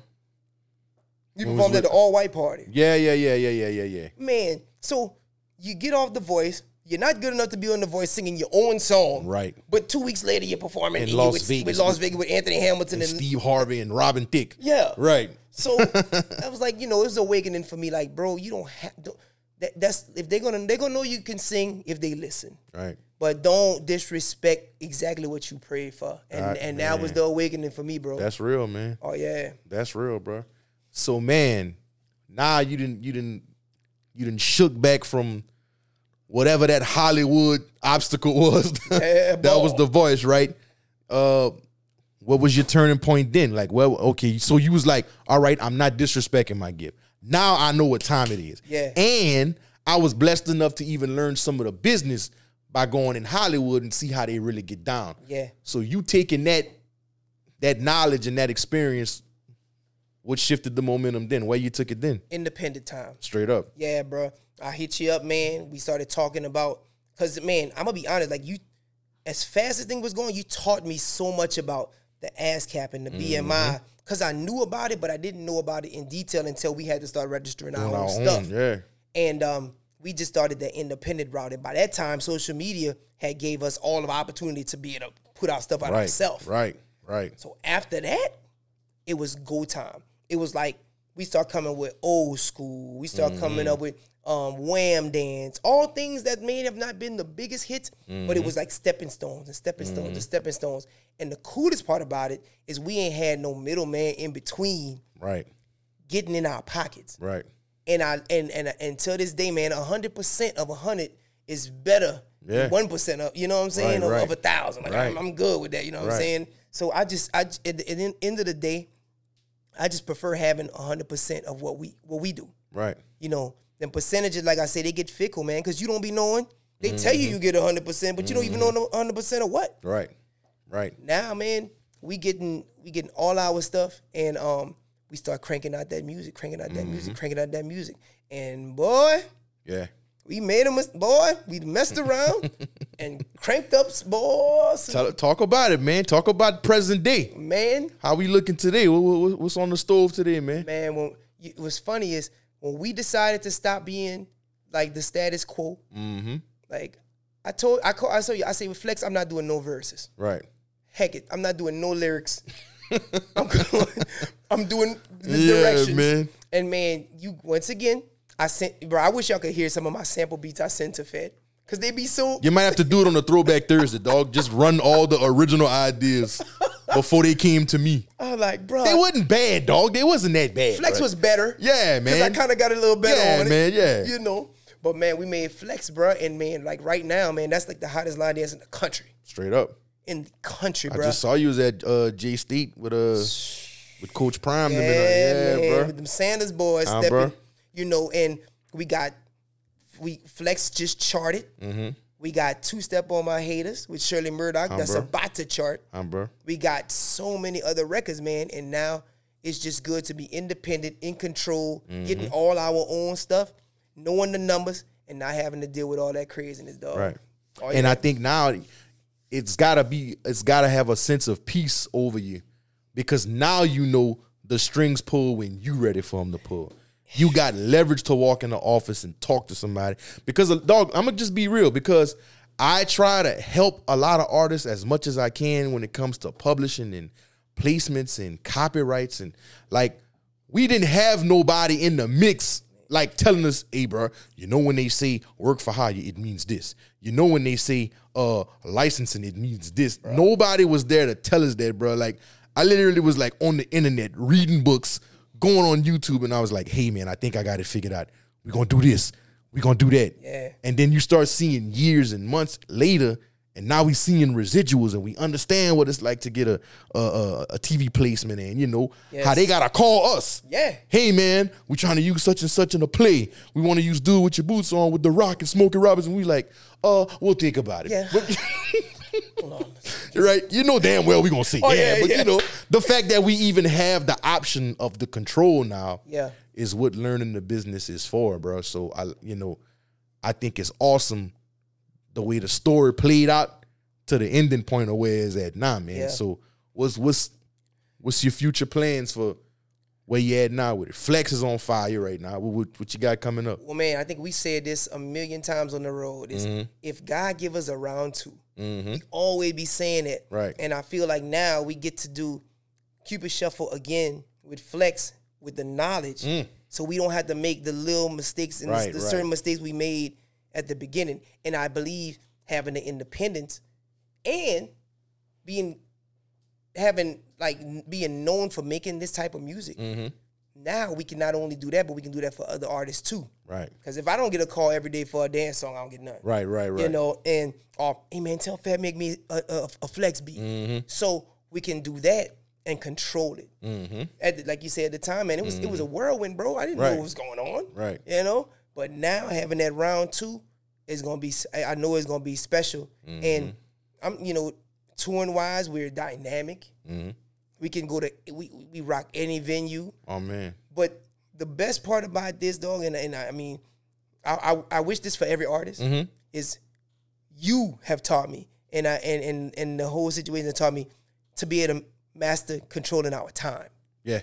Speaker 2: You
Speaker 1: When was
Speaker 2: performed at
Speaker 1: with-
Speaker 2: the all white party,
Speaker 1: Yeah, yeah, yeah, yeah, yeah, yeah, yeah.
Speaker 2: man. So you get off the voice. You're not good enough to be on the voice singing your own song,
Speaker 1: Right.
Speaker 2: But two weeks later, you're performing
Speaker 1: In
Speaker 2: and you
Speaker 1: Las
Speaker 2: with, with
Speaker 1: Vegas
Speaker 2: Las
Speaker 1: with-
Speaker 2: Vegas with Anthony Hamilton and,
Speaker 1: Steve Harvey and Robin Thicke.
Speaker 2: yeah,
Speaker 1: Right.
Speaker 2: So I was like, you know, it was awakening for me. Like, bro, you don't have don't- that. That's if they're gonna they're gonna know you can sing if they listen,
Speaker 1: Right.
Speaker 2: but don't disrespect exactly what you prayed for. And
Speaker 1: Right,
Speaker 2: and that was
Speaker 1: man.
Speaker 2: the awakening for me, bro.
Speaker 1: That's real, man.
Speaker 2: oh yeah,
Speaker 1: That's real, bro. So man, nah, you didn't you didn't you didn't shook back from whatever that Hollywood obstacle [laughs] was.
Speaker 2: Yeah,
Speaker 1: that was
Speaker 2: boy.
Speaker 1: the voice, right? Uh What was your turning point then? Like, well, okay, so you was like, all right, I'm not disrespecting my gift. Now I know what time it is.
Speaker 2: Yeah.
Speaker 1: And I was blessed enough to even learn some of the business by going in Hollywood and see how they really get down.
Speaker 2: Yeah.
Speaker 1: So you taking that that knowledge and that experience, what shifted the momentum then? Where you took it then?
Speaker 2: Independent time.
Speaker 1: Straight up.
Speaker 2: Yeah, bro. I hit you up, man. We started talking about cause man, I'm gonna be honest, like you as fast as thing was going, you taught me so much about the ASCAP and the BMI.
Speaker 1: Mm-hmm.
Speaker 2: Cause I knew about it, but I didn't know about it in detail until we had to start registering our,
Speaker 1: On
Speaker 2: own,
Speaker 1: our own,
Speaker 2: stuff.
Speaker 1: Yeah.
Speaker 2: And um, we just started the independent route. And by that time, social media had gave us all of the opportunity to be able to put our stuff out
Speaker 1: Right.
Speaker 2: ourselves.
Speaker 1: Right. Right.
Speaker 2: So after that, it was go time. It was like we start coming with old school. We
Speaker 1: Mm-hmm.
Speaker 2: start coming up with um, wham dance, all things that may have not been the biggest hits, but
Speaker 1: Mm-hmm.
Speaker 2: it was like stepping stones and stepping stones and stepping stones. And the coolest part about it is we ain't had no middleman in between
Speaker 1: Right.
Speaker 2: getting in our pockets.
Speaker 1: Right.
Speaker 2: And I and and and to this day, man, hundred percent of hundred is better
Speaker 1: Yeah.
Speaker 2: than one percent of you know what I'm saying
Speaker 1: Right,
Speaker 2: of,
Speaker 1: right.
Speaker 2: of a thousand. Like I'm,
Speaker 1: Right.
Speaker 2: I'm good with that. You know what
Speaker 1: Right.
Speaker 2: I'm saying? So I just I j- at the, at the end of the day, I just prefer having hundred percent of what we what we do.
Speaker 1: Right.
Speaker 2: You know, then percentages, like I say, they get fickle, man, because you don't be knowing. They tell
Speaker 1: Mm-hmm.
Speaker 2: you you get hundred percent, but you don't even know hundred percent of what
Speaker 1: Right. Right.
Speaker 2: now man we getting we getting all our stuff and um we start cranking out that music cranking out that music cranking out that music and boy
Speaker 1: Yeah.
Speaker 2: we made a mis- boy we messed around and cranked up boy
Speaker 1: Tell, talk about it, man. Talk about present day.
Speaker 2: man
Speaker 1: How we looking today? What, what, what's on the stove today, man?
Speaker 2: man when it was funny is when we decided to stop being like the status quo like i told i call i saw you i say with flex i'm not doing no verses
Speaker 1: Right.
Speaker 2: heck it i'm not doing no lyrics
Speaker 1: [laughs]
Speaker 2: i'm going i'm doing the
Speaker 1: Yeah,
Speaker 2: directions
Speaker 1: man.
Speaker 2: And man, you once again, I sent bro. I wish y'all could hear some of my sample beats I sent to Fed because they be so.
Speaker 1: You might have to do it on a throwback Thursday, dog. Just run all the original ideas before they came to me.
Speaker 2: I'm like, bro,
Speaker 1: They wasn't bad, dog. They wasn't that bad.
Speaker 2: Flex
Speaker 1: bruh.
Speaker 2: was better.
Speaker 1: Yeah,
Speaker 2: because I
Speaker 1: man.
Speaker 2: kind of got a little better
Speaker 1: Yeah,
Speaker 2: on it.
Speaker 1: man, yeah.
Speaker 2: you know. But man, we made Flex, bro, and man, like right now, man, that's like the hottest line dance in the country.
Speaker 1: straight up.
Speaker 2: In the country,
Speaker 1: I
Speaker 2: bro.
Speaker 1: just saw you was at uh, J State with uh with Coach Prime. them and, uh,
Speaker 2: Yeah, man,
Speaker 1: yeah,
Speaker 2: with
Speaker 1: bro.
Speaker 2: them Sanders boys
Speaker 1: Uh,
Speaker 2: stepping,
Speaker 1: bruh.
Speaker 2: you know, and we got we Flex just charted.
Speaker 1: Mm-hmm.
Speaker 2: We got Two Step on My Haters with Shirley Murdoch. that's
Speaker 1: bruh.
Speaker 2: about to chart.
Speaker 1: Um, bro.
Speaker 2: We got so many other records, man, and now it's just good to be independent, in control,
Speaker 1: Mm-hmm.
Speaker 2: getting all our own stuff, knowing the numbers, and not having to deal with all that craziness, dog.
Speaker 1: Right.
Speaker 2: Oh,
Speaker 1: And
Speaker 2: yeah.
Speaker 1: I think now it's gotta be it's gotta have a sense of peace over you. Because now you know the strings pull when you ready for them to pull. You got leverage to walk in the office and talk to somebody. Because uh, dog, I'm gonna just be real because I try to help a lot of artists as much as I can when it comes to publishing and placements and copyrights and like we didn't have nobody in the mix like telling us, hey, bro, you know when they say work for hire, it means this. You know when they say uh licensing, it means this. Nobody was there to tell us that, bro. Like I literally was like on the internet reading books, going on YouTube, and I was like, hey man, I think I got it figured out. We're gonna do this. We're gonna do that.
Speaker 2: Yeah.
Speaker 1: And then you start seeing years and months later, and now we seeing residuals, and we understand what it's like to get a a, a, a TV placement, and you know how
Speaker 2: Yes.
Speaker 1: they gotta call us
Speaker 2: Yeah.
Speaker 1: hey man, we trying to use such and such in a play. We want to use dude with your boots on with the rock and Smokey Robinson. We like, uh, we'll think about it. [laughs]
Speaker 2: Yeah.
Speaker 1: But-
Speaker 2: Hold on.
Speaker 1: right? You know damn well we gonna say
Speaker 2: Oh,
Speaker 1: yeah,
Speaker 2: yeah,
Speaker 1: but
Speaker 2: yeah.
Speaker 1: you know the fact that we even have the option of the control now,
Speaker 2: Yeah.
Speaker 1: is what learning the business is for, bro. So I, you know, I think it's awesome the way the story played out to the ending point of where it's at now, man.
Speaker 2: Yeah.
Speaker 1: So what's what's what's your future plans for? Where you at now with it? Flex is on fire right now. What, what, what you got coming up?
Speaker 2: Well, man, I think we said this a million times on the road. Is
Speaker 1: Mm-hmm.
Speaker 2: if God give us a round 2 we always be saying it.
Speaker 1: Right.
Speaker 2: And I feel like now we get to do Cupid Shuffle again with Flex with the knowledge, so we don't have to make the little mistakes and the-
Speaker 1: Mm. Right,
Speaker 2: the,
Speaker 1: right.
Speaker 2: certain mistakes we made at the beginning. And I believe having the independence and being having like n- being known for making this type of music.
Speaker 1: Mm-hmm.
Speaker 2: Now we can not only do that, but we can do that for other artists too.
Speaker 1: Right,
Speaker 2: Because if I don't get a call every day for a dance song, I don't get none.
Speaker 1: right, right, right.
Speaker 2: uh,
Speaker 1: Mm-hmm.
Speaker 2: You know, and or hey man, tell Fat make me a, a, a flex beat. So we can do that and control it. At the, like you said at the time, man, it was it was a whirlwind, bro. I didn't
Speaker 1: Mm-hmm.
Speaker 2: know
Speaker 1: Right.
Speaker 2: what was going on.
Speaker 1: Right.
Speaker 2: You know? But now having that round two is gonna be s- I I know it's gonna be special.
Speaker 1: Mm-hmm.
Speaker 2: And I'm you know, touring wise, we're dynamic.
Speaker 1: Mm-hmm.
Speaker 2: We can go to we we rock any venue.
Speaker 1: Oh man.
Speaker 2: But the best part about this dog, and, and I, I mean, I, I I wish this for every artist is you have taught me, and I and and and the whole situation has taught me to be able to master controlling our time,
Speaker 1: Yeah.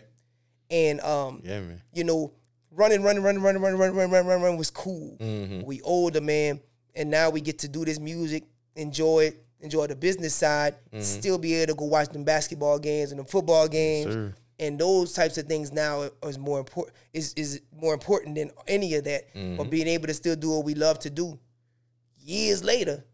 Speaker 2: and um,
Speaker 1: Yeah, man.
Speaker 2: you know, running, running, running, running, running, running, running, running, running, running was cool. We older man, and now we get to do this music, enjoy it, enjoy the business side, still be able to go watch them basketball games and them football games,
Speaker 1: sir.
Speaker 2: and those types of things now are- is more important is is more important than any of that. But being able to still do what we love to do, years later,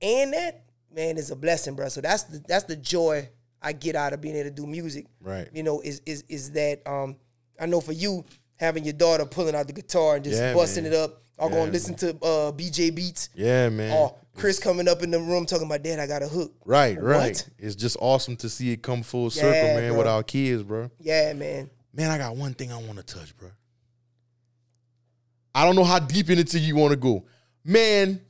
Speaker 2: and that man is a blessing, bro. So that's the, that's the joy I get out of being able to do music.
Speaker 1: Right.
Speaker 2: You know, is is is that um I know for you having your daughter pulling out the guitar and just
Speaker 1: Yeah,
Speaker 2: busting
Speaker 1: man.
Speaker 2: it up. I'm
Speaker 1: Yeah,
Speaker 2: gonna listen to uh BJ Beats.
Speaker 1: Yeah, man.
Speaker 2: Or Chris coming up in the room talking about dad, I got a hook.
Speaker 1: Right,
Speaker 2: What?
Speaker 1: right. It's just awesome to see it come full circle,
Speaker 2: Yeah,
Speaker 1: man,
Speaker 2: bro.
Speaker 1: with our kids, bro.
Speaker 2: Yeah, man.
Speaker 1: Man, I got one thing I want to touch, bro. I don't know how deep into you want to go. Man,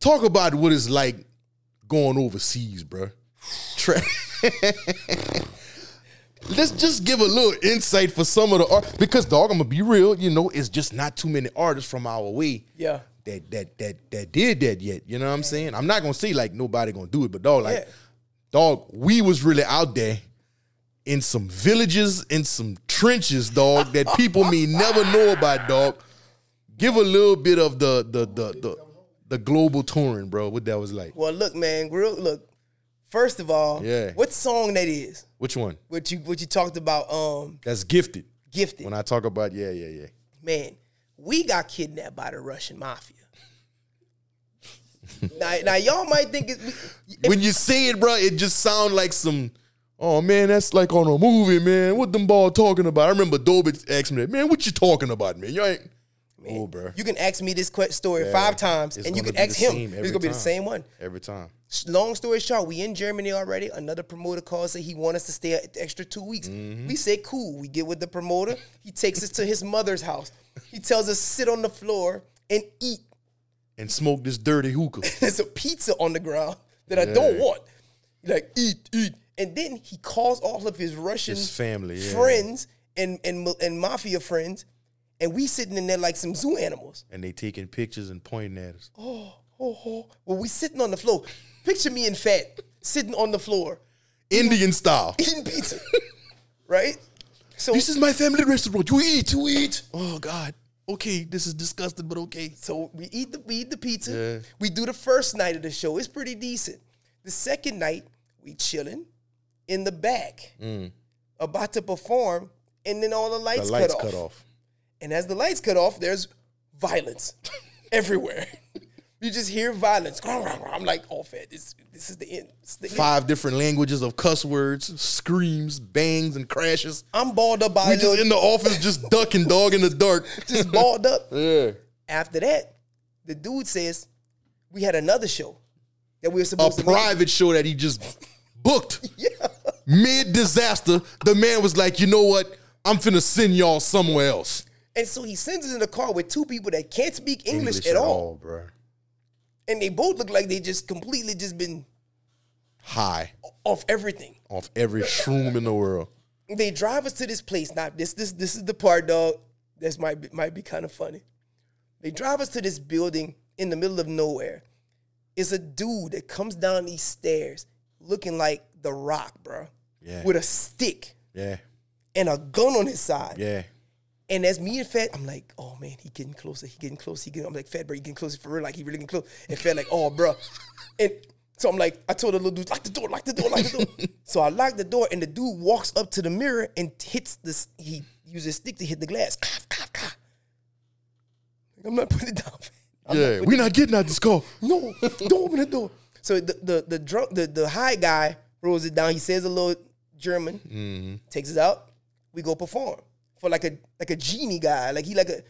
Speaker 1: talk about what it's like going overseas, bro. Tra- [laughs] Let's just give a little insight for some of the art because dog, I'm gonna be real, you know, it's just not too many artists from our way
Speaker 2: Yeah.
Speaker 1: that that that that did that yet. You know what I'm saying? I'm not gonna say like nobody gonna do it, but dog, like
Speaker 2: Yeah.
Speaker 1: dog, we was really out there in some villages, in some trenches, dog, that people may never know about, dog. Give a little bit of the the the the, the global touring, bro. What that was like.
Speaker 2: Well look, man, real look, first of all,
Speaker 1: Yeah.
Speaker 2: what song that is?
Speaker 1: Which one?
Speaker 2: What you what you talked about, um,
Speaker 1: That's gifted.
Speaker 2: gifted.
Speaker 1: When I talk about yeah, yeah, yeah.
Speaker 2: man, we got kidnapped by the Russian mafia.
Speaker 1: [laughs]
Speaker 2: now, now y'all might think it's
Speaker 1: when you say it, bro, it just sound like some. Oh man, that's like on a movie, man. What them ball talking about? I remember Dobit asked me that, man. What you talking about, man? You ain't. oh, bro.
Speaker 2: you can ask me this que- story five times,
Speaker 1: It's
Speaker 2: and you
Speaker 1: gonna
Speaker 2: can
Speaker 1: be
Speaker 2: ask
Speaker 1: the
Speaker 2: him.
Speaker 1: same
Speaker 2: It's
Speaker 1: every
Speaker 2: gonna be the
Speaker 1: time.
Speaker 2: same one.
Speaker 1: Every time.
Speaker 2: S- Long story short, we in Germany already. Another promoter calls that he want us to stay an extra two weeks.
Speaker 1: Mm-hmm.
Speaker 2: We say cool. We get with the promoter. He takes us to his mother's house. He tells us sit on the floor and eat.
Speaker 1: And smoke this dirty hookah.
Speaker 2: there's a pizza on the ground that I don't
Speaker 1: Yeah.
Speaker 2: want. Like eat, eat, and then he calls all of his Russian
Speaker 1: His family, yeah.
Speaker 2: friends and and ma- and mafia friends, and we sitting in there like some zoo animals.
Speaker 1: and they taking pictures and pointing at us.
Speaker 2: Oh, oh. well, we sitting on the floor. Picture me in fat sitting on the floor
Speaker 1: Indian style.
Speaker 2: eating pizza, [laughs] right? So
Speaker 1: this is my family restaurant. You eat. You eat. Oh God. Okay, this is disgusting, but okay.
Speaker 2: So we eat the we eat the pizza.
Speaker 1: Yeah.
Speaker 2: We do the first night of the show. It's pretty decent. The second night, we chilling in the back, about to perform, and then all the
Speaker 1: Mm. The
Speaker 2: lights,
Speaker 1: lights
Speaker 2: cut,
Speaker 1: cut
Speaker 2: off.
Speaker 1: off.
Speaker 2: And as the lights cut off, there's
Speaker 1: [laughs]
Speaker 2: violence everywhere. you just hear violence. I'm like, oh, fat, this this is the end. This is the end.
Speaker 1: Five different languages of cuss words, screams, bangs, and crashes.
Speaker 2: I'm balled up by
Speaker 1: We
Speaker 2: a little,
Speaker 1: just in the office, just ducking, dog in the dark.
Speaker 2: [laughs] just balled up.
Speaker 1: [laughs] yeah.
Speaker 2: After that, the dude says, we had another show that we were
Speaker 1: a
Speaker 2: supposed to. make.
Speaker 1: private show that he just booked
Speaker 2: [laughs] Yeah.
Speaker 1: mid disaster. The man was like, you know what? I'm finna send y'all somewhere else.
Speaker 2: And so he sends us in a car with two people that can't speak English, at, all.
Speaker 1: bro.
Speaker 2: And they both look like they just completely just been
Speaker 1: High
Speaker 2: off everything.
Speaker 1: off every shroom in the world.
Speaker 2: They drive us to this place. Now this this this is the part, dog. This might be, might be kind of funny. They drive us to this building in the middle of nowhere. It's a dude that comes down these stairs looking like the rock, bro.
Speaker 1: Yeah.
Speaker 2: With a stick
Speaker 1: Yeah,
Speaker 2: and a gun on his side.
Speaker 1: yeah.
Speaker 2: And as me and Fed, I'm like, oh man, he getting closer, he getting close, he getting. I'm like, Fed, bro, you getting closer for real, like he really getting close. And Fed like, oh, bro. And so I'm like, I told the little dude, lock the door, lock the door, lock the door. so I lock the door, and the dude walks up to the mirror and hits this. He uses his stick to hit the glass. Cough, cough, cough. I'm not putting it down. Fed. I'm not
Speaker 1: yeah,
Speaker 2: putting
Speaker 1: we not getting out this car.
Speaker 2: no, [laughs] don't open the door. So the the the drunk the the high guy rolls it down. He says a little German,
Speaker 1: Mm-hmm.
Speaker 2: takes us out. We go perform for like a like a genie guy, like he like a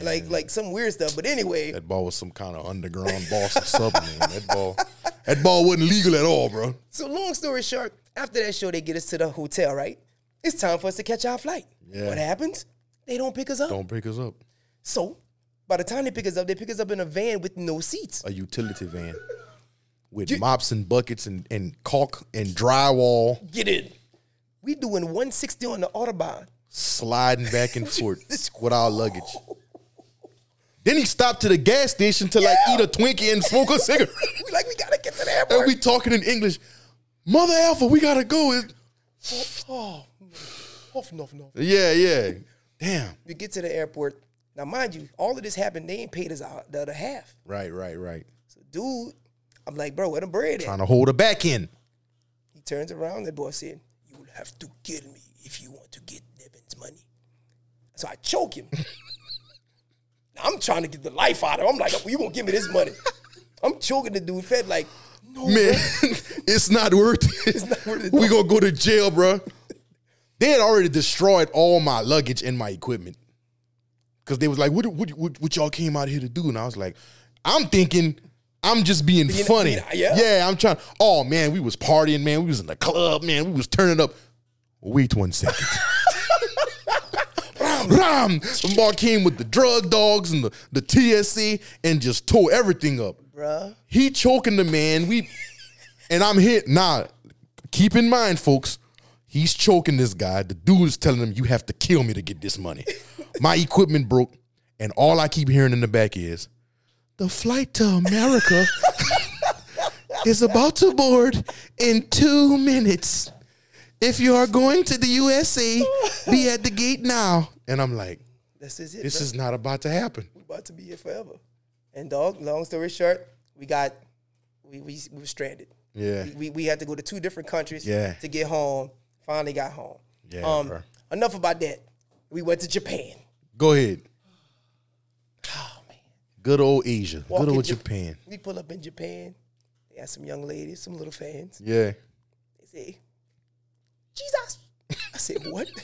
Speaker 2: like, like like some weird stuff. But anyway,
Speaker 1: That ball was some kind of underground boss or something. man. That ball, That ball wasn't legal at all, bro.
Speaker 2: So long story short, after that show, they get us to the hotel, right? It's time for us to catch our flight.
Speaker 1: Yeah.
Speaker 2: What happens? They don't pick us up.
Speaker 1: Don't pick us up.
Speaker 2: So by the time they pick us up, they pick us up in a van with no seats.
Speaker 1: A utility van with mops and buckets and, and caulk and drywall
Speaker 2: Get in. We doing 160 on the Autobahn.
Speaker 1: sliding back [laughs] and forth with our luggage. Then he stopped to the gas station to like
Speaker 2: Yeah.
Speaker 1: eat a Twinkie and smoke a cigarette. [laughs]
Speaker 2: We like, we gotta get to the
Speaker 1: and
Speaker 2: airport.
Speaker 1: we talking in English. Mother Alpha, we gotta go. It-
Speaker 2: oh, no. off, no, no.
Speaker 1: yeah, yeah. Damn.
Speaker 2: We get to the airport. Now, mind you, all of this happened. They ain't paid us out the other half.
Speaker 1: Right, right, right.
Speaker 2: So, dude, I'm like, bro, where the bread at?
Speaker 1: Trying to hold her back in.
Speaker 2: He turns around. That boy said, "You will have to kill me if you want to get Nevin's money." So I choke him. Now, I'm trying to get the life out of him. I'm like, "You gonna give me this money?" I'm choking the dude. Fed like, no,
Speaker 1: Man, [laughs] it's not worth it.
Speaker 2: not worth it.
Speaker 1: We gonna go to jail, bro. They had already destroyed all my luggage and my equipment because they was like, what, "What what what y'all came out here to do?" And I was like, "I'm thinking." I'm just being funny.
Speaker 2: being- yeah.
Speaker 1: I'm trying. Oh man, we was partying, man. We was in the club, man. We was turning up. Wait one second. [laughs] Ram, Markeem with the drug dogs and the, the TSC and just tore everything up.
Speaker 2: bruh.
Speaker 1: He choking the man. We and I'm hit. Nah, keep in mind, folks. He's choking this guy. The dude is telling him, "You have to kill me to get this money." My equipment broke, and all I keep hearing in the back is, "The flight to America [laughs] is about to board in two minutes. If you are going to the USA, be at the gate now." And I'm like,
Speaker 2: This is it.
Speaker 1: "This
Speaker 2: bruh.
Speaker 1: is not about to happen."
Speaker 2: we about to be here forever. And dog, long story short, we got we we, we were stranded.
Speaker 1: Yeah.
Speaker 2: We, we we had to go to two different countries
Speaker 1: Yeah.
Speaker 2: to get home. Finally got home. Um,
Speaker 1: Yeah, bruh.
Speaker 2: enough about that. We went to Japan.
Speaker 1: Go ahead.
Speaker 2: Oh man.
Speaker 1: Good old Asia. Good
Speaker 2: Walking
Speaker 1: old
Speaker 2: Jap-
Speaker 1: Japan.
Speaker 2: We pull up in Japan. They had some young ladies, some little fans.
Speaker 1: Yeah.
Speaker 2: They say, Jesus. I said, what? [laughs]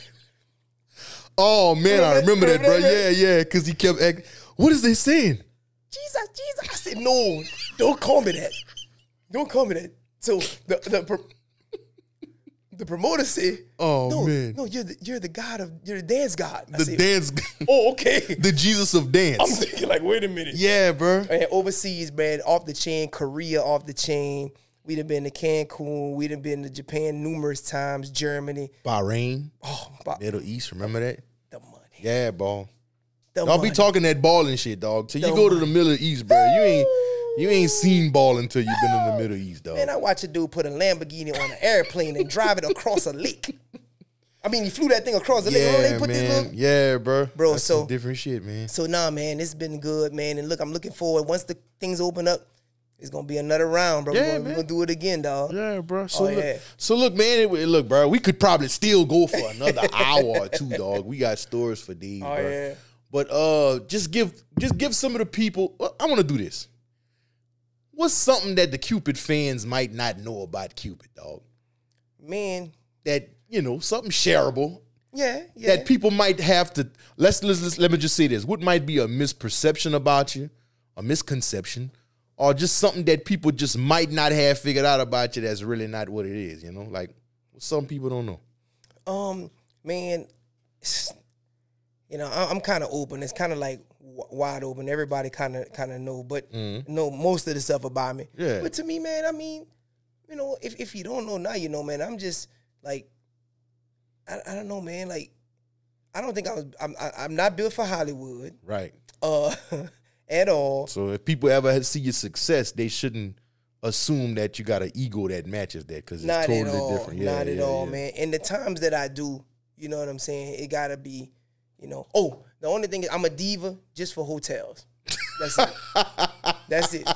Speaker 1: Oh man, I remember
Speaker 2: Remember
Speaker 1: that,
Speaker 2: that,
Speaker 1: bro. Yeah,
Speaker 2: remember?
Speaker 1: yeah. Because he kept acting. What is they saying?
Speaker 2: Jesus, Jesus. I said, no, don't call me that. Don't call me that. So the the, pro- the promoter said,
Speaker 1: Oh,
Speaker 2: no,
Speaker 1: man.
Speaker 2: no, you're the, you're the god of you're the dance god. I
Speaker 1: The
Speaker 2: said,
Speaker 1: dance,
Speaker 2: oh, okay.
Speaker 1: [laughs]
Speaker 2: [laughs]
Speaker 1: the Jesus of
Speaker 2: I'm
Speaker 1: dance.
Speaker 2: thinking like, wait a
Speaker 1: [laughs]
Speaker 2: minute.
Speaker 1: Yeah, bro.
Speaker 2: Man, overseas, man, off the chain, Korea off the chain. We'd have been to Cancun. We'd have been to Japan numerous times, Germany.
Speaker 1: Bahrain,
Speaker 2: Oh, about
Speaker 1: Middle East. Remember that?
Speaker 2: the money.
Speaker 1: Yeah, ball.
Speaker 2: The
Speaker 1: Y'all
Speaker 2: money.
Speaker 1: be talking that ball and shit, dog. Till you
Speaker 2: The
Speaker 1: go to the Middle East, bro. You ain't you ain't seen ball until you been in the Middle East, dog.
Speaker 2: Man, I watch a dude put a Lamborghini on an airplane and drive it across a lake. I mean, he flew that thing across the lake. Oh, they
Speaker 1: Yeah,
Speaker 2: put this
Speaker 1: man.
Speaker 2: little.
Speaker 1: Yeah, bro.
Speaker 2: Bro,
Speaker 1: That's
Speaker 2: so-
Speaker 1: some different shit, man.
Speaker 2: So nah, man, it's been good, man. And look, I'm looking forward. Once the things open up, it's gonna be another round, bro.
Speaker 1: Yeah,
Speaker 2: we're, gonna,
Speaker 1: man.
Speaker 2: we're gonna do it again, dog.
Speaker 1: Yeah, bro. So,
Speaker 2: Oh,
Speaker 1: look,
Speaker 2: yeah.
Speaker 1: so look, man. It, it- look, bro. We could probably still go for another [laughs] hour or two, dog. We got stories for these,
Speaker 2: Oh,
Speaker 1: bro.
Speaker 2: yeah.
Speaker 1: But uh, just give just give some of the people. uh, I want to do this. What's something that the Cupid fans might not know about Cupid, dog?
Speaker 2: Man,
Speaker 1: That you know, something shareable
Speaker 2: yeah, yeah.
Speaker 1: that people might have to. Let's, let's, let's let me just say this. What might be a misperception about you, a misconception, or just something that people just might not have figured out about you that's really not what it is. You know, like some people don't know.
Speaker 2: um, man, you know, I, I'm kind of open. It's kind of like w- wide open. Everybody kind of kind of know, but know most of the stuff about me.
Speaker 1: Yeah.
Speaker 2: But to me, man, I mean, you know, if if you don't know now, you know, man. I'm just like, I, I don't know, man. Like, I don't think I was. I'm I, I'm not built for Hollywood,
Speaker 1: Right.
Speaker 2: uh, [laughs] at all.
Speaker 1: So if people ever see your success, they shouldn't assume that you got an ego that matches that because it's
Speaker 2: Not
Speaker 1: totally
Speaker 2: at all.
Speaker 1: different.
Speaker 2: Not at
Speaker 1: yeah,
Speaker 2: all,
Speaker 1: yeah.
Speaker 2: man. And the times that I do, you know what I'm saying? It gotta be, you know. Oh, the only thing is I'm a diva just for hotels.
Speaker 1: [laughs]
Speaker 2: That's it. That's it.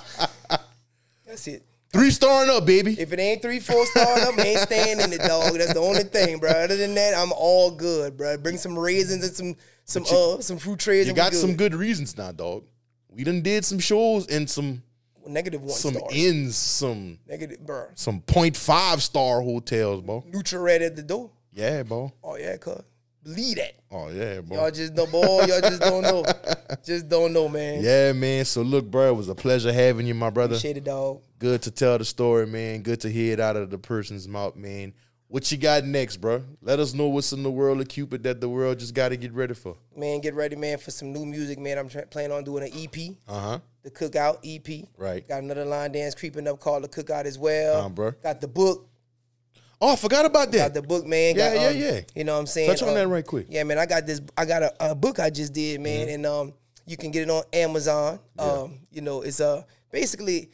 Speaker 2: That's it.
Speaker 1: Three starring up, baby.
Speaker 2: If it ain't three, four star up, ain't staying in it, dog. That's the only thing, bro. Other than that, I'm all good, bro. Bring some raisins and some some uh some fruit trays.
Speaker 1: You
Speaker 2: and
Speaker 1: got
Speaker 2: we good.
Speaker 1: some good reasons now, dog. We done did some shows and some
Speaker 2: negative one
Speaker 1: some
Speaker 2: stars.
Speaker 1: ends, some
Speaker 2: negative, bro.
Speaker 1: some point five star hotels, bro.
Speaker 2: Nutra red at the door.
Speaker 1: Yeah, bro.
Speaker 2: Oh yeah, cuz. Believe that.
Speaker 1: Oh yeah, bro.
Speaker 2: Y'all just don't, boy. Y'all just
Speaker 1: [laughs]
Speaker 2: don't know. just don't know, man.
Speaker 1: yeah, man. So look, bro, it was a pleasure having you, my brother.
Speaker 2: Appreciate it, dog.
Speaker 1: Good to tell the story, man. Good to hear it out of the person's mouth, man. What you got next, bro? Let us know what's in the world of Cupid that the world just got to get ready for.
Speaker 2: Man, get ready, man, for some new music, man. I'm tra- planning on doing an EP,
Speaker 1: Uh huh.
Speaker 2: the Cookout EP.
Speaker 1: Right.
Speaker 2: Got another line dance creeping up called the Cookout as well.
Speaker 1: Uh, bruh.
Speaker 2: Got the book.
Speaker 1: Oh, I forgot about
Speaker 2: Got
Speaker 1: that.
Speaker 2: the book, man.
Speaker 1: Yeah,
Speaker 2: Got, um,
Speaker 1: yeah, yeah.
Speaker 2: You know what I'm saying?
Speaker 1: Touch on
Speaker 2: Uh,
Speaker 1: that right quick. Mm-hmm.
Speaker 2: Yeah, man. I got this. I got a, a book I just did, man, and um, you can get it on Amazon. Um, you know, it's a basically,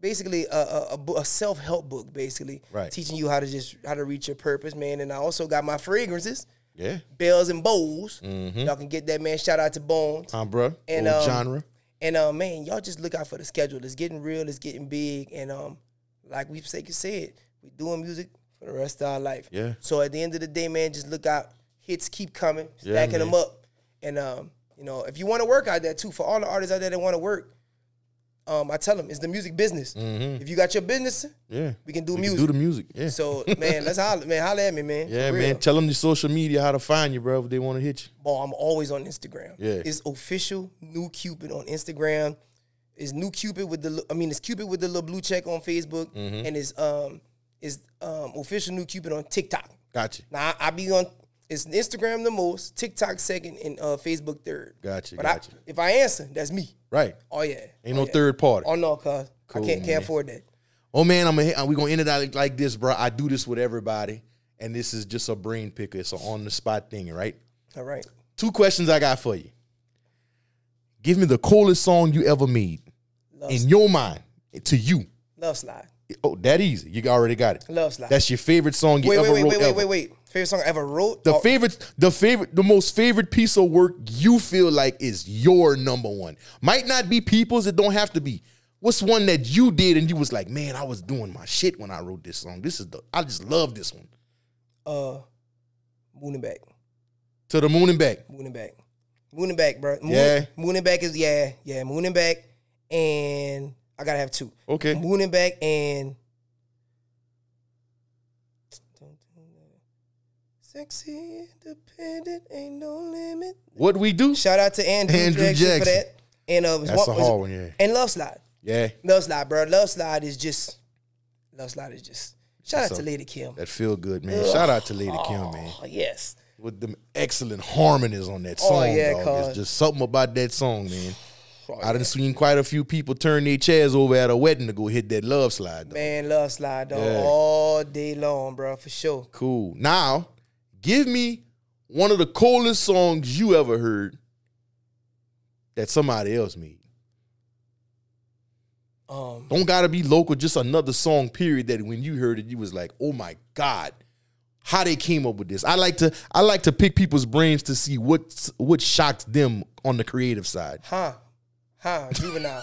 Speaker 2: basically a a, a, bo- a self help book, basically,
Speaker 1: Right.
Speaker 2: Teaching you how to just how to reach your purpose, man. And I also got my fragrances,
Speaker 1: Yeah.
Speaker 2: bells and bowls.
Speaker 1: Mm-hmm.
Speaker 2: Y'all can get that, man. Shout out to Bones.
Speaker 1: Uh, bro.
Speaker 2: And,
Speaker 1: Old
Speaker 2: um,
Speaker 1: genre.
Speaker 2: And uh, man, y'all just look out for the schedule. It's getting real. It's getting big. And um, like we say- said, we doing music for the rest of our life.
Speaker 1: Yeah.
Speaker 2: So at the end of the day, man, just look out. Hits keep coming,
Speaker 1: Yeah,
Speaker 2: stacking them
Speaker 1: man.
Speaker 2: up. And um, you know, if you want to work out there too, for all the artists out there that want to work, um, I tell them it's the music business.
Speaker 1: Mm-hmm.
Speaker 2: If you got your business,
Speaker 1: Yeah.
Speaker 2: we can do
Speaker 1: We can
Speaker 2: music.
Speaker 1: do the music. Yeah.
Speaker 2: so man, let's holler, man, holler at me, man.
Speaker 1: yeah,
Speaker 2: For real.
Speaker 1: man. Tell them the social media how to find you, bro, if they want to hit you.
Speaker 2: Ball, I'm always on Instagram.
Speaker 1: Yeah.
Speaker 2: It's official New Cupid on Instagram. It's New Cupid with the li- I mean it's Cupid with the little blue check on Facebook
Speaker 1: Mm-hmm.
Speaker 2: and it's um it's um official New Cupid on TikTok.
Speaker 1: Gotcha.
Speaker 2: Now I, I be on it's Instagram the most, TikTok second, and uh, Facebook third.
Speaker 1: Gotcha,
Speaker 2: But
Speaker 1: gotcha.
Speaker 2: I, if I answer, that's me.
Speaker 1: Right.
Speaker 2: Oh yeah.
Speaker 1: Ain't
Speaker 2: oh,
Speaker 1: no
Speaker 2: yeah.
Speaker 1: third party.
Speaker 2: Oh no, cuz I can't
Speaker 1: man.
Speaker 2: can't afford that.
Speaker 1: Oh man, I'm gonna, we gonna end it out like- like this, bro. I do this with everybody, and this is just a brain picker. It's an on the spot thing, right?
Speaker 2: All right.
Speaker 1: Two questions I got for you. Give me the coolest song you ever made
Speaker 2: Love
Speaker 1: in your mind to you.
Speaker 2: love slide.
Speaker 1: Oh, that easy. You already got it.
Speaker 2: Love slide.
Speaker 1: That's your favorite song you
Speaker 2: wait,
Speaker 1: ever
Speaker 2: wait, wait,
Speaker 1: wrote.
Speaker 2: wait, wait,
Speaker 1: ever.
Speaker 2: wait, wait. Favorite song I ever wrote?
Speaker 1: The
Speaker 2: Oh,
Speaker 1: favorite, the favorite, the most favorite piece of work you feel like is your number one. Might not be people's. It don't have to be. What's one that you did and you was like, man, I was doing my shit when I wrote this song. This is the, I just love this one.
Speaker 2: uh Moon and back.
Speaker 1: To the moon and back.
Speaker 2: Moon and back. Moon and back, bro. Moon,
Speaker 1: Yeah.
Speaker 2: Moon and back is yeah, yeah. Moon and back, and I gotta have two.
Speaker 1: Okay.
Speaker 2: Moon and back and sexy, independent, ain't no limit.
Speaker 1: What we do?
Speaker 2: Shout out to Andrew,
Speaker 1: Andrew
Speaker 2: Jackson, for
Speaker 1: Jackson.
Speaker 2: that. And uh, was
Speaker 1: That's a hard one, yeah.
Speaker 2: And love slide,
Speaker 1: Yeah.
Speaker 2: love slide, bro. Love slide is just, love slide is just. Shout out
Speaker 1: So-
Speaker 2: to Lady Kim.
Speaker 1: That feel good, man. Shout out to Lady Kim, man.
Speaker 2: Oh yes.
Speaker 1: With them excellent harmonies on that
Speaker 2: Oh,
Speaker 1: song,
Speaker 2: yeah,
Speaker 1: dog.
Speaker 2: cuz.
Speaker 1: There's just something about that song, man.
Speaker 2: Oh,
Speaker 1: I done seen quite a few people turn their chairs over at a wedding to go hit that love slide, though.
Speaker 2: Man, love slide dog
Speaker 1: Yeah.
Speaker 2: all day long, bro, for sure.
Speaker 1: Cool. Now, give me one of the coolest songs you ever heard that somebody else made.
Speaker 2: Um,
Speaker 1: Don't gotta be local, just another song, period, that when you heard it, you was like, oh my God, how they came up with this. I like to I like to pick people's brains to see what what shocked them on the creative side.
Speaker 2: huh, huh,
Speaker 1: [laughs]
Speaker 2: juvenile.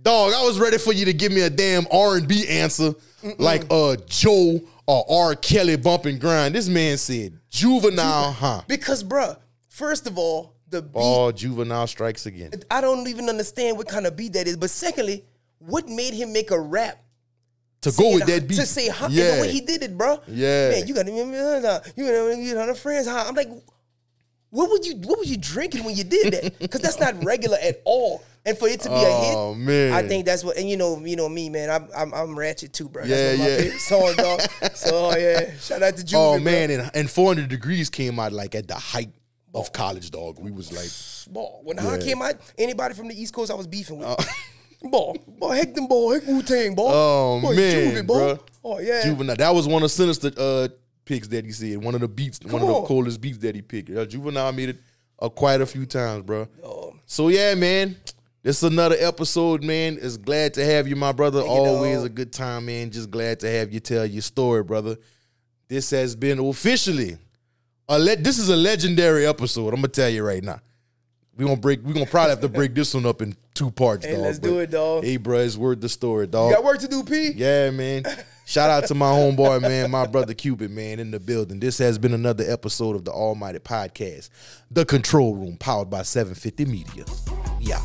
Speaker 1: Dog, I was ready for you to give me a damn R and B answer, like uh Joe or R. Kelly bump and grind. This man said juvenile, huh?
Speaker 2: because, bruh, first of all, the beat,
Speaker 1: All juvenile strikes again.
Speaker 2: I don't even understand what kind of beat that is. But secondly, what made him make a rap
Speaker 1: To go with
Speaker 2: saying,
Speaker 1: that beat.
Speaker 2: to say huh? Yeah.
Speaker 1: yeah.
Speaker 2: the way he did it, bruh?
Speaker 1: Yeah.
Speaker 2: man, you got to you got you got friends, huh? I'm like, what would you what were you drinking when you did that? Because that's not regular at all. And for it to be a hit,
Speaker 1: Oh, man.
Speaker 2: I think that's what. And you know, you know me, man. I'm I'm, I'm ratchet too, bro.
Speaker 1: Yeah,
Speaker 2: that's one of
Speaker 1: yeah.
Speaker 2: my favorite songs, dog.
Speaker 1: [laughs]
Speaker 2: So yeah, shout out to Juve.
Speaker 1: oh man, and, and 400 degrees came out like at the height of college, dog. We was like,
Speaker 2: ball. When I came out, anybody from the East Coast, I was beefing with. [laughs] ball, ball, heck them ball, heck Wu Tang, ball.
Speaker 1: Oh,
Speaker 2: Boy,
Speaker 1: man,
Speaker 2: Juve, ball.
Speaker 1: bruh.
Speaker 2: Oh yeah,
Speaker 1: juvenile. That was one of Sinister uh, picks that he said. One of the beats, one of the
Speaker 2: on.
Speaker 1: coolest beats that he picked. Uh, juvenile made it uh, quite a few times, bro. So yeah, man. This is another episode, man. It's glad to have you, my brother.
Speaker 2: you, dog.
Speaker 1: Always a good time, man. Just glad to have you tell your story, brother. This has been officially a le- this is a legendary episode. I'm gonna tell you right now. We gonna break. We gonna probably have to break this one up in two parts,
Speaker 2: Hey,
Speaker 1: dog.
Speaker 2: let's
Speaker 1: but-
Speaker 2: do it, dog.
Speaker 1: Hey, bro, it's worth the story, dog.
Speaker 2: You got work to do, P.
Speaker 1: Yeah, man. Shout out to my homeboy, man, my brother Cupid, man, in the building. This has been another episode of the Almighty Podcast, The Control Room, powered by 750 Media. Yeah.